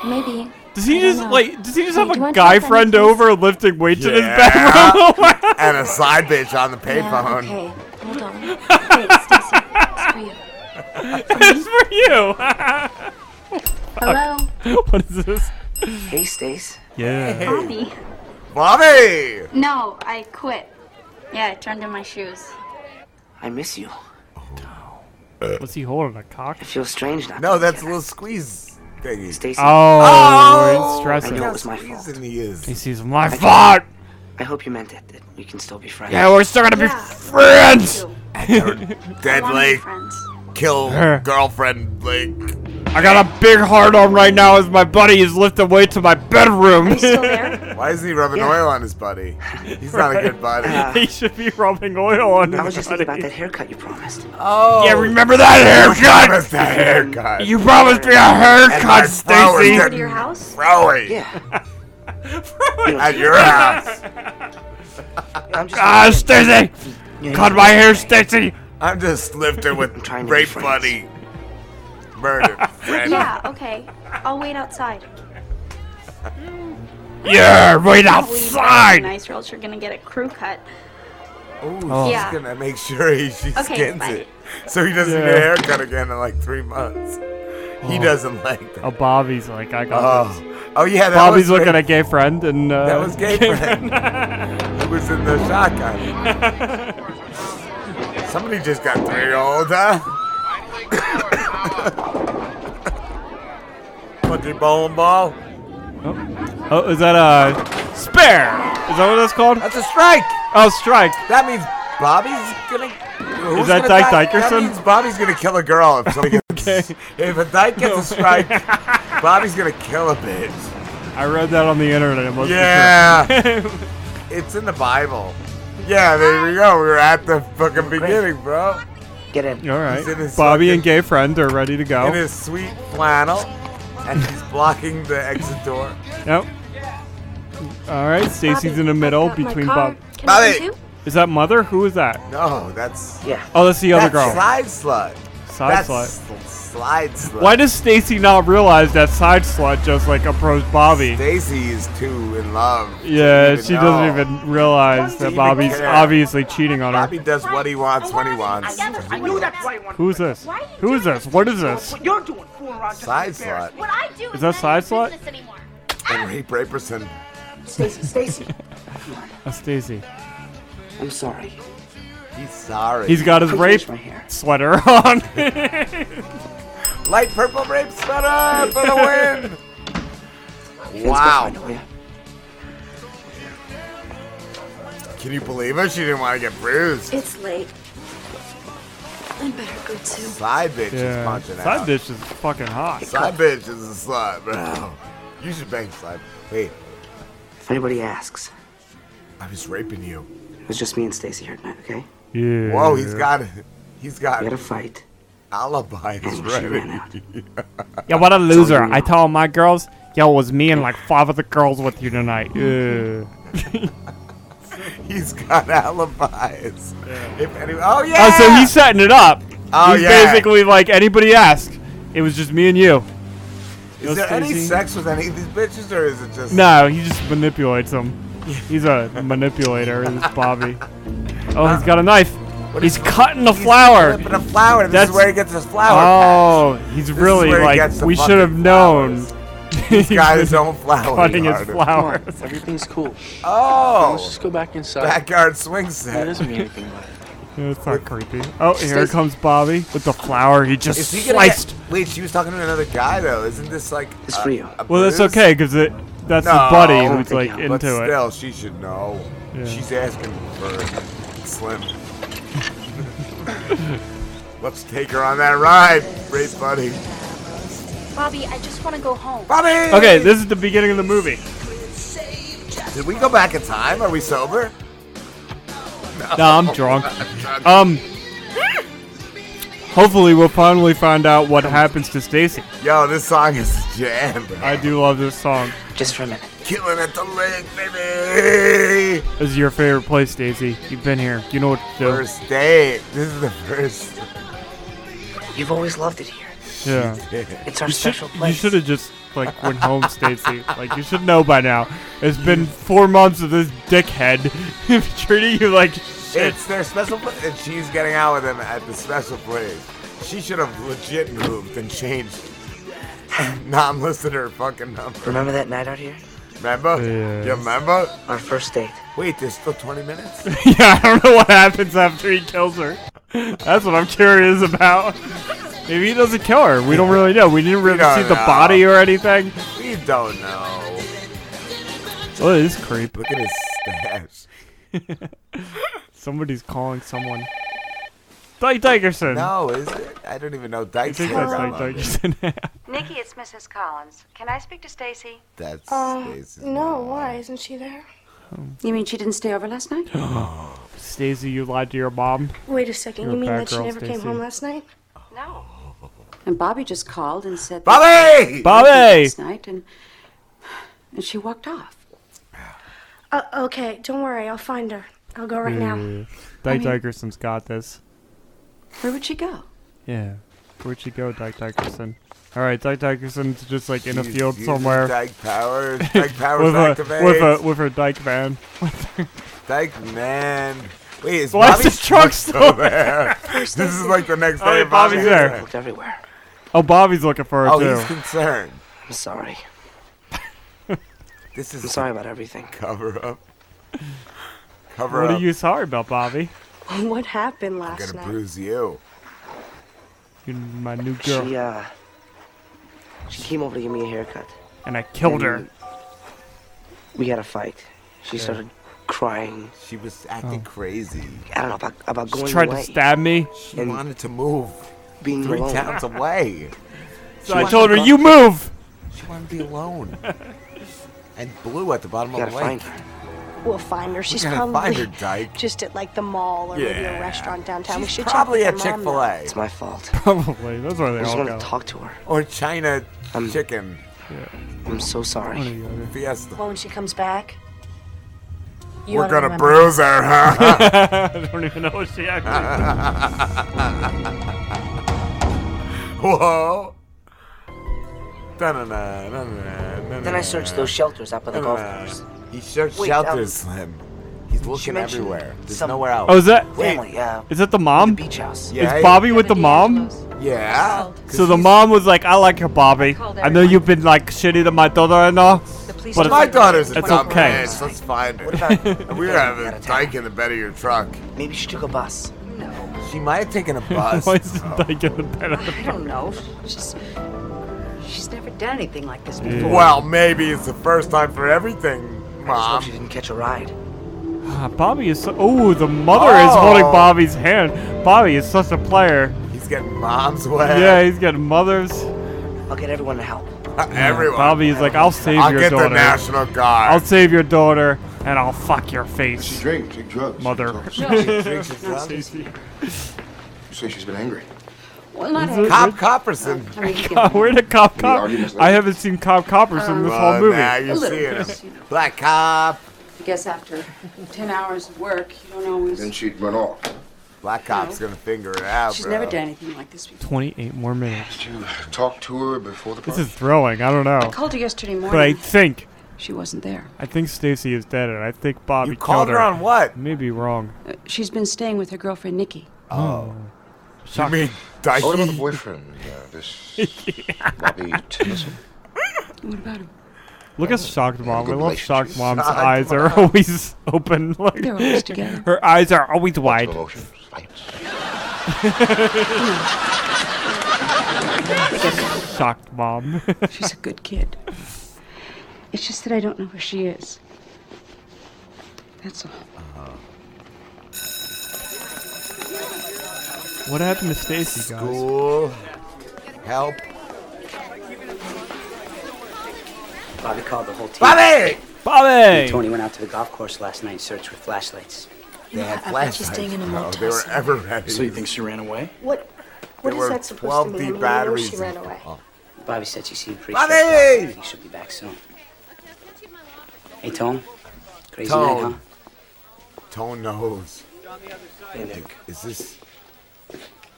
Speaker 6: Maybe.
Speaker 5: Does he
Speaker 6: I don't
Speaker 5: just
Speaker 6: know.
Speaker 5: like? Does he just
Speaker 6: Hey,
Speaker 5: have
Speaker 6: do you
Speaker 5: a
Speaker 6: want to
Speaker 5: guy
Speaker 6: try something,
Speaker 5: friend
Speaker 6: please?
Speaker 5: over lifting weights in his
Speaker 10: Yeah.
Speaker 5: bedroom?
Speaker 10: and a side bitch on the pay
Speaker 6: Yeah,
Speaker 10: phone.
Speaker 6: okay. Hold on. Wait, Stacy. It's for you.
Speaker 5: it's for you.
Speaker 6: Hello?
Speaker 5: what is this?
Speaker 11: Hey, Stace.
Speaker 5: Yeah.
Speaker 12: Bobby.
Speaker 10: Bobby!
Speaker 12: No, I quit. Yeah, I turned in my shoes.
Speaker 11: I miss you.
Speaker 5: What's he holding? A cock?
Speaker 11: It feels strange not.
Speaker 10: No, that's a little squeeze thingy.
Speaker 11: Stacy.
Speaker 5: Oh,
Speaker 10: Oh,
Speaker 5: Lord, it's
Speaker 11: I
Speaker 5: stressing.
Speaker 11: know it
Speaker 10: How
Speaker 11: was my fault.
Speaker 10: squeezing he is.
Speaker 5: This is my
Speaker 11: I-
Speaker 5: fault.
Speaker 11: I hope you meant it. That we can still be friends.
Speaker 5: Yeah, we're still gonna be friends.
Speaker 10: Dead
Speaker 12: One of my
Speaker 10: Lake,
Speaker 12: friends.
Speaker 10: kill
Speaker 5: Her.
Speaker 10: girlfriend Lake.
Speaker 5: I got a big hard on right now as my buddy is lifting weights in my bedroom.
Speaker 10: Why is he rubbing
Speaker 11: Yeah.
Speaker 10: oil on his buddy? He's not a good buddy.
Speaker 11: Uh,
Speaker 5: he should be rubbing oil on
Speaker 11: I was
Speaker 5: his
Speaker 11: just
Speaker 5: body.
Speaker 11: thinking about that haircut you promised.
Speaker 10: oh,
Speaker 5: Yeah, remember that haircut?
Speaker 10: Promised a haircut.
Speaker 5: You promised me a
Speaker 10: Oh. And my
Speaker 5: haircut,
Speaker 10: throat is
Speaker 5: Stacy.
Speaker 10: getting
Speaker 6: To your house?
Speaker 10: throwy
Speaker 11: Yeah.
Speaker 10: at your house.
Speaker 11: I'm just.
Speaker 5: Ah, Stacy,
Speaker 11: Yeah,
Speaker 5: cut
Speaker 11: yeah.
Speaker 5: my hair, Stacy.
Speaker 10: I'm just lifting with
Speaker 11: trying to be
Speaker 10: rape
Speaker 11: friends.
Speaker 10: buddy, murder friend.
Speaker 12: Yeah, okay. I'll wait outside.
Speaker 5: Yeah, right
Speaker 12: Probably you guys are
Speaker 5: outside.
Speaker 12: Nice, or else you're gonna get a crew cut.
Speaker 10: Ooh,
Speaker 5: Oh.
Speaker 10: she's
Speaker 12: Yeah.
Speaker 10: gonna make sure he, she
Speaker 12: Okay,
Speaker 10: skins
Speaker 12: bye.
Speaker 10: it, so he doesn't get
Speaker 5: Yeah.
Speaker 10: a haircut again in like three months. He
Speaker 5: Oh.
Speaker 10: doesn't like that.
Speaker 5: Oh, Bobby's like, I got
Speaker 10: Oh, Oh, yeah, that
Speaker 5: Bobby's
Speaker 10: was
Speaker 5: looking
Speaker 10: great.
Speaker 5: at gay friend, and uh,
Speaker 10: That was gay friend. it was in the shotgun. Somebody just got three old, huh? Country bowling ball.
Speaker 5: Oh, is that a spare? Is that what that's called? That's
Speaker 10: a strike.
Speaker 5: Oh, strike.
Speaker 10: That means Bobby's gonna. Who's
Speaker 5: that
Speaker 10: gonna
Speaker 5: Dyke
Speaker 10: die?
Speaker 5: Dykerson?
Speaker 10: That means Bobby's gonna kill a girl if somebody gets. If a dyke gets a strike, Bobby's gonna kill a bitch.
Speaker 5: I read that on the internet. It must be true.
Speaker 10: Yeah. it's in the Bible. Yeah, there we go. We were at the fucking beginning, bro.
Speaker 11: Get in.
Speaker 5: All right.
Speaker 10: He's in his
Speaker 5: Bobby and gay friend are ready to
Speaker 10: In
Speaker 5: go.
Speaker 10: his sweet flannel, and he's blocking the exit door.
Speaker 5: Yep. All right. Stacy's in the middle between Bob.
Speaker 10: Can I Bobby! come
Speaker 5: Is that mother? Who is that?
Speaker 10: No, that's yeah.
Speaker 5: Oh, that's the other girl.
Speaker 10: Slide slut.
Speaker 5: Side
Speaker 10: That's
Speaker 5: slut.
Speaker 10: sl- Slide slut.
Speaker 5: Why does Stacy not realize that side slut just like approached Bobby?
Speaker 10: Stacy is too in love? She
Speaker 5: Yeah,
Speaker 10: doesn't
Speaker 5: she
Speaker 10: even know.
Speaker 5: doesn't even realize
Speaker 10: Doesn't
Speaker 5: that
Speaker 10: even
Speaker 5: Bobby's
Speaker 10: care.
Speaker 5: obviously cheating on her.
Speaker 10: Bobby does what he wants when he wants.
Speaker 21: I knew that's right one.
Speaker 5: Who's this? Who is this? What is this?
Speaker 21: What you're doing, fooling around just
Speaker 10: Side
Speaker 21: to embarrass
Speaker 10: slot.
Speaker 21: me. What I do
Speaker 5: Is that side slut?
Speaker 10: And rape Raperson.
Speaker 11: Stacy, Stacy.
Speaker 5: Oh, Stacy.
Speaker 11: I'm sorry.
Speaker 10: He's sorry.
Speaker 5: He's got his
Speaker 11: Come
Speaker 5: rape
Speaker 11: finish my hair.
Speaker 5: sweater on.
Speaker 10: Light purple rape sweater for the win. wow. Can you believe her? She didn't want to get bruised.
Speaker 6: It's late. I better go too.
Speaker 10: Side bitch is
Speaker 5: yeah.
Speaker 10: punching
Speaker 5: Side
Speaker 10: out.
Speaker 5: bitch is fucking hot.
Speaker 10: Side bitch is a slut, bro. You should bang side. Wait,
Speaker 11: If anybody asks,
Speaker 10: I was raping you.
Speaker 11: it was just me and Stacy here tonight, okay?
Speaker 5: Yeah.
Speaker 10: Whoa, he's got it. He's got
Speaker 11: We had a
Speaker 10: it.
Speaker 11: fight.
Speaker 10: Alibi
Speaker 5: Oh,
Speaker 10: is
Speaker 11: she ran
Speaker 10: ready.
Speaker 11: out.
Speaker 5: Yeah, what a loser. I tell all my girls, yo, it was me and like five of the girls with you tonight. Yeah.
Speaker 10: He's got alibis. If any- oh yeah.
Speaker 5: Oh, so he's setting it up.
Speaker 10: Oh,
Speaker 5: he's
Speaker 10: yeah.
Speaker 5: basically like, anybody ask, it was just me and you.
Speaker 10: Is there any sex with any of these bitches, or is it just
Speaker 5: No, he just manipulates them. He's a manipulator, this Bobby. Oh,
Speaker 10: Uh,
Speaker 5: he's got a knife. he's cutting the flower.
Speaker 10: But a flower. This
Speaker 5: That's-
Speaker 10: is where he gets his flower.
Speaker 5: Oh, he's
Speaker 10: is
Speaker 5: really
Speaker 10: where he
Speaker 5: like,
Speaker 10: gets the
Speaker 5: we should
Speaker 10: fucking
Speaker 5: have known. He's
Speaker 10: got his
Speaker 5: been
Speaker 10: own flower
Speaker 5: Cutting his
Speaker 10: garden.
Speaker 5: flowers.
Speaker 15: Everything's cool.
Speaker 10: pack. Oh.
Speaker 15: Let's just go back inside.
Speaker 10: Backyard swing
Speaker 15: That
Speaker 10: set.
Speaker 15: doesn't mean anything. Like
Speaker 5: Yeah, it's not creepy. Oh, here
Speaker 10: Stacy.
Speaker 5: comes Bobby with the flower. He just
Speaker 10: Is he gonna get-
Speaker 5: sliced.
Speaker 10: wait, she was talking to another guy though. Isn't this like?
Speaker 11: It's
Speaker 10: a-
Speaker 11: for you.
Speaker 10: a
Speaker 5: Well, that's
Speaker 10: bruise?
Speaker 5: okay because it that's his
Speaker 10: No,
Speaker 5: buddy
Speaker 10: I don't
Speaker 5: who's like
Speaker 11: think
Speaker 10: But
Speaker 5: into it.
Speaker 10: still, she should know.
Speaker 5: Yeah.
Speaker 10: She's asking for Slim. Let's take her on that ride, great buddy.
Speaker 12: Bobby, I just want to go home.
Speaker 10: Bobby.
Speaker 5: Okay, this is the beginning of the movie.
Speaker 10: Did we go back in time? Are we sober?
Speaker 5: No, I'm drunk. Um, hopefully we'll finally find out what happens to Stacy.
Speaker 10: Yo, this song is a jam, bro.
Speaker 5: I do love this song.
Speaker 11: Just for a minute.
Speaker 10: Killing at the lake, baby.
Speaker 5: This is your favorite place, Stacy. You've been here. You know what to do.
Speaker 10: First date. This is the first.
Speaker 11: You've always loved it here.
Speaker 5: Yeah.
Speaker 11: It's our
Speaker 5: You should,
Speaker 11: special
Speaker 5: you
Speaker 11: place.
Speaker 5: should have just like went home, Stacy. Like you should know by now. It's been four months of this dickhead treating you like shit.
Speaker 10: It's their special place, and she's getting out with him at the special place. She should have legit moved and changed. Not listen to her fucking number.
Speaker 11: Remember that night out here?
Speaker 10: Remember?
Speaker 5: Yeah.
Speaker 10: You remember?
Speaker 11: Our first date.
Speaker 10: Wait, there's still 20 minutes?
Speaker 5: yeah, I don't know what happens after he kills her. That's what I'm curious about. Maybe he doesn't kill her. We don't really know. We didn't really
Speaker 10: don't
Speaker 5: see the
Speaker 10: know.
Speaker 5: body or anything.
Speaker 10: we don't know.
Speaker 5: Oh, this creep.
Speaker 10: Look at his stash.
Speaker 5: Somebody's calling someone. Dyke Dykerson.
Speaker 10: No, is it? I don't even know.
Speaker 5: I
Speaker 10: Dyke
Speaker 5: think
Speaker 10: says
Speaker 5: that's
Speaker 10: I
Speaker 5: Dyke
Speaker 10: love you.
Speaker 5: Dykerson.
Speaker 13: Nikki, it's Mrs. Collins. Can I speak to Stacy?
Speaker 10: That's Stacy's
Speaker 14: No, why? Isn't she there?
Speaker 22: You mean she didn't stay over last night?
Speaker 5: Stacy, you lied to your mom.
Speaker 14: Wait a 2nd
Speaker 5: You're
Speaker 14: you
Speaker 5: a
Speaker 14: mean
Speaker 5: bad
Speaker 14: that she
Speaker 5: girl,
Speaker 14: never came
Speaker 5: Stacy.
Speaker 14: home last night?
Speaker 13: No.
Speaker 22: And Bobby just called and said. that
Speaker 10: Bobby!
Speaker 5: Bobby!
Speaker 22: Last night, and and she walked off.
Speaker 14: Uh, okay, don't worry. I'll find her. I'll go right
Speaker 11: Mm.
Speaker 14: now.
Speaker 5: Yeah. Dyke Dykerson's got this.
Speaker 22: Where would she go?
Speaker 5: Yeah. Where'd she go, Dyke Dykerson? All right, Dyke Dykerson's just like in a
Speaker 10: She's
Speaker 5: field
Speaker 10: using
Speaker 5: somewhere
Speaker 10: Dyke powers. Dyke powers
Speaker 5: with a
Speaker 10: activate.
Speaker 5: with a with her Dyke van.
Speaker 10: Dyke man. Wait, is
Speaker 5: Why is
Speaker 10: Bobby's
Speaker 5: the truck still
Speaker 10: there? this is like the next day.
Speaker 5: Oh, yeah, Bobby's there.
Speaker 11: Looked everywhere.
Speaker 5: Oh, Bobby's looking for her
Speaker 10: Oh,
Speaker 5: too.
Speaker 10: he's concerned.
Speaker 11: I'm sorry.
Speaker 10: This is
Speaker 11: I'm sorry about everything.
Speaker 10: Cover up. Cover
Speaker 5: What
Speaker 10: up.
Speaker 5: are you sorry about, Bobby?
Speaker 14: What happened
Speaker 10: I'm
Speaker 14: last
Speaker 10: gonna
Speaker 14: night?
Speaker 10: bruise you.
Speaker 5: You're my new girl.
Speaker 11: She uh, she came over to give me a haircut.
Speaker 5: And I killed her.
Speaker 11: We had a fight. She
Speaker 10: Yeah.
Speaker 11: started crying.
Speaker 10: She was acting
Speaker 5: Oh.
Speaker 10: crazy.
Speaker 11: I don't know about about
Speaker 10: She
Speaker 11: going
Speaker 5: tried to
Speaker 11: away.
Speaker 5: stab me.
Speaker 10: She wanted to move.
Speaker 11: Being
Speaker 10: three
Speaker 11: alone.
Speaker 10: towns away.
Speaker 5: So I told her, "You move."
Speaker 10: She wanted to be alone. and blue at the bottom
Speaker 11: You
Speaker 10: of the
Speaker 15: Oh,
Speaker 11: gotta
Speaker 10: lake.
Speaker 11: find
Speaker 14: We'll find her. She's
Speaker 10: gotta
Speaker 14: probably
Speaker 10: find her, Dyke.
Speaker 14: just at like the mall or maybe
Speaker 10: Yeah.
Speaker 14: a restaurant downtown. we
Speaker 10: She's
Speaker 14: should
Speaker 10: probably
Speaker 14: check
Speaker 10: at
Speaker 14: with her
Speaker 10: Chick
Speaker 14: mom,
Speaker 10: Fil A
Speaker 11: It's my fault.
Speaker 5: Probably. That's where
Speaker 11: I
Speaker 5: they
Speaker 11: just
Speaker 5: all
Speaker 11: wanted
Speaker 5: go.
Speaker 11: to talk to her.
Speaker 10: or China
Speaker 14: Um,
Speaker 10: chicken
Speaker 11: I'm so sorry.
Speaker 10: fiesta.
Speaker 17: Well, when she comes back, you
Speaker 10: We're
Speaker 17: oughta
Speaker 10: gonna
Speaker 17: remember.
Speaker 10: bruise her, huh?
Speaker 5: I don't even know what she
Speaker 10: Whoa. Then
Speaker 11: Then I searched those shelters up at the golf course.
Speaker 10: He searched
Speaker 11: Wait,
Speaker 10: shelters,
Speaker 11: um,
Speaker 10: Slim. He's looking
Speaker 11: mentioned
Speaker 10: everywhere. There's
Speaker 11: some
Speaker 10: nowhere else.
Speaker 5: Oh, is that?
Speaker 11: Family, yeah.
Speaker 5: Is that the mom?
Speaker 11: beach house.
Speaker 10: Yeah,
Speaker 5: Is
Speaker 10: I-
Speaker 5: Bobby with the mom?
Speaker 10: Yeah.
Speaker 5: So the mom was like, "I like her, Bobby. I know you've been like shitty to my daughter-in-law, but
Speaker 10: my
Speaker 5: it's-
Speaker 10: daughter's a
Speaker 5: it's
Speaker 10: dumb
Speaker 5: okay."
Speaker 10: bitch. Let's find her.
Speaker 11: What about-
Speaker 10: we have a dyke in the bed of your truck.
Speaker 11: Maybe she took a bus.
Speaker 10: She might have taken a bus.
Speaker 5: Why is the dyke in the bed of the
Speaker 3: I don't know. She's she's never done anything like this before.
Speaker 10: well, maybe it's the first time for everything, mom.
Speaker 11: She didn't catch a ride.
Speaker 5: Ah, Bobby is so. Oh, the mother is
Speaker 10: Oh.
Speaker 5: holding Bobby's hand. Bobby is such a player.
Speaker 10: He's getting mom's way.
Speaker 5: Yeah, he's got mothers.
Speaker 11: I'll get everyone to help.
Speaker 10: Everyone.
Speaker 5: Bobby is like, "I'll save
Speaker 10: I'll
Speaker 5: your
Speaker 10: get
Speaker 5: daughter.
Speaker 10: the National Guard.
Speaker 5: I'll save your daughter, and I'll fuck your face."
Speaker 18: She drank, take drugs.
Speaker 5: Mother.
Speaker 10: She drinks and
Speaker 18: No,
Speaker 10: drugs.
Speaker 18: You say she's been angry.
Speaker 3: Well, not
Speaker 5: Is it-
Speaker 10: Cop Copperson.
Speaker 3: I mean, you
Speaker 5: God,
Speaker 3: can-
Speaker 5: Where did Cop
Speaker 18: The
Speaker 5: Cop?
Speaker 18: arguments
Speaker 5: I
Speaker 18: later.
Speaker 5: haven't seen Cop Coppers in this whole
Speaker 10: Well,
Speaker 5: movie.
Speaker 10: Now you
Speaker 3: A little
Speaker 10: see
Speaker 3: bit, you know.
Speaker 10: it. Black cop.
Speaker 3: I guess after 10 hours of work, you don't always.
Speaker 18: Then she'd run off.
Speaker 10: Black cop's gonna finger it out.
Speaker 3: she's
Speaker 10: bro.
Speaker 3: never done anything like this before.
Speaker 5: 28 more minutes.
Speaker 18: Did you talk to her before the
Speaker 5: This
Speaker 18: party?
Speaker 5: is thrilling. I don't
Speaker 3: I
Speaker 5: know,
Speaker 3: called her yesterday morning.
Speaker 5: but I think
Speaker 3: She wasn't there.
Speaker 5: I think Stacy is dead, and I think Bobby
Speaker 10: You
Speaker 5: killed
Speaker 10: called her on what?
Speaker 5: Maybe wrong.
Speaker 3: Uh, she's been staying with her girlfriend, Nikki.
Speaker 10: Oh. You mean Dyke?
Speaker 18: What about the boyfriend? Uh, this Bobby Tennyson.
Speaker 3: What about him?
Speaker 5: Look at shocked mom. I
Speaker 18: good
Speaker 5: love shocked
Speaker 18: relationship.
Speaker 5: mom's
Speaker 10: Shocked
Speaker 5: eyes are
Speaker 10: Mom.
Speaker 5: always open. Like
Speaker 3: They're always together.
Speaker 5: her eyes are always wide.
Speaker 18: Emotions, fights.
Speaker 5: Shocked mom.
Speaker 3: She's a good kid. It's just that I don't know where she is. That's all.
Speaker 5: what happened to Stacy, guys?
Speaker 10: School. Help.
Speaker 11: Bobby called the whole team.
Speaker 10: Bobby!
Speaker 5: Bobby.
Speaker 11: Tony went out to the golf course last night and searched with flashlights.
Speaker 10: They had
Speaker 17: I bet she's
Speaker 10: flashlights.
Speaker 17: staying in a
Speaker 10: bro.
Speaker 17: motel
Speaker 10: They were
Speaker 17: somewhere.
Speaker 10: ever ready.
Speaker 15: So you think she ran away?
Speaker 14: What? What
Speaker 10: There
Speaker 14: is
Speaker 10: were
Speaker 14: that supposed
Speaker 10: 12
Speaker 14: to
Speaker 10: D
Speaker 14: mean? We know
Speaker 10: batteries.
Speaker 14: she ran away.
Speaker 10: Oh.
Speaker 11: Bobby said she seemed pretty
Speaker 10: Bobby!
Speaker 11: stressed out. He should be back soon. Hey, Tone. Crazy night,
Speaker 10: Tone. Tone knows.
Speaker 15: Hey, Nick,
Speaker 10: Is this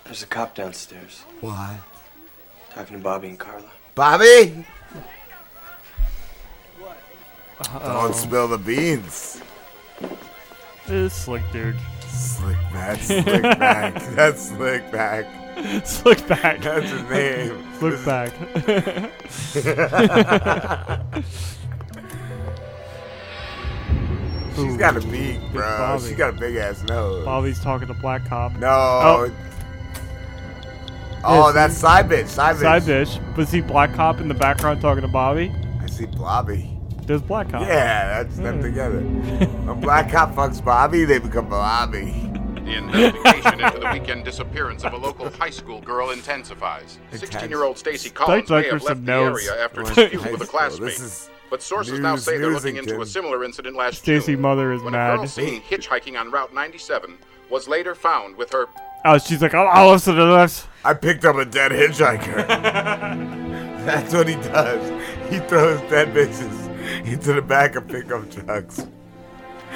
Speaker 15: there's a cop downstairs
Speaker 10: why?
Speaker 15: talking to Bobby and Carla.
Speaker 10: Bobby? Don't spill the beans.
Speaker 5: This slick dude.
Speaker 10: Slick back, slick back. That's slick back.
Speaker 5: Slick back.
Speaker 10: That's his name.
Speaker 5: Slick back.
Speaker 10: She's got a beak, bro.
Speaker 5: Bobby.
Speaker 10: She got a big ass nose.
Speaker 5: Bobby's talking to Black Cop.
Speaker 10: No.
Speaker 5: Oh.
Speaker 10: Oh,
Speaker 5: Yes.
Speaker 10: that's side bitch. Side bitch.
Speaker 5: Side bitch. But see Black Cop in the background talking to Bobby.
Speaker 10: I see Blobby.
Speaker 5: There's Black Cop.
Speaker 10: Yeah, that's them together. When Black Cop fucks Bobby, they become Blobby.
Speaker 7: The investigation into the weekend disappearance of a local high school girl intensifies. 16-year-old Stacy Collins may
Speaker 5: like
Speaker 7: have
Speaker 5: for some
Speaker 7: left the
Speaker 5: notes.
Speaker 7: area after a
Speaker 10: Right.
Speaker 7: dispute with a
Speaker 10: This
Speaker 7: classmate.
Speaker 10: is
Speaker 7: But sources now
Speaker 10: news,
Speaker 7: say they're
Speaker 10: news
Speaker 7: looking into
Speaker 10: again.
Speaker 7: a similar incident last
Speaker 5: Stacy
Speaker 7: June,
Speaker 5: Mother is
Speaker 7: when a girl
Speaker 5: mad.
Speaker 7: seen hitchhiking on Route 97 was later found with her
Speaker 5: Oh, she's like, I'll, I'll listen to this.
Speaker 10: I picked up a dead hitchhiker. that's what he does. He throws dead bitches into the back of pickup trucks.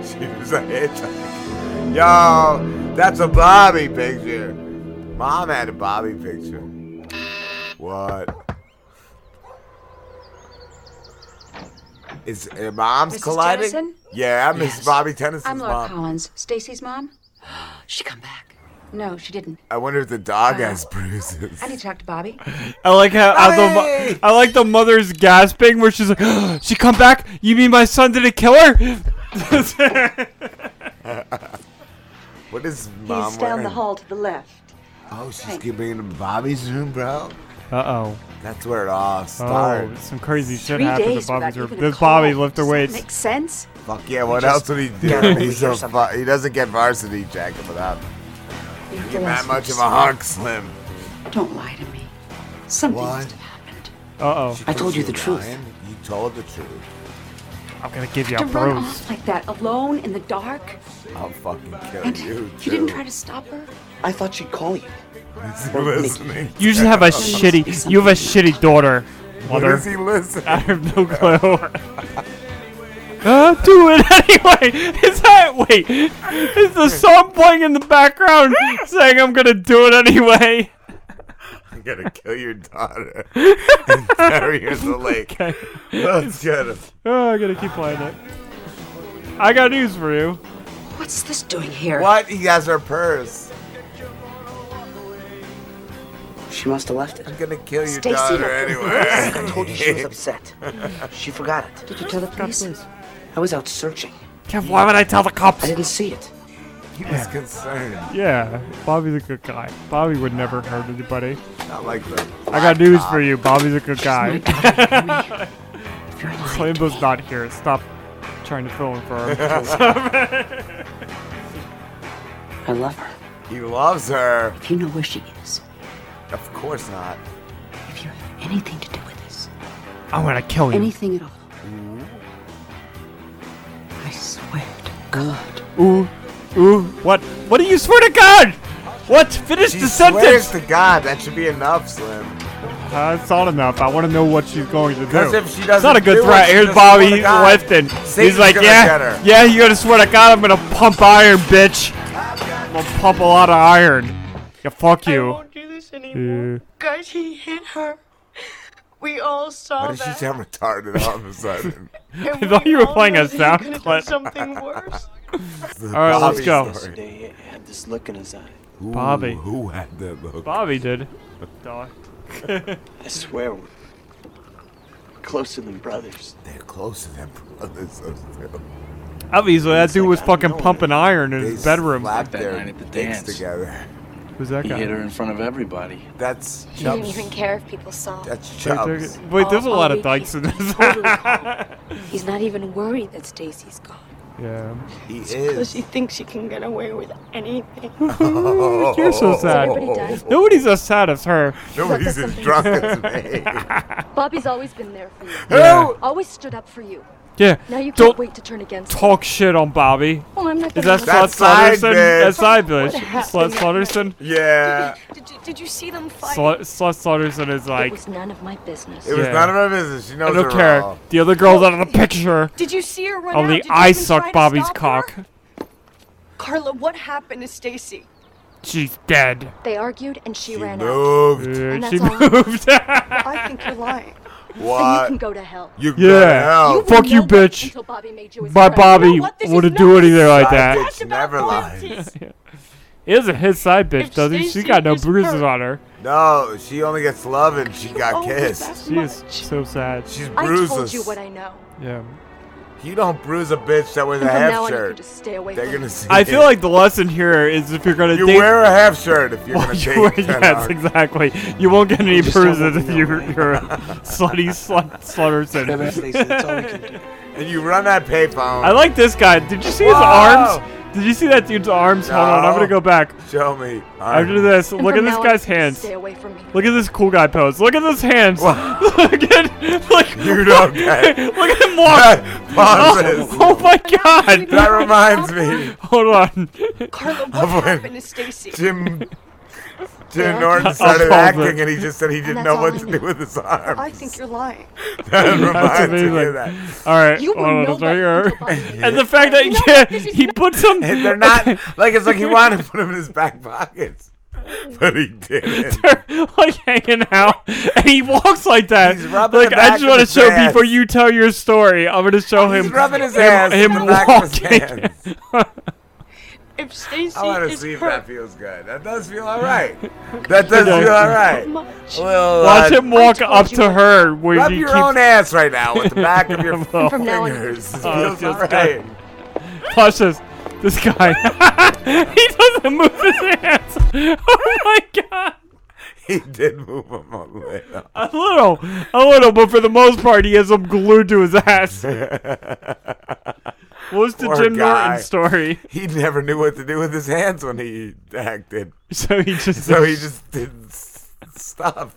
Speaker 10: she was a hitchhiker. Yo, that's a Bobby picture. Mom had a Bobby picture. What? Is uh, mom's
Speaker 20: Mrs.
Speaker 10: colliding?
Speaker 20: Tennyson?
Speaker 10: Yeah, I'm Miss
Speaker 3: Yes.
Speaker 10: Bobby Tennyson's
Speaker 3: I'm Laura
Speaker 10: mom.
Speaker 3: Collins, Stacy's mom. she come back. No, she didn't.
Speaker 10: I wonder if the dog has bruises.
Speaker 3: Uh, I need to talk to Bobby.
Speaker 5: I like how how the mo- I like the mother's gasping where she's like, "She come back? You mean my son didn't kill her?"
Speaker 10: what is mom
Speaker 22: He's down the
Speaker 10: wearing?
Speaker 22: hall to the left.
Speaker 10: Oh, she's keeping him to Bobby's room, bro.
Speaker 5: Uh oh.
Speaker 10: That's where it all
Speaker 5: oh,
Speaker 10: starts.
Speaker 5: some crazy shit
Speaker 10: Three
Speaker 5: happened to
Speaker 10: days
Speaker 5: Bobby's
Speaker 10: without
Speaker 5: room.
Speaker 10: even a
Speaker 5: This Bobby
Speaker 10: call.
Speaker 5: lifted weights.
Speaker 3: Makes sense.
Speaker 10: Fuck yeah! What
Speaker 3: Just
Speaker 10: else would he
Speaker 3: get a
Speaker 10: do? He's
Speaker 3: week or
Speaker 10: so fu- he doesn't get varsity jacket without. You're that much of a hunk, Slim.
Speaker 3: Don't lie to me. Something
Speaker 10: Why?
Speaker 3: must have happened.
Speaker 5: Uh oh.
Speaker 10: I told you the truth. You told the truth.
Speaker 5: I'm gonna give you
Speaker 3: to
Speaker 5: a
Speaker 3: run
Speaker 5: bruise.
Speaker 3: off like that, alone in the dark.
Speaker 10: I'll fucking kill
Speaker 3: And
Speaker 10: you.
Speaker 3: you didn't try to stop her.
Speaker 11: I thought she'd call you.
Speaker 10: listening.
Speaker 5: You just have a shitty. You have a shitty daughter.
Speaker 10: What
Speaker 5: Mother.
Speaker 10: is he listening?
Speaker 5: I have no clue. Uh, do it anyway. Is that wait? Is the song playing in the background saying I'm gonna do it anyway?
Speaker 10: I'm gonna kill your daughter and bury her in the lake.
Speaker 5: Okay.
Speaker 10: Let's get him.
Speaker 5: Oh, I gotta keep playing it. I got news for you.
Speaker 3: What's this doing here?
Speaker 10: What? He has her purse.
Speaker 11: She must have left it.
Speaker 10: I'm gonna kill your
Speaker 11: Stacy,
Speaker 10: daughter
Speaker 11: look.
Speaker 10: anyway.
Speaker 11: I told you she was upset. She forgot it.
Speaker 3: Did you tell the police?
Speaker 11: I was out searching.
Speaker 5: Kev, why would I tell the cops?
Speaker 11: I didn't see it.
Speaker 10: He was concerned.
Speaker 5: Yeah, Bobby's a good guy. Bobby would never hurt anybody.
Speaker 10: Not like that.
Speaker 5: I got news for you. Bobby's a good guy.
Speaker 3: you're lying
Speaker 5: Slambo's not here. Stop trying to fill in for her.
Speaker 11: I love her.
Speaker 10: He loves her.
Speaker 3: If you know where she is,
Speaker 10: Of course not.
Speaker 3: anything to do with this,
Speaker 5: I'm gonna kill you.
Speaker 3: anything at all. I swear to God.
Speaker 5: Ooh, ooh, what? What do you swear to God? What? Finish
Speaker 10: She
Speaker 5: the
Speaker 10: swears
Speaker 5: sentence.
Speaker 10: to God that should be enough, Slim.
Speaker 5: Uh, it's not enough. I want to know what she's going to do.
Speaker 10: Because if she
Speaker 5: it's not a
Speaker 10: doesn't do
Speaker 5: good
Speaker 10: it,
Speaker 5: threat.
Speaker 10: she
Speaker 5: Here's
Speaker 10: doesn't
Speaker 5: Bobby.
Speaker 10: swear
Speaker 5: He's
Speaker 10: to God.
Speaker 5: lifting.
Speaker 10: Satan's
Speaker 5: He's like,
Speaker 10: gonna get
Speaker 5: yeah,
Speaker 10: her."
Speaker 5: yeah. You gotta swear to God, I'm gonna pump iron, bitch. I'm gonna pump a lot of iron. Yeah, fuck you.
Speaker 22: do this
Speaker 5: anymore.
Speaker 22: Guys, he hit her. We all saw
Speaker 10: Why does she sound retarded all of a sudden?
Speaker 5: I thought you were playing a sound clip.
Speaker 22: something worse.
Speaker 10: The
Speaker 5: All right, let's
Speaker 10: Bobby
Speaker 5: go.
Speaker 10: story.
Speaker 15: He had this look in his eye.
Speaker 5: Bobby.
Speaker 10: Ooh, Who had that look?
Speaker 5: Bobby did. Dog.
Speaker 15: I swear, we're closer than brothers.
Speaker 10: They're closer than brothers. those two.
Speaker 5: Obviously, that dude was fucking pumping iron in his bedroom.
Speaker 10: Slapped
Speaker 15: that
Speaker 10: their
Speaker 15: night at the
Speaker 10: dicks
Speaker 15: dance.
Speaker 10: together.
Speaker 5: Who's that
Speaker 15: He
Speaker 5: guy?
Speaker 15: hit her in front of everybody.
Speaker 10: That's
Speaker 17: He didn't
Speaker 10: Chubbs.
Speaker 17: even care if people saw.
Speaker 10: That's
Speaker 5: Wait,
Speaker 10: Chubbs.
Speaker 5: there- wait, there's a
Speaker 17: All-
Speaker 5: lot
Speaker 17: all
Speaker 1: Oh,
Speaker 5: of
Speaker 17: week
Speaker 5: dykes in this.
Speaker 17: Totally calm. He's not even worried that Stacy's gone.
Speaker 5: yeah.
Speaker 10: He
Speaker 22: Because
Speaker 10: is.
Speaker 22: she thinks she can get away with anything.
Speaker 10: Oh,
Speaker 5: You're so sad. Nobody's as sad as her.
Speaker 10: Nobody's as drunk as me.
Speaker 1: Bobby's always been there for you.
Speaker 5: Yeah.
Speaker 1: Always stood up for you.
Speaker 5: Yeah.
Speaker 1: Now you can't
Speaker 5: Don't
Speaker 1: wait to turn against him.
Speaker 5: talk shit on Bobby.
Speaker 1: Well, I'm not
Speaker 5: Is
Speaker 1: gonna
Speaker 5: that Slut
Speaker 1: lie.
Speaker 10: That's side
Speaker 5: Slutterson?
Speaker 10: bitch.
Speaker 5: That's side bitch.
Speaker 1: What
Speaker 5: Slut Slutterson?
Speaker 10: Yeah.
Speaker 1: Did you, did you see them fight?
Speaker 5: Slut Slut Slutterson is
Speaker 1: it
Speaker 5: like,
Speaker 1: was none of my business.
Speaker 10: It was
Speaker 5: Yeah.
Speaker 10: none of my business. She
Speaker 5: I
Speaker 10: knows
Speaker 5: don't
Speaker 10: her
Speaker 5: care.
Speaker 10: role.
Speaker 5: The other girl's out of the picture.
Speaker 22: Did you see her run
Speaker 5: Only
Speaker 22: out? Did you
Speaker 5: I
Speaker 22: even try
Speaker 5: Oh, suck
Speaker 22: to
Speaker 5: Bobby's
Speaker 22: stop her?
Speaker 5: cock.
Speaker 22: Carla, what happened to Stacy?
Speaker 5: She's dead.
Speaker 1: They argued and she, ran out.
Speaker 10: Moved.
Speaker 5: Yeah,
Speaker 1: And that's
Speaker 5: she
Speaker 1: all.
Speaker 5: moved.
Speaker 22: I think you're lying.
Speaker 1: So you
Speaker 10: What?
Speaker 1: can go to hell.
Speaker 10: You go to
Speaker 5: yeah.
Speaker 10: hell.
Speaker 5: Fuck you, bitch.
Speaker 1: Until Bobby made you his
Speaker 5: My
Speaker 1: friend.
Speaker 5: Bobby
Speaker 22: what? This is
Speaker 5: wouldn't
Speaker 22: not
Speaker 5: do anything like
Speaker 10: Side
Speaker 5: that.
Speaker 10: bitch never lies.
Speaker 5: It isn't his side bitch,
Speaker 22: If
Speaker 5: does he? She
Speaker 22: Stacey
Speaker 5: got no
Speaker 22: is
Speaker 5: bruises
Speaker 22: hurt-
Speaker 5: on her.
Speaker 10: No, she only gets love and she got kissed.
Speaker 5: She is so sad.
Speaker 10: She's
Speaker 1: I
Speaker 10: bruises.
Speaker 1: told you what I know.
Speaker 5: Yeah.
Speaker 10: You don't bruise a bitch that wears a
Speaker 1: And from now
Speaker 10: half
Speaker 1: on, you can
Speaker 10: shirt.
Speaker 1: just stay away
Speaker 10: They're
Speaker 1: from
Speaker 10: gonna
Speaker 1: me.
Speaker 10: see.
Speaker 5: I feel
Speaker 10: it.
Speaker 5: like the lesson here is if you're gonna
Speaker 10: you
Speaker 5: date
Speaker 10: wear a half shirt if you're
Speaker 5: Well,
Speaker 10: gonna
Speaker 5: you
Speaker 10: date.
Speaker 5: wear-
Speaker 10: that
Speaker 5: yes,
Speaker 10: hard.
Speaker 5: exactly. You won't get any
Speaker 15: just don't
Speaker 5: bruises
Speaker 15: let
Speaker 5: if
Speaker 15: me know,
Speaker 5: you're,
Speaker 15: right?
Speaker 5: you're a slutty slut
Speaker 15: Whatever,
Speaker 5: slutterson.
Speaker 15: Stacy, that's all we can do.
Speaker 10: And you run that payphone.
Speaker 5: I like this guy. Did you see his
Speaker 10: Whoa!
Speaker 5: arms? Did you see that dude's arms? Hold on, I'm gonna
Speaker 10: No.
Speaker 5: go back.
Speaker 10: Show me.
Speaker 5: After this,
Speaker 1: And
Speaker 5: look at
Speaker 1: from
Speaker 5: this
Speaker 1: now on,
Speaker 5: guy's
Speaker 1: you can
Speaker 5: hands.
Speaker 1: Stay away from me.
Speaker 5: Look at this cool guy pose. Look at those hands. look
Speaker 10: Wow.
Speaker 5: at like,
Speaker 10: You don't get it.
Speaker 5: look at him walk.
Speaker 10: Pauses.
Speaker 5: Oh, oh my god.
Speaker 10: That reminds me
Speaker 5: Hold on.
Speaker 22: Carla, what
Speaker 10: of
Speaker 22: happened
Speaker 10: when
Speaker 22: to Stacy?
Speaker 10: Jim Jim Norton started
Speaker 5: I'll pause it.
Speaker 10: acting and he just said he didn't
Speaker 1: that's
Speaker 10: know
Speaker 1: all
Speaker 10: what
Speaker 1: I
Speaker 10: to
Speaker 1: know.
Speaker 10: do with his arm.
Speaker 22: I think you're lying.
Speaker 10: That reminds me
Speaker 5: amazing.
Speaker 10: of that.
Speaker 5: All right.
Speaker 1: You
Speaker 5: hold
Speaker 1: will
Speaker 5: on,
Speaker 1: know
Speaker 5: it's right
Speaker 1: that
Speaker 5: here.
Speaker 1: until Bobby-
Speaker 5: And the fact that
Speaker 1: You know
Speaker 5: yeah,
Speaker 1: what? This is
Speaker 5: he puts some.
Speaker 10: And they're not like it's like he wanted to put him in his back pockets, but he didn't.
Speaker 5: they're like hanging out, and he walks like that.
Speaker 10: He's rubbing
Speaker 5: like
Speaker 10: the
Speaker 5: I
Speaker 10: back
Speaker 5: just
Speaker 10: of
Speaker 5: want to
Speaker 10: his
Speaker 5: show
Speaker 10: ass.
Speaker 5: before you tell your story. I'm gonna show
Speaker 10: He's
Speaker 5: him.
Speaker 10: rubbing his
Speaker 5: him,
Speaker 10: ass in
Speaker 5: him
Speaker 10: the back of his
Speaker 5: walking.
Speaker 10: hands.
Speaker 14: If Stacy
Speaker 10: I want to
Speaker 14: is
Speaker 10: see if
Speaker 14: hurt,
Speaker 10: that feels good. That does feel all right. That does feel all right. Well,
Speaker 5: Watch
Speaker 10: uh,
Speaker 5: him walk up to her where
Speaker 10: Rub
Speaker 5: he
Speaker 10: your
Speaker 5: keeps-
Speaker 10: own ass right now with the back of your
Speaker 5: Well.
Speaker 10: From now on, fingers. It feels all right.
Speaker 5: Watch this. This guy. he doesn't move his hands. Oh my god.
Speaker 10: He did move him a little.
Speaker 5: A little. A little, but for the most part, he has them glued to his ass. what was the
Speaker 10: Poor
Speaker 5: Jim
Speaker 10: guy.
Speaker 5: Norton story?
Speaker 10: He never knew what to do with his hands when he acted.
Speaker 5: So he just
Speaker 10: so he just did s- stuff,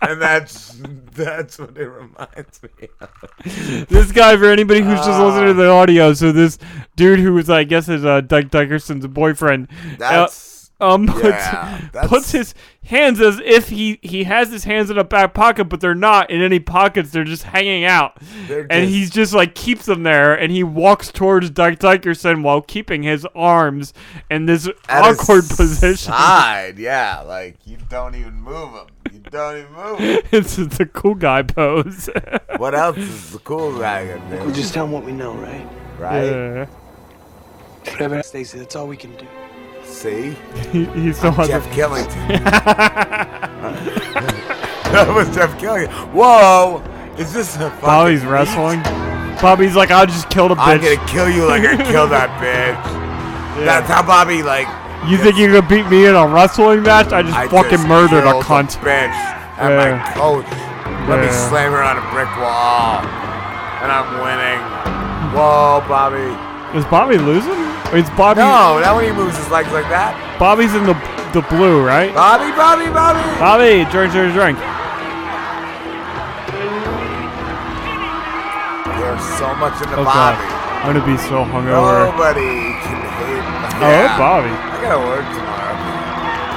Speaker 10: and that's that's what it reminds me
Speaker 5: Uh,
Speaker 10: of.
Speaker 5: This guy, for anybody who's just
Speaker 10: Ah.
Speaker 5: listening to the audio, so this dude who was, I guess, is uh, Doug Dickerson's boyfriend, uh,
Speaker 10: That's-
Speaker 5: um, puts,
Speaker 10: yeah, that's-
Speaker 5: puts his hands as if he he has his hands in a back pocket, but they're not in any pockets. They're just hanging out,
Speaker 10: They're
Speaker 5: and
Speaker 10: just-
Speaker 5: he's just like keeps them there, and he walks towards Doug Dickerson while keeping his arms in this
Speaker 10: At his
Speaker 5: awkward position.
Speaker 10: Side, yeah, like you don't even move him. You don't even move him.
Speaker 5: it's the cool guy pose.
Speaker 10: What else is the cool guy gonna do?
Speaker 15: We'll just tell them what we know, right?
Speaker 10: Right?
Speaker 15: Whatever, happens, Stacy. That's all we can do.
Speaker 10: See?
Speaker 5: He, he still has
Speaker 10: I'm Jeff
Speaker 5: a-
Speaker 10: Killington. that was Jeff Killington. Whoa! Is this a fucking
Speaker 5: Bobby's Oh, wrestling. Bobby's like, I just killed a bitch.
Speaker 10: I'm gonna kill you like I killed that bitch. That's how Bobby like.
Speaker 5: You think you could beat me in a wrestling match? I just
Speaker 10: I
Speaker 5: fucking
Speaker 10: just
Speaker 5: murdered a
Speaker 10: killed
Speaker 5: cunt.
Speaker 10: bitch at
Speaker 5: Yeah.
Speaker 10: my coach. Let me
Speaker 5: Yeah.
Speaker 10: slam her on a brick wall, and I'm winning. Whoa, Bobby!
Speaker 5: Is Bobby losing? It's Bobby.
Speaker 10: No, that when he moves his legs like that.
Speaker 5: Bobby's in the the blue, right?
Speaker 10: Bobby, Bobby, Bobby!
Speaker 5: Bobby, drink, drink, drink.
Speaker 10: There's so much in the
Speaker 5: Oh god,
Speaker 10: Bobby. Oh,
Speaker 5: I'm gonna be so hungover.
Speaker 10: Nobody can hate.
Speaker 5: Oh, Bobby.
Speaker 10: I gotta work tomorrow.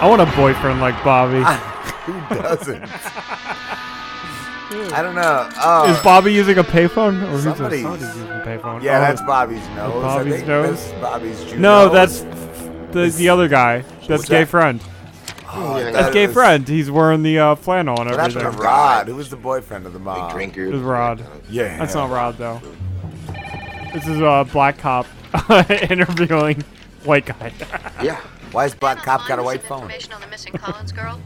Speaker 5: I want a boyfriend like Bobby.
Speaker 10: Who doesn't? I don't know. Oh,
Speaker 5: is Bobby using a payphone? Or who's
Speaker 10: Somebody's-
Speaker 5: a, somebody's using a payphone?
Speaker 10: Yeah,
Speaker 5: Oh,
Speaker 10: that's Bobby's nose. I
Speaker 5: Bobby's
Speaker 10: think
Speaker 5: nose.
Speaker 10: that's Bobby's Jew
Speaker 5: No,
Speaker 10: nose.
Speaker 5: that's the the other guy. That's
Speaker 10: What's
Speaker 5: gay
Speaker 10: that?
Speaker 5: friend.
Speaker 10: Oh,
Speaker 5: That's
Speaker 10: that
Speaker 5: gay
Speaker 10: is-
Speaker 5: friend. He's wearing the uh, flannel and
Speaker 10: What happened
Speaker 5: everything.
Speaker 10: to Rod? Who was the boyfriend of the mom? drinker.
Speaker 5: It was Rod.
Speaker 10: Yeah.
Speaker 5: That's not Rod though. This is a uh, black cop interviewing white guy.
Speaker 10: Yeah. Why is Black Cop got a white phone?
Speaker 6: Information on the missing Collins girl?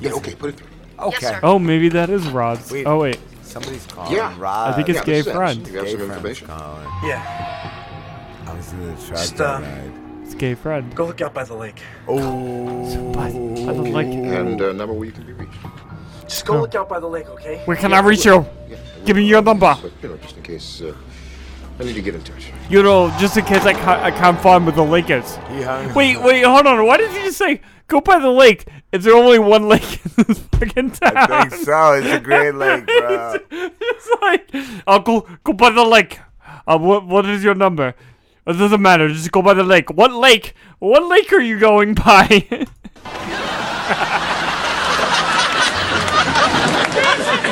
Speaker 10: Yeah, okay, put it through.
Speaker 6: Yes,
Speaker 10: Okay.
Speaker 6: sir.
Speaker 5: Oh, maybe that is Rod's.
Speaker 10: Wait.
Speaker 5: Oh wait.
Speaker 10: Somebody's calling
Speaker 6: Yeah.
Speaker 10: Rod.
Speaker 5: I think
Speaker 16: uh,
Speaker 5: it's Yeah, gay this is it. friend.
Speaker 10: Gay friend's calling.
Speaker 15: Yeah.
Speaker 10: I was in the truck
Speaker 15: Just,
Speaker 10: that
Speaker 15: uh,
Speaker 10: night.
Speaker 5: It's gay friend.
Speaker 15: Go look out by the lake.
Speaker 10: Oh.
Speaker 5: I don't like
Speaker 16: And uh, number where you can be reached.
Speaker 15: Just go look out by the lake, okay?
Speaker 5: Where can I reach you? Give me your number.
Speaker 16: But, you know, just in case uh, I need to get in touch.
Speaker 5: You know, just in case I can't, I can't find where the lake is.
Speaker 10: He hung.
Speaker 5: Wait, wait, hold on. Why did you just say go by the lake? Is there only one lake in this fucking town?
Speaker 10: I think so. It's a great lake, bro.
Speaker 5: It's like, I'll go go by the lake. Uh, what what is your number? It doesn't matter. Just go by the lake. What lake? What lake are you going by?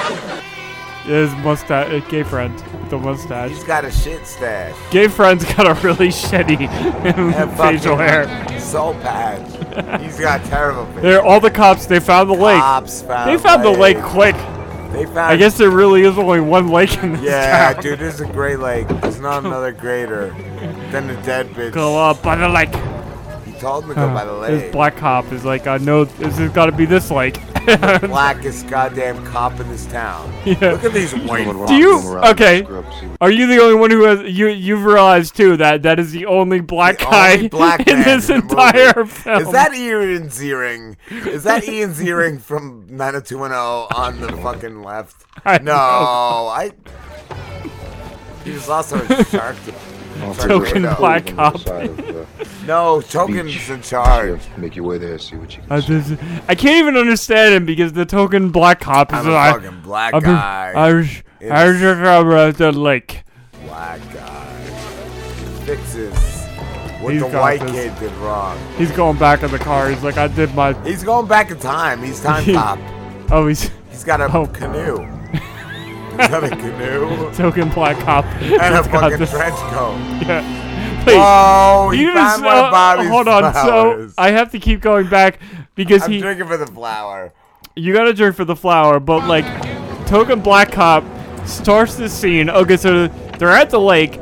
Speaker 5: His mustache, uh, gay friend, with the mustache.
Speaker 10: He's got a shit stash.
Speaker 5: Gay friend's got a really shitty
Speaker 10: And
Speaker 5: facial
Speaker 10: fucking
Speaker 5: hair.
Speaker 10: Soul patch. He's got terrible facial
Speaker 5: They're all the cops. They found the lake.
Speaker 10: Cops found
Speaker 5: they found the lake
Speaker 10: lake.
Speaker 5: quick.
Speaker 10: They found.
Speaker 5: I guess there really is only one lake in this
Speaker 10: Yeah,
Speaker 5: town.
Speaker 10: dude, this is a great lake. There's not another greater than the dead bitch.
Speaker 5: Go up by the lake.
Speaker 10: He told me to go by the
Speaker 5: Uh,
Speaker 10: lake.
Speaker 5: This black cop is like, I know this has got to be this lake.
Speaker 10: The blackest goddamn cop in this town.
Speaker 5: Yeah.
Speaker 10: Look at these white.
Speaker 5: Do you okay? Are you the only one who has you? You've realized too that that is the only black guy
Speaker 10: only black
Speaker 5: in
Speaker 10: man
Speaker 5: this
Speaker 10: in the movie.
Speaker 5: entire film.
Speaker 10: Is that Ian Ziering? Is that Ian Ziering from 90210 on the fucking left?
Speaker 5: I
Speaker 10: no,
Speaker 5: know.
Speaker 10: I. He was also in Shark.
Speaker 5: Token black cop.
Speaker 10: No, Token's in charge.
Speaker 16: Make your way there, see what you can.
Speaker 5: I, just- I can't even understand him because the token black cop is
Speaker 16: I'm a
Speaker 5: like,
Speaker 16: fucking black
Speaker 5: I'm a-
Speaker 16: guy.
Speaker 5: I was-
Speaker 16: It
Speaker 5: I
Speaker 16: is-
Speaker 5: was just around the lake.
Speaker 10: Black guy fixes what
Speaker 5: He's
Speaker 10: the
Speaker 5: got
Speaker 10: white
Speaker 5: this.
Speaker 10: kid did wrong.
Speaker 5: He's going back in the car. He's like, I did my.
Speaker 10: He's going back in time. He's time cop.
Speaker 5: oh, he's
Speaker 10: He's got a canoe. He's got a canoe
Speaker 5: token black cop.
Speaker 10: and a
Speaker 5: He's got
Speaker 10: fucking
Speaker 5: this-
Speaker 10: trench coat.
Speaker 5: Yeah. Wait,
Speaker 10: Oh, he
Speaker 5: you
Speaker 10: found
Speaker 5: just-
Speaker 10: one of
Speaker 5: uh,
Speaker 10: Bobby's
Speaker 5: hold on. So
Speaker 10: flowers.
Speaker 5: I have to keep going back because
Speaker 10: I'm
Speaker 5: he.
Speaker 10: drinking for the flower.
Speaker 5: you gotta drink for the flower, but like, Token Black Cop starts this scene. Okay, so they're at the lake.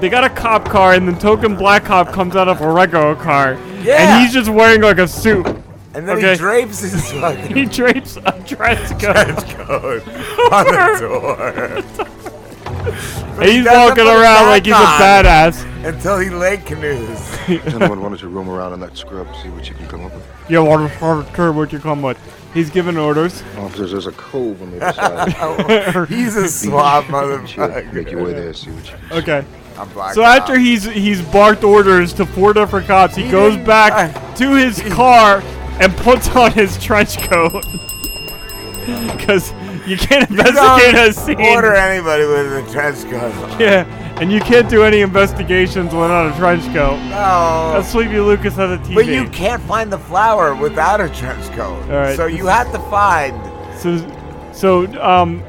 Speaker 5: They got a cop car, and the token black cop comes out of a regular car.
Speaker 10: Yeah.
Speaker 5: And he's just wearing like a suit.
Speaker 10: And then he drapes his fucking
Speaker 5: he drapes a dress code.
Speaker 10: trench coat on the door.
Speaker 5: And he's walking around like he's a badass.
Speaker 10: Until he leg canoes.
Speaker 16: Gentlemen, why don't you roam around in that scrub, see what you can come up with?
Speaker 5: Yo, water, water, turn what you come with. He's giving orders.
Speaker 16: Officers, there's a cove on the other side.
Speaker 10: He's a swab motherfucker.
Speaker 16: Make your way there, see what you can
Speaker 5: Okay.
Speaker 10: I'm black.
Speaker 5: So after he's he's barked orders to four different cops, he goes back to his car and puts on his trench coat. Because you can't investigate a scene.
Speaker 10: Order anybody with a trench coat. on.
Speaker 5: Yeah, and you can't do any investigations without a trench coat.
Speaker 10: No.
Speaker 5: That's Sleepy Lucas on the TV.
Speaker 10: Oh, But you can't find the flower without a trench coat.
Speaker 5: All right.
Speaker 10: So you have to find.
Speaker 5: So, so um,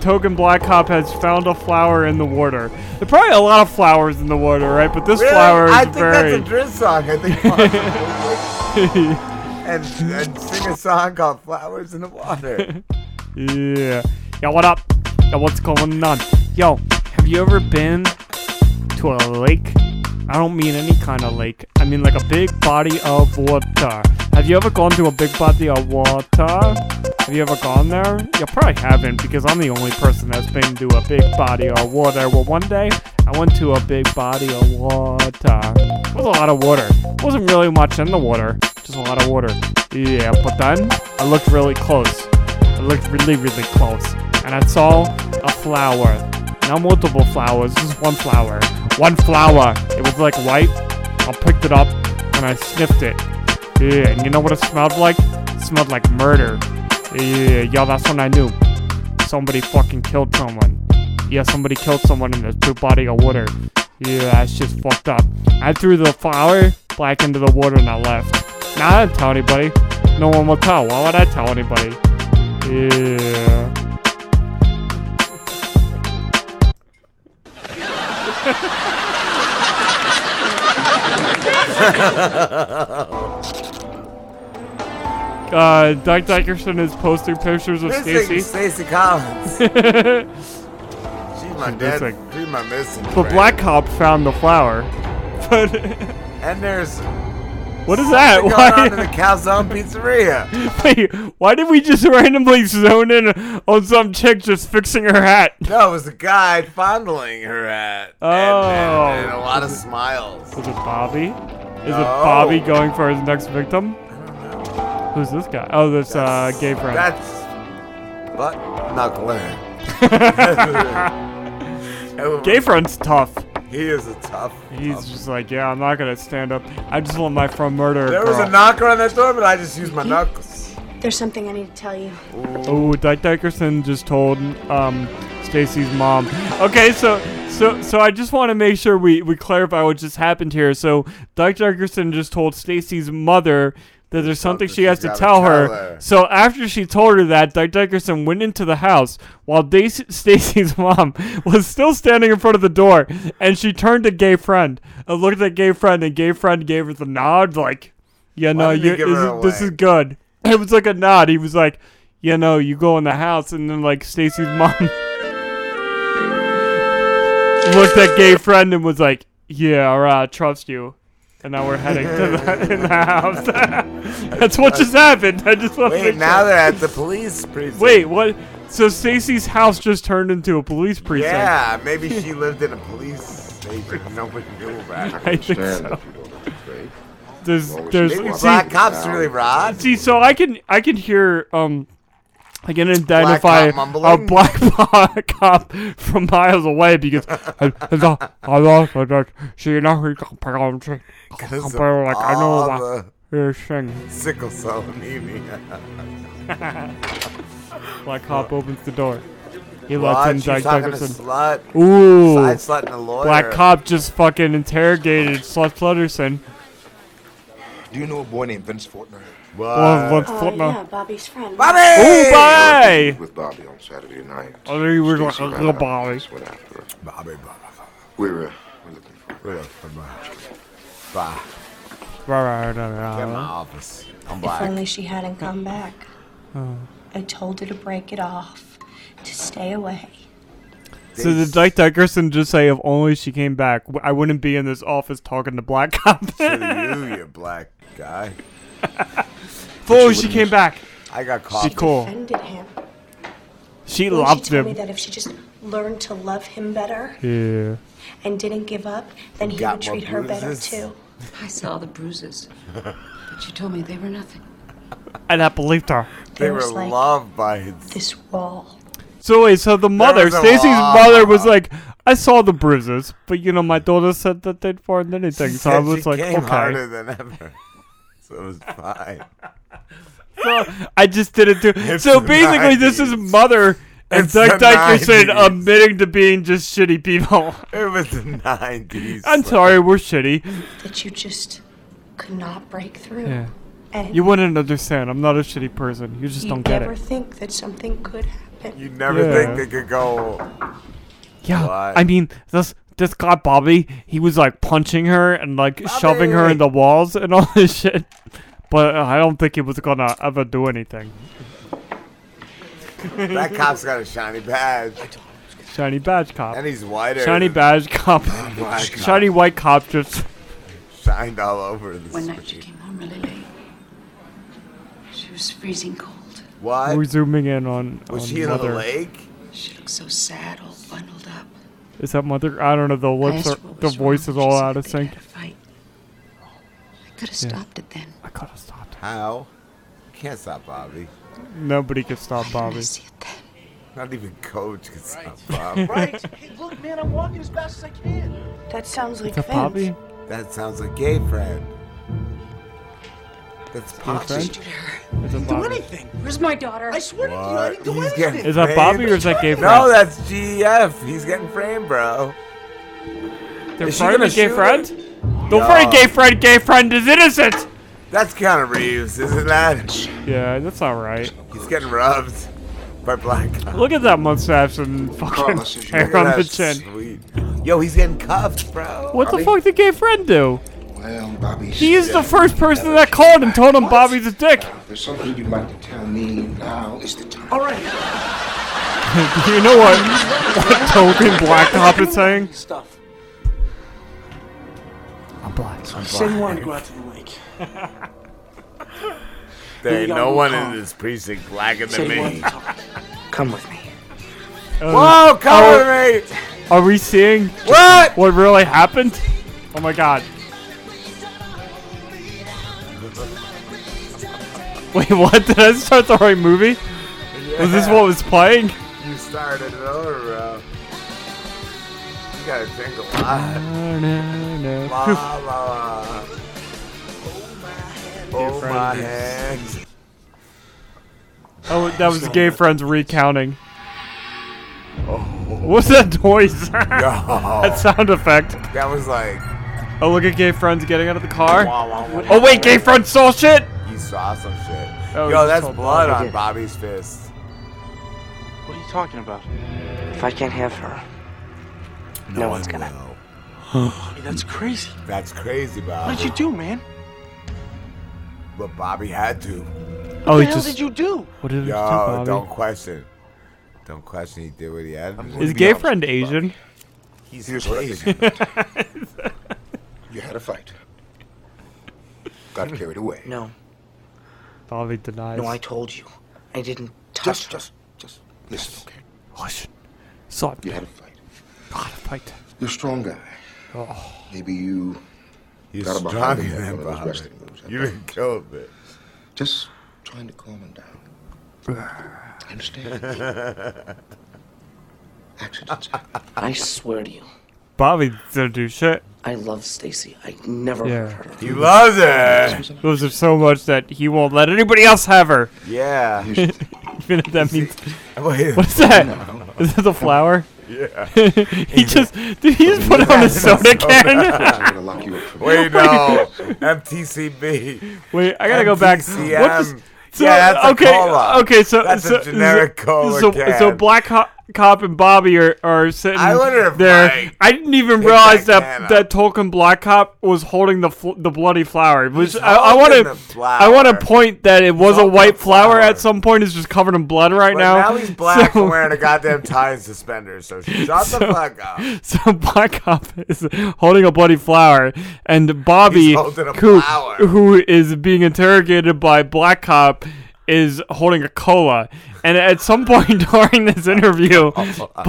Speaker 5: Token Black Cop has found a flower in the water. There are probably a lot of flowers in the water, right? But this
Speaker 10: Really?
Speaker 5: flower is
Speaker 10: I think
Speaker 5: very.
Speaker 10: that's a drill song. I think. and, and sing a song called "Flowers in the Water."
Speaker 5: yeah. Yo, what up? Yo, what's going on? Yo, have you ever been to a lake? I don't mean any kind of lake. I mean like a big body of water. Have you ever gone to a big body of water? Have you ever gone there? You probably haven't because I'm the only person that's been to a big body of water. Well, one day I went to a big body of water. It was a lot of water. Wasn't really much in the water, just a lot of water. Yeah, but then I looked really close. I looked really, really close, and I saw a flower. Not multiple flowers, just one flower. One flower. It was like white. I picked it up and I sniffed it. Yeah, and you know what it smelled like? It smelled like murder. Yeah, yo, that's when I knew. Somebody fucking killed someone. Yeah, somebody killed someone in this big body of water. Yeah, that's just fucked up. I threw the flower back into the water and I left. Nah, I didn't tell anybody. No one will tell. Why would I tell anybody? Yeah. Uh, Dyke Dykerson is posting pictures of
Speaker 10: Missing
Speaker 5: Stacy.
Speaker 10: Stacy Collins. She's my
Speaker 5: She's
Speaker 10: dead.
Speaker 5: missing.
Speaker 10: She's my missing.
Speaker 5: But
Speaker 10: friend.
Speaker 5: Black Cop found the flower. But
Speaker 10: And there's.
Speaker 5: What is that?
Speaker 10: Going
Speaker 5: Why-
Speaker 10: on in the Calzone Pizzeria.
Speaker 5: wait, why did we just randomly zone in on some chick just fixing her hat?
Speaker 10: No, it was a guy fondling her at.
Speaker 5: Oh.
Speaker 10: And, and, and a lot of smiles.
Speaker 5: Is it Bobby? Is it
Speaker 10: No.
Speaker 5: Bobby going for his next victim? Who's this guy? Oh, this uh, gay friend.
Speaker 10: That's butt knuckling.
Speaker 5: Gay friend's tough.
Speaker 10: He is a tough.
Speaker 5: He's just like, yeah, I'm not gonna stand up. I just want my friend murder.
Speaker 10: There was a knocker on that door, but I just used my knuckles.
Speaker 14: There's something I need to tell you.
Speaker 5: Oh, Dyke Dykerson just told um, Stacy's mom. Okay, so so so I just want to make sure we we clarify what just happened here. So Dyke Dykerson just told Stacy's mother that there's something she has to
Speaker 10: gotta
Speaker 5: tell her.
Speaker 10: tell her.
Speaker 5: So after she told her that, Dyke Dykerson went into the house while Dac- Stacy's mom was still standing in front of the door, and she turned to gay friend and looked at gay friend, and gay friend gave her the nod like, "Yeah, no,
Speaker 10: didn't he
Speaker 5: you,
Speaker 10: give
Speaker 5: this,
Speaker 10: her
Speaker 5: is- this
Speaker 10: away?
Speaker 5: is good." It was like a nod. He was like, "You know, you go in the house," and then like Stacy's mom looked at gay friend and was like, "Yeah, all right, I trust you." And now we're heading to the, in the house. That's what just happened. I just want to
Speaker 10: Wait,
Speaker 5: make
Speaker 10: now
Speaker 5: sure.
Speaker 10: they're at the police precinct.
Speaker 5: Wait, what? So Stacy's house just turned into a police precinct.
Speaker 10: Yeah, maybe she lived in a police station. and Nobody knew about her.
Speaker 5: I think so. There's, there's
Speaker 10: Maybe
Speaker 5: see-
Speaker 10: black cops really rod.
Speaker 5: See, so I can I can hear um I can identify
Speaker 10: cop
Speaker 5: a
Speaker 10: mumbling?
Speaker 5: black cop from miles away because I, I know I know I know- so you know he got put on shit.
Speaker 10: Because of
Speaker 5: But, like I know
Speaker 10: all
Speaker 5: what you're saying.
Speaker 10: Sickle cell anemia.
Speaker 5: Black cop opens the door. He
Speaker 10: Slut,
Speaker 5: lets
Speaker 10: she's
Speaker 5: in Jack
Speaker 10: talking to
Speaker 5: Dickerson.
Speaker 10: slut.
Speaker 5: Ooh,
Speaker 10: Side slutting a lawyer.
Speaker 5: Black cop just fucking interrogated Slut Flutterson.
Speaker 16: Do you know a boy named Vince Fortner?
Speaker 5: Well, what's
Speaker 14: Uh,
Speaker 5: Fortner?
Speaker 14: yeah, Bobby's friend.
Speaker 5: Ooh, bye!
Speaker 16: With Bobby on Saturday night.
Speaker 5: Oh, you were like a little Bobby.
Speaker 16: Went after her.
Speaker 10: Bobby, Bobby.
Speaker 16: We're, uh, we're looking for
Speaker 10: We're looking for Bobby. Bye. Get in my office. I'm
Speaker 14: If
Speaker 10: black.
Speaker 14: only she hadn't come back. I told her to break it off, to stay away.
Speaker 5: So did Dyke Dickerson just say, "If only she came back, w- I wouldn't be in this office talking to black cop."
Speaker 10: to you, you black guy.
Speaker 5: If only she came back.
Speaker 10: I got
Speaker 5: She
Speaker 10: caught.
Speaker 5: cool.
Speaker 14: Defended him.
Speaker 5: She
Speaker 14: Well,
Speaker 5: loved
Speaker 14: she told me
Speaker 5: him.
Speaker 14: that if she just learned to love him better
Speaker 5: Yeah.
Speaker 14: and didn't give up, then he
Speaker 5: Got
Speaker 14: would
Speaker 5: more
Speaker 14: treat her better
Speaker 5: bruises.
Speaker 14: too.
Speaker 22: I saw the bruises, but she told me they were nothing.
Speaker 5: And I believed her.
Speaker 10: They were loved by his.
Speaker 14: This wall.
Speaker 5: So wait, so the mother,
Speaker 10: was a
Speaker 5: Stacy's
Speaker 10: lot.
Speaker 5: mother, was like, "I saw the bruises, but you know, my daughter said that they'd foreign anything." So I
Speaker 10: said
Speaker 5: was
Speaker 10: she
Speaker 5: like,
Speaker 10: came
Speaker 5: "Okay."
Speaker 10: harder than ever. So it was fine.
Speaker 5: So I just didn't do. so
Speaker 10: the
Speaker 5: basically, this is mother and
Speaker 10: It's
Speaker 5: Doug
Speaker 10: the
Speaker 5: Dykerson
Speaker 10: 90s.
Speaker 5: admitting to being just shitty people.
Speaker 10: It was the 90s.
Speaker 5: I'm sorry, we're shitty.
Speaker 14: That you just could not break through.
Speaker 5: Yeah.
Speaker 14: And
Speaker 5: You wouldn't understand. I'm not a shitty person. You just
Speaker 14: you
Speaker 5: don't get
Speaker 14: never
Speaker 5: it.
Speaker 14: think that something could happen.
Speaker 10: You never
Speaker 5: Yeah.
Speaker 10: think they could go.
Speaker 5: Yeah.
Speaker 10: Why?
Speaker 5: I mean, this this guy Bobby, he was like punching her and like shoving her in the walls and all this shit. But I don't think he was gonna ever do anything.
Speaker 10: that cop's got a shiny badge.
Speaker 5: Shiny badge cop.
Speaker 10: And he's whiter.
Speaker 5: Shiny badge cop.
Speaker 10: Black cop.
Speaker 5: Shiny white cop just.
Speaker 10: Shined all over the
Speaker 22: One
Speaker 10: street.
Speaker 22: night she came home really late. She was freezing cold.
Speaker 10: What?
Speaker 5: We're zooming in on.
Speaker 10: Was
Speaker 5: on
Speaker 10: she in
Speaker 5: mother.
Speaker 10: the lake?
Speaker 22: She looked so sad, all bundled up.
Speaker 5: Is that mother? I don't know. The lips
Speaker 22: asked
Speaker 5: are.
Speaker 22: what
Speaker 5: The
Speaker 22: was
Speaker 5: voice is all out of sync.
Speaker 22: I could have
Speaker 5: Yeah.
Speaker 22: stopped it then.
Speaker 5: I could have stopped.
Speaker 10: How? Can't stop Bobby.
Speaker 5: Nobody could stop Bobby.
Speaker 10: Not even Coach can stop Bobby.
Speaker 15: right? Hey, look, man, I'm walking as fast as I can.
Speaker 14: That sounds like
Speaker 5: Is that Bobby?
Speaker 10: That sounds like gay friend. That's
Speaker 14: Oh,
Speaker 10: Bobby.
Speaker 5: friend? Is
Speaker 15: I
Speaker 5: that
Speaker 15: didn't do
Speaker 5: Bobby?
Speaker 15: anything.
Speaker 14: Where's my daughter?
Speaker 15: I swear to you, I didn't do
Speaker 10: He's
Speaker 15: anything.
Speaker 10: getting
Speaker 5: Is that Bobby or is that gay
Speaker 10: framed.
Speaker 5: friend?
Speaker 10: No, that's GF. He's getting framed, bro.
Speaker 5: They're
Speaker 10: Is she gonna
Speaker 5: fighting gay
Speaker 10: shoot her?
Speaker 5: friend? The
Speaker 10: No.
Speaker 5: very gay friend, gay friend is innocent!
Speaker 10: That's kind of Reeves, isn't that?
Speaker 5: Yeah, that's alright.
Speaker 10: He's getting rubbed by black. Guy.
Speaker 5: Look at that mustache and fucking
Speaker 10: Promise you,
Speaker 5: hair
Speaker 10: look
Speaker 5: on
Speaker 10: at
Speaker 5: the
Speaker 10: that
Speaker 5: chin.
Speaker 10: Sweet. Yo, he's getting cuffed, bro.
Speaker 5: What the fuck did gay friend do?
Speaker 16: Well, Bobby.
Speaker 5: He is the first person that called and told him Bobby's a dick.
Speaker 16: If there's something you'd like to tell me now, is the time.
Speaker 15: All right.
Speaker 5: you know what? What token black cop is saying?
Speaker 15: Stuff.
Speaker 5: I'm black.
Speaker 15: She said you wanted to go out to the lake.
Speaker 10: There ain't
Speaker 15: Young
Speaker 10: no one
Speaker 15: cop.
Speaker 10: in this precinct blacker
Speaker 15: Said
Speaker 10: than
Speaker 15: you wanted
Speaker 10: me.
Speaker 15: to talk. Come with me.
Speaker 10: Whoa, come
Speaker 5: oh,
Speaker 10: with me!
Speaker 5: Are we seeing
Speaker 10: What?
Speaker 5: what really happened? Oh my god. Wait, what? Did I start the right movie? Was this
Speaker 10: Yeah.
Speaker 5: what was playing?
Speaker 10: You started it over, bro. You gotta drink a lot.
Speaker 5: Ah.
Speaker 10: La la la. Oh my hands.
Speaker 5: Oh, that was gay friends recounting. What's that noise? that sound effect.
Speaker 10: That was like
Speaker 5: Oh, look at gay friends getting out of the car. Oh wait, gay friends saw shit.
Speaker 10: you saw some shit.
Speaker 5: Oh,
Speaker 10: Yo,
Speaker 5: you
Speaker 10: that's
Speaker 5: saw
Speaker 10: blood
Speaker 5: blood.
Speaker 10: on Bobby's fist.
Speaker 15: What are you talking about?
Speaker 11: If I can't have her, no, one's gonna.
Speaker 15: Hey, that's crazy.
Speaker 10: That's crazy, Bobby.
Speaker 15: What did you do, man?
Speaker 10: But Bobby had to.
Speaker 5: Oh,
Speaker 15: what
Speaker 5: he
Speaker 15: the hell
Speaker 5: just.
Speaker 15: did you do?
Speaker 5: What did he do,
Speaker 10: Yo,
Speaker 5: Bobby?
Speaker 10: don't question. Don't question. He did what he had. to do.
Speaker 5: Is gay friend Asian?
Speaker 10: He's
Speaker 16: Here's what I
Speaker 10: crazy.
Speaker 16: think happened. you had a fight. Got carried away.
Speaker 11: No,
Speaker 5: Bobby denies.
Speaker 11: no, I told you, I didn't touch
Speaker 16: Just,
Speaker 11: her.
Speaker 16: just, just listen, okay?
Speaker 5: Hush. Saw
Speaker 16: You had
Speaker 5: it.
Speaker 16: a fight.
Speaker 5: God, fight.
Speaker 16: You're a strong guy.
Speaker 5: Oh.
Speaker 16: Maybe you
Speaker 10: He's
Speaker 16: got about
Speaker 10: stronger
Speaker 16: half
Speaker 10: than
Speaker 16: of those
Speaker 10: Bobby.
Speaker 16: wrestling moves. I
Speaker 10: You
Speaker 16: think.
Speaker 10: didn't kill him, but
Speaker 16: Just trying to calm him down. I understand. Accidents happen.
Speaker 11: I swear to you,
Speaker 5: Bobby didn't do shit.
Speaker 11: I love Stacy. I never
Speaker 5: Yeah.
Speaker 11: hurt her.
Speaker 10: he loves it.
Speaker 5: Loves her so much that he won't let anybody else have her.
Speaker 10: Yeah.
Speaker 5: Even if that means.
Speaker 10: Wait.
Speaker 5: What's that? Is that the flower?
Speaker 10: Yeah.
Speaker 5: he just. Did he just put it on a soda can?
Speaker 16: I'm gonna lock you up for
Speaker 10: Wait, no. MTCB.
Speaker 5: Wait, I gotta go back. What does,
Speaker 10: MTCM. yeah, that's a
Speaker 5: okay,
Speaker 10: cola.
Speaker 5: okay, so
Speaker 10: that's
Speaker 5: so,
Speaker 10: a generic cola
Speaker 5: so,
Speaker 10: can.
Speaker 5: so black cop, Cop and Bobby are, are sitting
Speaker 10: I wonder if
Speaker 5: there.
Speaker 10: Mike
Speaker 5: I didn't even
Speaker 10: picked
Speaker 5: realize
Speaker 10: that
Speaker 5: that
Speaker 10: can
Speaker 5: that Tolkien Black Cop was holding the fl- the bloody flower. Which
Speaker 10: He's
Speaker 5: I- I want
Speaker 10: holding the
Speaker 5: to
Speaker 10: flower.
Speaker 5: I want to point that it was a white flower at some point. It's just covered in blood right
Speaker 10: But
Speaker 5: now.
Speaker 10: now he's black
Speaker 5: So-
Speaker 10: and wearing a goddamn tie and suspenders. So shut
Speaker 5: so-
Speaker 10: the fuck up.
Speaker 5: So Black Cop is holding a bloody flower, and Bobby,
Speaker 10: He's holding a
Speaker 5: who,
Speaker 10: flower.
Speaker 5: who is being interrogated by Black Cop, is holding a cola. And at some point during this interview,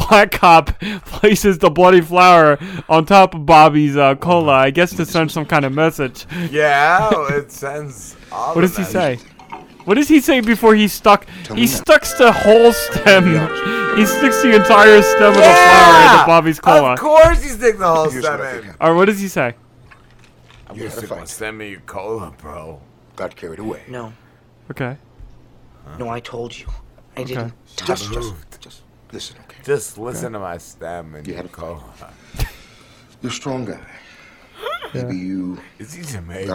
Speaker 5: Black Cop places the bloody flower on top of Bobby's uh, cola, I guess to send some kind of message.
Speaker 10: Yeah, it sends. All
Speaker 5: What
Speaker 10: of
Speaker 5: does he
Speaker 10: that.
Speaker 5: say? What does he say before he stuck? He stucks the whole stem. He sticks the entire stem of the flower into Bobby's cola.
Speaker 10: Of course, he sticks the whole stem in.
Speaker 5: Or what does he say?
Speaker 10: I'm gonna stick my stem in your cola, bro.
Speaker 16: Got carried away.
Speaker 15: No,
Speaker 5: Okay.
Speaker 15: no, I told you. I didn't touch
Speaker 10: Just,
Speaker 15: you.
Speaker 10: just,
Speaker 16: just listen, okay?
Speaker 10: Just listen to my stem and your cola.
Speaker 16: You're stronger. Maybe you got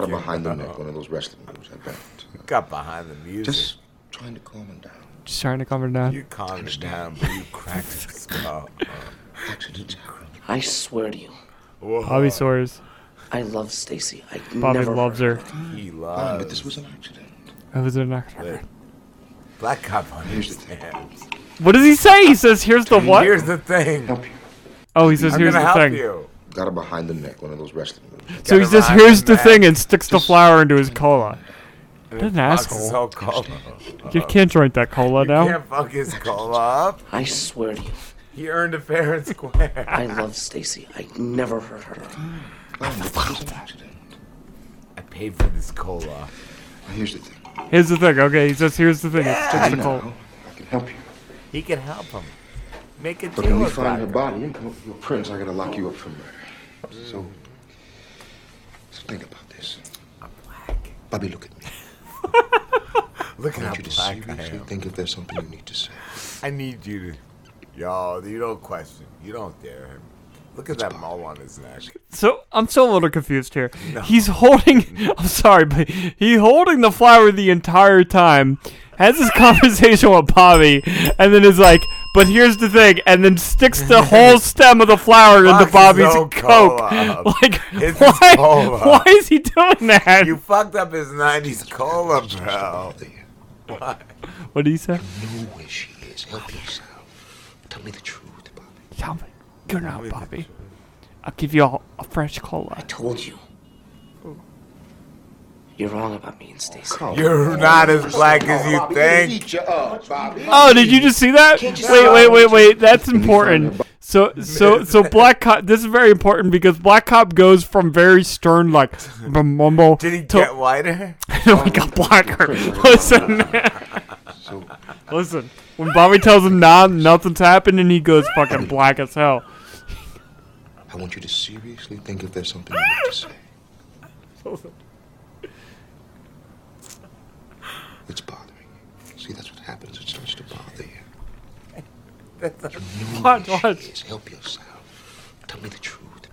Speaker 16: him behind the neck, one of those wrestling moves. I bet.
Speaker 10: Got behind the music.
Speaker 16: Just trying to calm him down.
Speaker 5: Just trying to calm her down.
Speaker 10: You calmed it down, but you cracked his skull.
Speaker 15: Accidents happen. I swear to you.
Speaker 5: Bobby Soares.
Speaker 15: I love Stacy. I
Speaker 5: Bobby
Speaker 15: never
Speaker 5: loves her.
Speaker 10: He
Speaker 16: Fine,
Speaker 10: loves.
Speaker 16: but this was an accident.
Speaker 5: That was an accident.
Speaker 10: Black cop understands.
Speaker 5: What does he say? He says, "Here's the what?"
Speaker 10: Here's the thing.
Speaker 5: Oh, he says,
Speaker 10: I'm
Speaker 5: "Here's
Speaker 10: gonna
Speaker 5: the
Speaker 10: help
Speaker 5: thing."
Speaker 10: you.
Speaker 16: Got him behind the neck, one of those wrestling moves.
Speaker 5: So he
Speaker 16: Got
Speaker 5: says,
Speaker 16: him behind
Speaker 5: "Here's the
Speaker 16: neck.
Speaker 5: thing," and sticks the flower into his cola. What an
Speaker 10: Fox is
Speaker 5: asshole.
Speaker 10: all cola.
Speaker 5: You can't drink that cola
Speaker 10: You
Speaker 5: now.
Speaker 10: can't fuck his cola up.
Speaker 15: I swear to you.
Speaker 10: He earned a fair and square.
Speaker 15: I love Stacy. I never hurt her.
Speaker 10: I paid for this cola.
Speaker 16: Here's the thing.
Speaker 5: Here's the thing. Okay, he says, "Here's the thing." It sticks
Speaker 10: Yeah.
Speaker 5: the cola.
Speaker 16: I can help you.
Speaker 10: He can help him. Make a
Speaker 16: But when
Speaker 10: deal
Speaker 16: we
Speaker 10: with
Speaker 16: find her
Speaker 10: him.
Speaker 16: body and come up with your prints, I gotta lock you up for murder. So, so think about this. Bobby, look at me.
Speaker 10: Look
Speaker 16: I
Speaker 10: at
Speaker 16: want
Speaker 10: how
Speaker 16: you to
Speaker 10: black I
Speaker 16: seriously
Speaker 10: am.
Speaker 16: think if there's something you need to say.
Speaker 10: I need you to. Y'all, you don't question. You don't dare him. Look at that mole on his neck.
Speaker 5: So I'm still a little confused here.
Speaker 10: No.
Speaker 5: He's holding. I'm sorry, but he holding the flower the entire time. Has this conversation with Bobby, and then is like, "But here's the thing," and then sticks the whole stem of the flower into
Speaker 10: Fuck
Speaker 5: Bobby's
Speaker 10: his own
Speaker 5: coke.
Speaker 10: cola.
Speaker 5: Like,
Speaker 10: It's his
Speaker 5: why?
Speaker 10: cola.
Speaker 5: Why is he doing that?
Speaker 10: You fucked up his 90s cola, bro. What?
Speaker 5: what do you say?
Speaker 16: Know where she is. Help yourself. Tell me the truth, Bobby.
Speaker 5: Tell me. Good night, Bobby. I'll give you a, a fresh cola.
Speaker 15: Told you. You're wrong about me and Stacy.
Speaker 16: Oh.
Speaker 10: You're not as black as you think.
Speaker 5: Oh, did you just see that?
Speaker 10: Can't
Speaker 5: Wait,
Speaker 10: you see
Speaker 5: wait,
Speaker 10: that?
Speaker 5: wait, wait. That's important. So, so, so Black Cop. This is very important because Black Cop goes from very stern, like mumble.
Speaker 10: Did he
Speaker 5: to-
Speaker 10: get whiter?
Speaker 5: no, he got blacker. Listen, listen. When Bobby tells him nah, nothing's happening, he goes fucking black as hell.
Speaker 16: I want you to seriously think if there's something you need to say. It's bothering you. See, that's what happens. It starts to bother you.
Speaker 5: Watch, watch.
Speaker 16: Just help yourself. Tell me the truth,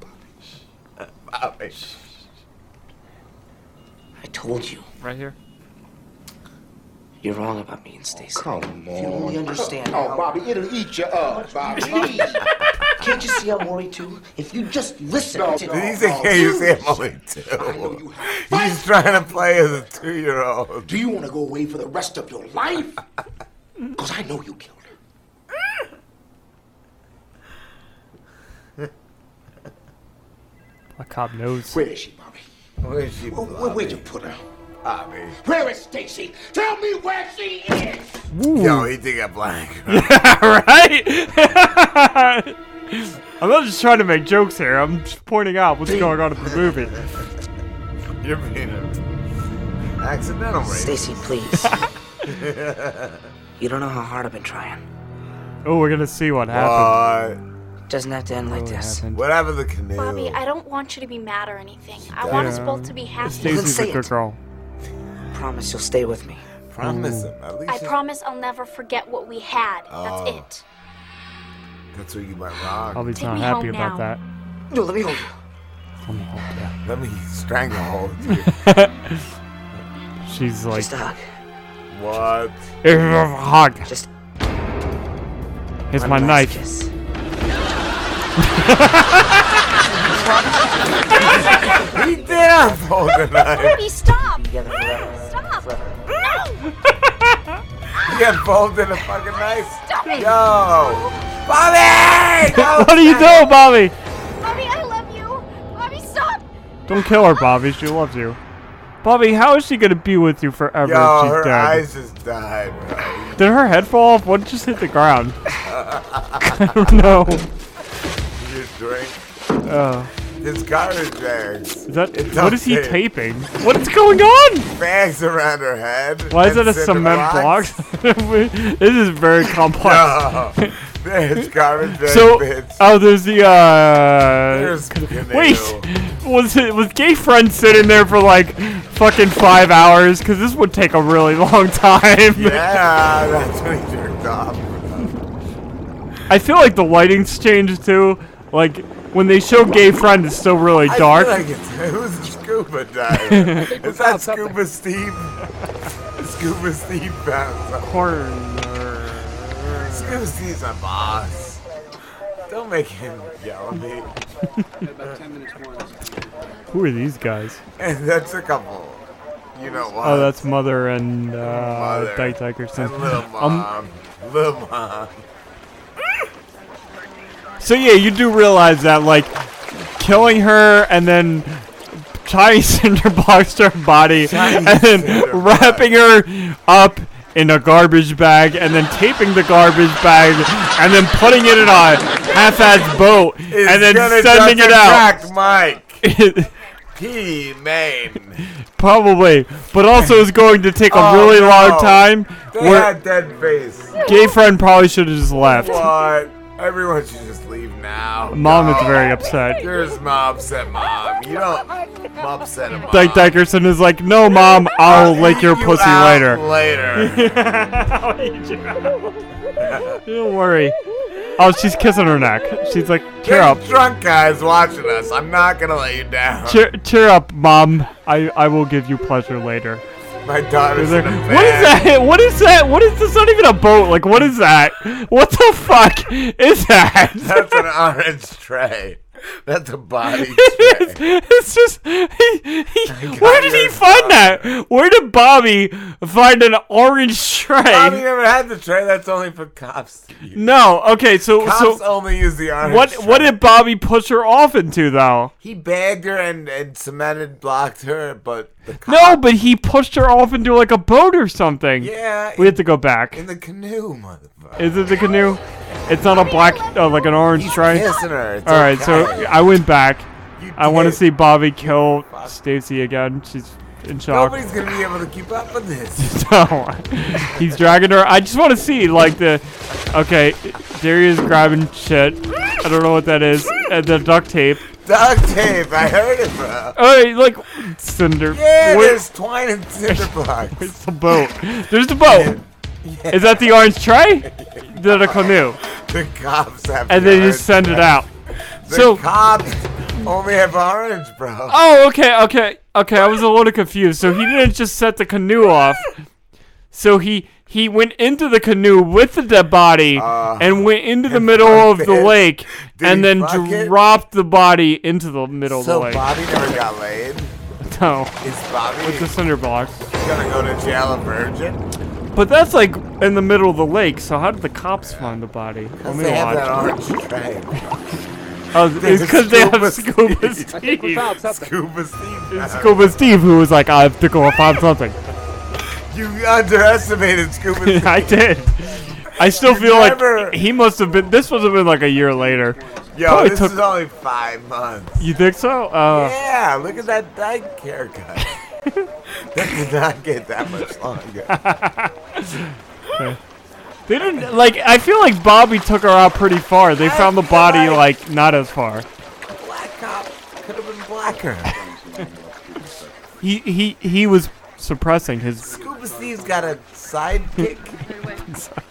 Speaker 10: Bobby.
Speaker 15: I told you.
Speaker 5: Right here.
Speaker 15: You're wrong about me and Stacy.
Speaker 16: Come
Speaker 15: If you really understand.
Speaker 16: Oh,
Speaker 15: how-
Speaker 16: Bobby, it'll eat you up, Bobby.
Speaker 15: Please. Can't you see I'm worried too? If you just listen
Speaker 16: No,
Speaker 15: to
Speaker 16: no,
Speaker 10: Did he say, hey, you say I'm only two? He's trying to play as a two year old.
Speaker 16: Do you want to go away for the rest of your life? Because I know you killed her.
Speaker 5: Black Cop knows.
Speaker 16: Where is she, Bobby?
Speaker 10: Where is she?
Speaker 16: Where, where, where'd you put her?
Speaker 10: Bobby.
Speaker 16: Where is Stacy? Tell me where she is!
Speaker 10: Yo, he did get black.
Speaker 5: right? I'm not just trying to make jokes here. I'm just pointing out what's going on in the movie.
Speaker 10: You're being an accidental racist.
Speaker 15: Stacy, please. you don't know how hard I've been trying.
Speaker 5: Oh, we're gonna see what happens.
Speaker 10: What?
Speaker 15: Doesn't have to end like this.
Speaker 10: What happened to the canoe?
Speaker 12: Bobby, I don't want you to be mad or anything. I want us
Speaker 5: Yeah.
Speaker 12: both to be happy.
Speaker 5: Stacy's a
Speaker 15: say
Speaker 5: good
Speaker 15: it.
Speaker 5: girl.
Speaker 15: Promise you'll stay with me.
Speaker 10: Promise him. At least
Speaker 12: I promise I'll never forget what we had. That's
Speaker 10: Oh.
Speaker 12: it.
Speaker 10: that's where you went wrong.
Speaker 5: Bobby's
Speaker 12: Take
Speaker 5: not
Speaker 12: me
Speaker 5: happy
Speaker 12: home
Speaker 5: about
Speaker 12: now.
Speaker 5: that.
Speaker 15: No, let me hold you.
Speaker 10: Let me stranglehold you.
Speaker 5: She's like,
Speaker 15: Just a hug.
Speaker 10: what?
Speaker 5: "Here's a hug.
Speaker 15: Just
Speaker 5: Here's my knife.
Speaker 10: he did have hold the knife.
Speaker 12: Bobby, stop!
Speaker 10: Stop! he had folded in a fucking knife.
Speaker 12: Stop it.
Speaker 10: Yo! Bobby! No,
Speaker 5: what are you doing, Bobby?
Speaker 12: Bobby, I love you. Bobby, stop!
Speaker 5: Don't kill her, Bobby. She loves you. Bobby, how is she gonna be with you forever if
Speaker 10: Yo,
Speaker 5: she's
Speaker 10: her
Speaker 5: dead?
Speaker 10: eyes just died, bro.
Speaker 5: Did her head fall off? What just hit the ground? I don't know.
Speaker 10: You drink.
Speaker 5: Oh.
Speaker 10: It's garbage bags.
Speaker 5: Is that-
Speaker 10: It's
Speaker 5: what is he
Speaker 10: upstairs.
Speaker 5: taping? What is going on?
Speaker 10: Bags around her head.
Speaker 5: Why is
Speaker 10: and
Speaker 5: that a
Speaker 10: cinder
Speaker 5: cement
Speaker 10: blocks.
Speaker 5: block? this is very complex.
Speaker 10: No. There's garbage bags,
Speaker 5: so,
Speaker 10: bitch.
Speaker 5: oh, there's the uh.
Speaker 10: There's
Speaker 5: wait, was it was gay friend sitting there for like fucking five hours? Because this would take a really long time.
Speaker 10: Yeah, that's when he jerked off.
Speaker 5: I feel like the lighting's changed too. Like when they show gay friend, it's still really
Speaker 10: I
Speaker 5: dark.
Speaker 10: feel like it's, who's the scuba diver? Is that Scuba Steve? Scuba Steve found Corner. Scuba Steve's my boss. Don't make him yell at me.
Speaker 5: Who are these guys?
Speaker 10: and that's a couple. You know what?
Speaker 5: Oh, that's mother and uh,
Speaker 10: Uh, Mother.
Speaker 5: Dyke Dyke or
Speaker 10: And
Speaker 5: something.
Speaker 10: little
Speaker 5: Um,
Speaker 10: mom. little mom.
Speaker 5: so yeah, you do realize that like killing her and then tying cinder blocks to her body
Speaker 10: Tying
Speaker 5: and
Speaker 10: cinder
Speaker 5: then wrapping her up in a garbage bag and then taping the garbage bag and then putting it in a half-assed boat
Speaker 10: Is
Speaker 5: and then
Speaker 10: gonna
Speaker 5: sending it out.
Speaker 10: Jack Mike. He main.
Speaker 5: Probably, but also is going to take a
Speaker 10: Oh,
Speaker 5: really
Speaker 10: no.
Speaker 5: long time.
Speaker 10: They
Speaker 5: where-
Speaker 10: had dead face.
Speaker 5: Gay friend probably should have just left.
Speaker 10: What? Everyone should just leave now.
Speaker 5: Mom is
Speaker 10: No.
Speaker 5: very upset.
Speaker 10: There's my upset mom. You don't my upset mom.
Speaker 5: Dyke Dykerson is like, no, mom, I'll lick your
Speaker 10: you
Speaker 5: pussy
Speaker 10: out
Speaker 5: later.
Speaker 10: Later.
Speaker 5: Don't worry. Oh, she's kissing her neck. She's like, cheer up,
Speaker 10: There's drunk guys watching us. I'm not gonna let you down.
Speaker 5: cheer, cheer up, mom. I, I will give you pleasure later.
Speaker 10: My daughter's
Speaker 5: They're
Speaker 10: in a
Speaker 5: like,
Speaker 10: bed.
Speaker 5: What is that? What is that? What is this? Not even a boat. Like, what is that? What the fuck is that?
Speaker 10: That's an orange tray. That's a body.
Speaker 5: It's, it's just he, he, where did he find that? Where did Bobby find an orange tray?
Speaker 10: Bobby never had the tray. That's only for cops.
Speaker 5: No. Okay. So
Speaker 10: Cops
Speaker 5: so
Speaker 10: only use the orange.
Speaker 5: what
Speaker 10: tray.
Speaker 5: what did Bobby push her off into though?
Speaker 10: He bagged her and, and cemented blocked her, but the
Speaker 5: No, but he pushed her off into like a boat or something.
Speaker 10: Yeah,
Speaker 5: We have to go back.
Speaker 10: in the canoe, motherfucker.
Speaker 5: Is it the canoe? It's not a black, uh, like an orange tray.
Speaker 10: kissing her. It's
Speaker 5: All right, so
Speaker 10: okay.
Speaker 5: I went back. I want to
Speaker 10: did.
Speaker 5: see Bobby kill Stacy again. She's in shock.
Speaker 10: Nobody's gonna be able to keep up with this.
Speaker 5: No. He's dragging her. I just want to see, like, the. Okay, Darius grabbing shit. I don't know what that is. And the duct tape.
Speaker 10: Duct tape. I heard it, bro.
Speaker 5: Alright, like, Cinder.
Speaker 10: Yeah,
Speaker 5: where-
Speaker 10: there's twine and cinder blocks.
Speaker 5: Where's the boat? There's the boat! Is that the orange tray? The, the canoe.
Speaker 10: The cops have.
Speaker 5: And
Speaker 10: the
Speaker 5: then you just
Speaker 10: orange
Speaker 5: send it
Speaker 10: tray.
Speaker 5: out.
Speaker 10: The
Speaker 5: So-
Speaker 10: cops only have orange, bro.
Speaker 5: Oh, okay, okay, okay. I was a little confused. So he didn't just set the canoe off. So he he went into the canoe with the dead body and went into the middle of the
Speaker 10: Uh, it.
Speaker 5: lake
Speaker 10: Did
Speaker 5: and
Speaker 10: he
Speaker 5: then
Speaker 10: fuck it?
Speaker 5: dropped the body into the middle
Speaker 10: so
Speaker 5: of the lake.
Speaker 10: Bobby never got laid.
Speaker 5: No,
Speaker 10: Is Bobby
Speaker 5: with the cinder blocks.
Speaker 10: gonna go to jail a virgin?
Speaker 5: But that's like in the middle of the lake. So how did the cops find the body? Let
Speaker 10: Cause
Speaker 5: me
Speaker 10: they have that
Speaker 5: watch.
Speaker 10: orange tray.
Speaker 5: Oh, it's because they have scuba Steve.
Speaker 10: Scuba Steve.
Speaker 5: Scuba Steve, who was like, I have to go and find something.
Speaker 10: You underestimated Scuba Steve.
Speaker 5: I did. I still
Speaker 10: You
Speaker 5: feel
Speaker 10: never-
Speaker 5: like he must have been. This must have been like a year later.
Speaker 10: Yo,
Speaker 5: Probably
Speaker 10: this
Speaker 5: took-
Speaker 10: is only five months.
Speaker 5: you think so? Uh,
Speaker 10: yeah, look at that dyke haircut. that did not get that much longer.
Speaker 5: They didn't like. I feel like Bobby took her out pretty far. They found the body like not as far.
Speaker 10: Black cop could have been blacker.
Speaker 5: He he he was suppressing his.
Speaker 10: Scuba Steve's got a sidekick.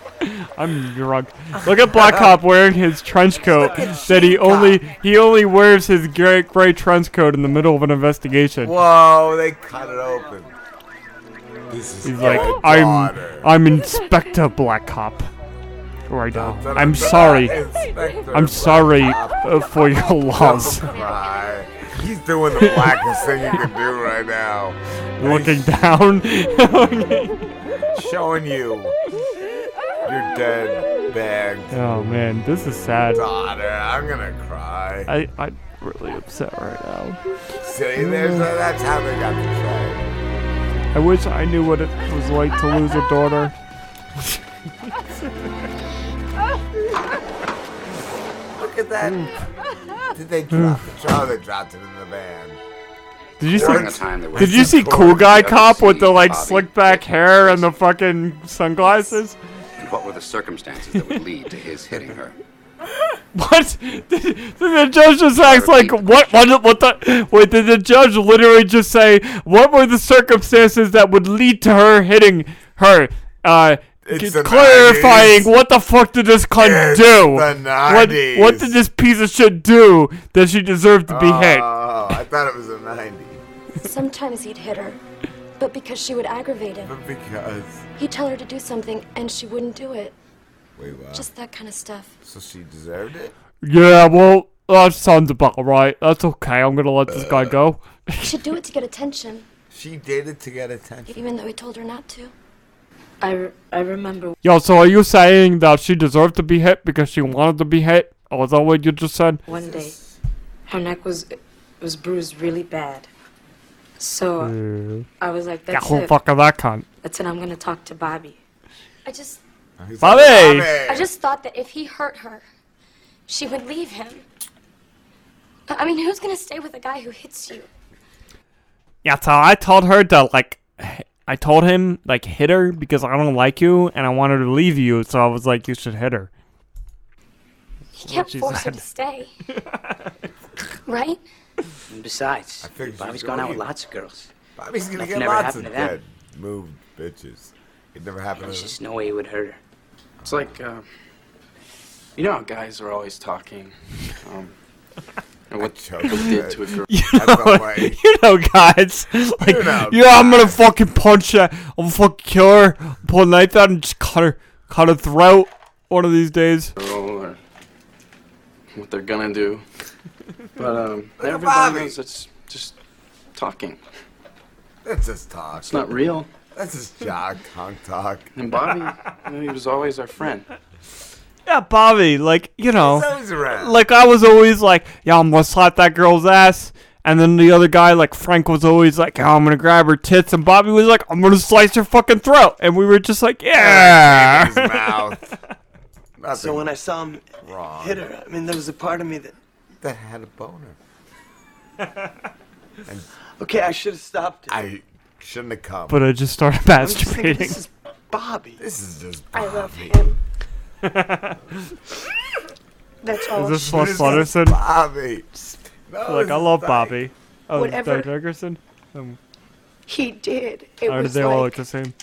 Speaker 5: I'm drunk. Look at Black Cop wearing his trench coat that he only he only wears his gray gray trench coat in the middle of an investigation.
Speaker 10: Whoa, they cut it open. This is
Speaker 5: He's like,
Speaker 10: my
Speaker 5: I'm
Speaker 10: daughter."
Speaker 5: I'm Inspector Black Cop. Right now. I'm sorry. I'm sorry uh, for your loss.
Speaker 10: Cry. He's doing the blackest thing you can do right now.
Speaker 5: Looking down.
Speaker 10: Showing you your dead bag.
Speaker 5: oh man, this is sad.
Speaker 10: Daughter, I'm gonna cry.
Speaker 5: I I'm really upset right now.
Speaker 10: See, there's, that's how they got the child.
Speaker 5: I wish I knew what it was like to lose a daughter.
Speaker 10: Look at that. Did they drop the child? They dropped it in the van.
Speaker 5: Did you
Speaker 10: During the
Speaker 5: see?
Speaker 10: time that we-
Speaker 5: Did you see Cool Guy Cop with the like slick back hair and the fucking sunglasses?
Speaker 8: And what were the circumstances that would lead to his hitting her?
Speaker 5: What? Did, did the judge just acts like what? What? What the? Wait, did the judge literally just say what were the circumstances that would lead to her hitting her? Uh,
Speaker 10: It's
Speaker 5: c-
Speaker 10: the
Speaker 5: clarifying
Speaker 10: 90s.
Speaker 5: what the fuck did this cunt
Speaker 10: It's
Speaker 5: do?
Speaker 10: the
Speaker 5: What? What
Speaker 10: 90s.
Speaker 5: did this piece of shit do that she deserved to be hit?
Speaker 10: Oh, I thought it was a 90.
Speaker 1: Sometimes he'd hit her, but because she would aggravate him,
Speaker 10: But because.
Speaker 1: he'd tell her to do something and she wouldn't do it.
Speaker 10: Wait, wow.
Speaker 1: Just that kind of stuff.
Speaker 10: So she deserved it?
Speaker 5: Yeah, well, that sounds about right. That's okay. I'm gonna let this guy
Speaker 10: uh,
Speaker 5: go.
Speaker 1: She'd do it to get attention,
Speaker 10: She did it to get attention.
Speaker 1: even though he told her not to.
Speaker 22: I, re- I remember
Speaker 5: Yo, so are you saying that she deserved to be hit because she wanted to be hit? Or is that what you just said?
Speaker 22: one day her neck was was bruised really bad. So I was like,
Speaker 5: Yeah,
Speaker 22: that's
Speaker 5: who
Speaker 22: it.
Speaker 5: fucking that cunt?
Speaker 22: That's it. I'm gonna talk to Bobby.
Speaker 1: I just.
Speaker 5: Bobby!
Speaker 1: I just thought that if he hurt her, she would leave him. I I mean, who's gonna stay with a guy who hits you?
Speaker 5: Yeah, so I told her to like, h- I told him like hit her because I don't like you and I wanted to leave you, so I was like, you should hit her.
Speaker 1: He can't
Speaker 5: she
Speaker 1: force her
Speaker 5: said.
Speaker 1: to stay. right?
Speaker 11: And besides,
Speaker 10: think
Speaker 11: Bobby's
Speaker 10: she's
Speaker 11: gone out with
Speaker 10: going.
Speaker 11: lots of girls.
Speaker 10: Bobby's gonna
Speaker 11: Nothing
Speaker 10: get
Speaker 11: ever
Speaker 10: lots of
Speaker 11: happened to them.
Speaker 10: dead, moved bitches. It never happened
Speaker 11: There's
Speaker 10: to
Speaker 11: just no way he would hurt her.
Speaker 15: It's like, uh, you know how guys are always talking. Um, and what
Speaker 10: you
Speaker 15: did to a girl.
Speaker 5: You know, you know guys. Like,
Speaker 15: know,
Speaker 5: yeah, I'm gonna fucking punch her. I'm gonna fucking kill her. Pull a knife out and just cut her, cut her throat. One of these days.
Speaker 15: girl or what they're gonna do. But um,
Speaker 10: at
Speaker 15: everybody
Speaker 10: Bobby.
Speaker 15: knows it's just talking.
Speaker 10: That's just talk.
Speaker 15: It's not real.
Speaker 10: That's just jock, honk talk.
Speaker 15: And Bobby, you know, he was always our friend.
Speaker 5: Yeah, Bobby, like, you know.
Speaker 15: always around.
Speaker 5: Like, I was always like, yeah, I'm gonna slap that girl's ass. And then the other guy, like, Frank was always like, "Yeah, I'm gonna grab her tits. And Bobby was like, I'm gonna slice her fucking throat. And we were just like, yeah.
Speaker 10: His mouth.
Speaker 19: So when I saw him hit her, I mean, there was a part of me that.
Speaker 10: That had a boner.
Speaker 19: Okay, I should have stopped it.
Speaker 10: I shouldn't have come.
Speaker 5: But I just started
Speaker 19: I'm just thinking, this is
Speaker 5: masturbating.
Speaker 19: Bobby.
Speaker 10: This is just.
Speaker 22: I love him.
Speaker 14: That's
Speaker 5: Is
Speaker 14: all.
Speaker 5: this Sloss
Speaker 10: This is
Speaker 5: Slutterson?
Speaker 10: Bobby. No,
Speaker 5: like,
Speaker 10: this
Speaker 5: I
Speaker 10: is
Speaker 5: love
Speaker 10: like-
Speaker 5: Bobby. Oh, is
Speaker 14: Whatever.
Speaker 5: Doug Dickerson? Um,
Speaker 14: He did. It
Speaker 5: or did
Speaker 14: was
Speaker 5: they
Speaker 14: like
Speaker 5: all look the same?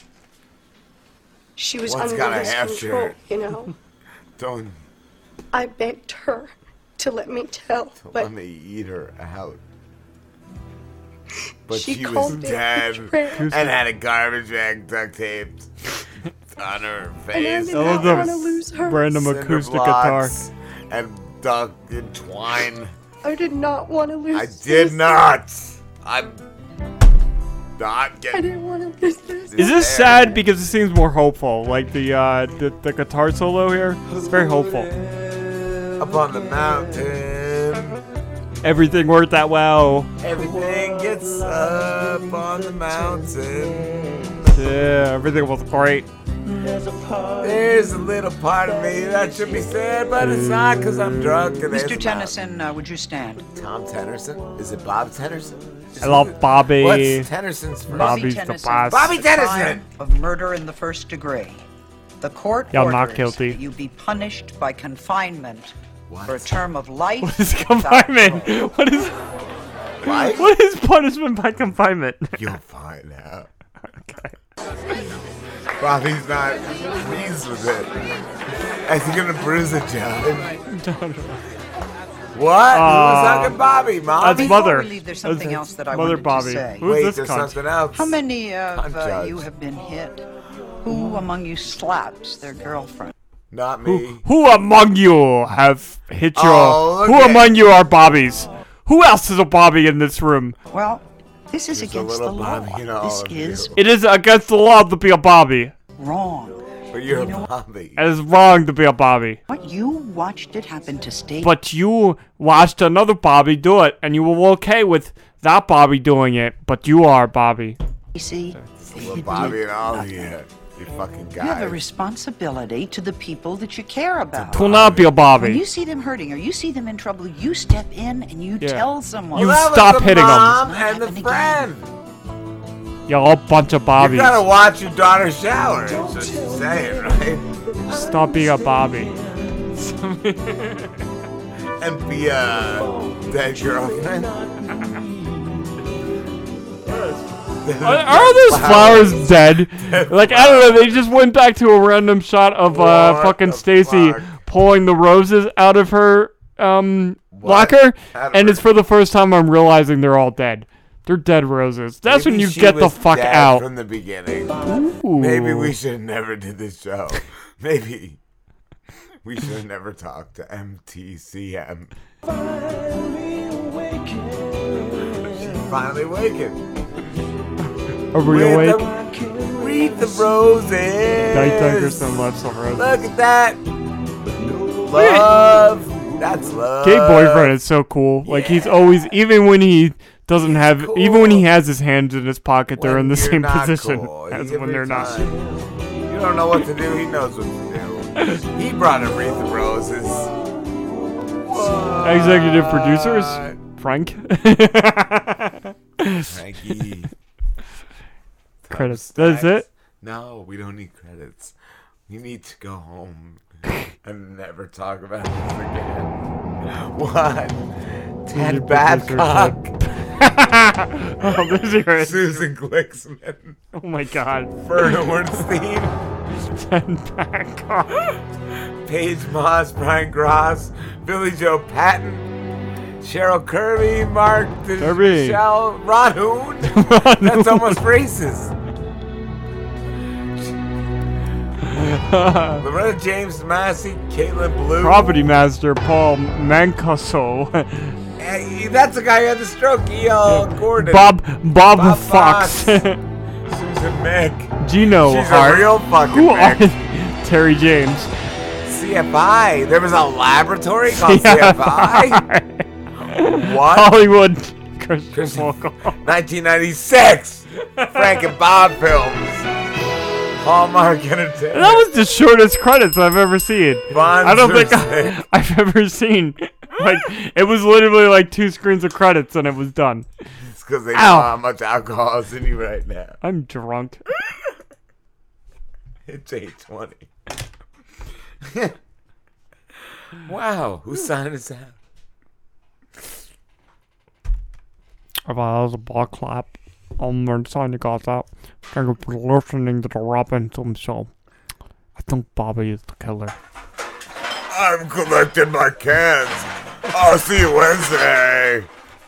Speaker 14: she was
Speaker 10: One's
Speaker 14: under
Speaker 10: got a
Speaker 14: his
Speaker 10: half
Speaker 14: control.
Speaker 10: shirt.
Speaker 14: You know,
Speaker 10: Don't
Speaker 14: I begged her to let me tell, but
Speaker 10: let me eat her out. But
Speaker 14: She
Speaker 10: she, was
Speaker 14: called me
Speaker 10: dead
Speaker 14: prayer.
Speaker 10: and had a garbage bag duct taped on her face.
Speaker 5: did I not love the wanna lose her. random
Speaker 10: Cinder
Speaker 5: acoustic guitar.
Speaker 10: blocks and duck and twine.
Speaker 14: I did not want to lose.
Speaker 10: I did not. I'm not
Speaker 14: I
Speaker 10: getting.
Speaker 14: didn't want to lose this.
Speaker 5: Is this sad because it seems more hopeful? Like the uh, the, the guitar solo here, it's very hopeful.
Speaker 10: Up on the mountain,
Speaker 5: Everything worked that well.
Speaker 10: everything gets up on the mountain.
Speaker 5: Yeah, everything was great.
Speaker 10: There's a little part of me that should be sad, but it's not because I'm drunk. And
Speaker 25: Mr.
Speaker 10: it's
Speaker 25: Tennyson, uh, would you stand?
Speaker 10: not. Tom Tennerson? Is it Bob Tennerson?
Speaker 5: I love Bobby.
Speaker 10: What's Tennerson's first?
Speaker 5: Bobby's the boss.
Speaker 10: Bobby
Speaker 25: the crime
Speaker 10: Tennyson!
Speaker 25: Of murder in the first degree. The court
Speaker 5: Yeah, I'm
Speaker 25: orders
Speaker 5: not guilty.
Speaker 25: that you be punished by confinement for a term of life.
Speaker 5: What is confinement? What is
Speaker 10: Life?
Speaker 5: what is punishment by confinement?
Speaker 10: You'll find out. Bobby's not pleased with it. Is he gonna bruise it, John? What?
Speaker 5: Aw.
Speaker 10: Who's hugging Bobby, Mom?
Speaker 5: Uh, That's
Speaker 25: Before
Speaker 5: mother.
Speaker 25: we leave, there's
Speaker 5: That's
Speaker 25: something else that I wanted
Speaker 5: mother
Speaker 25: to
Speaker 5: Bobby.
Speaker 25: say.
Speaker 5: Who's
Speaker 10: Wait,
Speaker 5: this
Speaker 10: there's
Speaker 5: cunt?
Speaker 10: something else.
Speaker 25: How many of
Speaker 10: I'm
Speaker 25: uh, you
Speaker 10: judged.
Speaker 25: have been hit? Who among you slaps their girlfriend?
Speaker 10: Not me.
Speaker 5: Who, who among you have hit your?
Speaker 10: Oh, look
Speaker 5: who
Speaker 10: at-
Speaker 5: among you are Bobbies? Who else is a Bobby in this room?
Speaker 25: Well, this is against the law. This is
Speaker 5: It is against the law to be a Bobby.
Speaker 25: wrong.
Speaker 10: But you're a Bobby.
Speaker 5: It is wrong to be a Bobby.
Speaker 25: What you watched it happen to Stacy.
Speaker 5: But you watched another Bobby do it, and you were okay with that Bobby doing it. But you are Bobby.
Speaker 25: Stacy,
Speaker 10: Well, Bobby and all yeah. You fucking
Speaker 25: you have a
Speaker 10: guy.
Speaker 25: responsibility to the people that you care about.
Speaker 5: It will not be a
Speaker 25: When you
Speaker 5: Bobby.
Speaker 25: see them hurting or you see them in trouble, you step in and you
Speaker 5: Yeah.
Speaker 25: tell someone.
Speaker 5: You Well, that was stop the hitting 'em. mom
Speaker 25: and the friend.
Speaker 5: You're all bunch of
Speaker 10: You
Speaker 5: Bobbies.
Speaker 10: gotta watch your daughter shower. That's what she's saying, right?
Speaker 5: Stop being a Bobby.
Speaker 10: And be a dead girlfriend.
Speaker 5: Are, are those flowers dead? Like I don't know. They just went back to a random shot of uh,
Speaker 10: What
Speaker 5: fucking
Speaker 10: the
Speaker 5: Stacy
Speaker 10: fuck?
Speaker 5: pulling the roses out of her um locker,
Speaker 10: Out of
Speaker 5: and
Speaker 10: her-
Speaker 5: it's for the first time I'm realizing they're all dead. They're dead roses. That's when
Speaker 10: Maybe
Speaker 5: you
Speaker 10: she
Speaker 5: get the
Speaker 10: was
Speaker 5: fuck
Speaker 10: dead
Speaker 5: out.
Speaker 10: From the beginning.
Speaker 5: Ooh.
Speaker 10: Maybe we should have never did this show. Maybe we should have never talked to MTCM. She finally wakened.
Speaker 5: Are we
Speaker 10: Read
Speaker 5: awake?
Speaker 10: the- read the roses.
Speaker 5: Dyke Dunkerson left some roses.
Speaker 10: Look at that. Love. That's love.
Speaker 5: Gay boyfriend is so cool. Like he's always, even when he doesn't have, even when he has his hands in his pocket, they're in the
Speaker 10: You're
Speaker 5: same
Speaker 10: not
Speaker 5: position
Speaker 10: cool.
Speaker 5: as
Speaker 10: Every
Speaker 5: when they're not.
Speaker 10: time. You don't know what to do. He knows what to do. He brought a wreath of roses.
Speaker 5: Executive producers,
Speaker 10: Uh,
Speaker 5: Frank.
Speaker 10: Frankie.
Speaker 5: Credits. That's it.
Speaker 10: No, we don't need credits. We need to go home and never talk about this again. What? Ted
Speaker 5: Music producer,
Speaker 10: Babcock.
Speaker 5: Oh, there's your-
Speaker 10: Susan Glicksman.
Speaker 5: Oh my God.
Speaker 10: Verna Wernstein.
Speaker 5: Ted Babcock.
Speaker 10: Paige Moss, Brian Gross, Billy Joe Patton, Cheryl Kirby, Mark
Speaker 5: Kirby.
Speaker 10: Michelle, Rod Hoon. That's almost racist. Loretta James Massey, Caitlin Blue.
Speaker 5: Property master Paul Mancuso.
Speaker 10: Hey, that's the guy who had the stroke, E.L. Gordon.
Speaker 5: Bob Bob,
Speaker 10: Bob
Speaker 5: Fox.
Speaker 10: Susan Mick.
Speaker 5: Gino
Speaker 10: She's
Speaker 5: Oh, Hart.
Speaker 10: a real fucking
Speaker 5: Who are
Speaker 10: Mick.
Speaker 5: Terry James?
Speaker 10: CFI. There was a laboratory called CFI. What?
Speaker 5: Oh, Hollywood. Christian Walker.
Speaker 10: 1996. Frank and Bob films. Hallmark Entertainment.
Speaker 5: That was the shortest credits I've ever seen.
Speaker 10: Bonds
Speaker 5: I don't think
Speaker 10: are
Speaker 5: I,
Speaker 10: sick.
Speaker 5: I've ever seen. Like it was literally like two screens of credits and it was done.
Speaker 10: It's because they know
Speaker 5: Ow.
Speaker 10: how much alcohol is in you right now.
Speaker 5: I'm drunk.
Speaker 10: It's 820. wow. Who signed us out?
Speaker 5: If I was a ball clap, I'm signing guys out. Thank you for listening to the Robinson Show. I think Bobby is the killer.
Speaker 10: I'm collecting my cans. I'll see you Wednesday.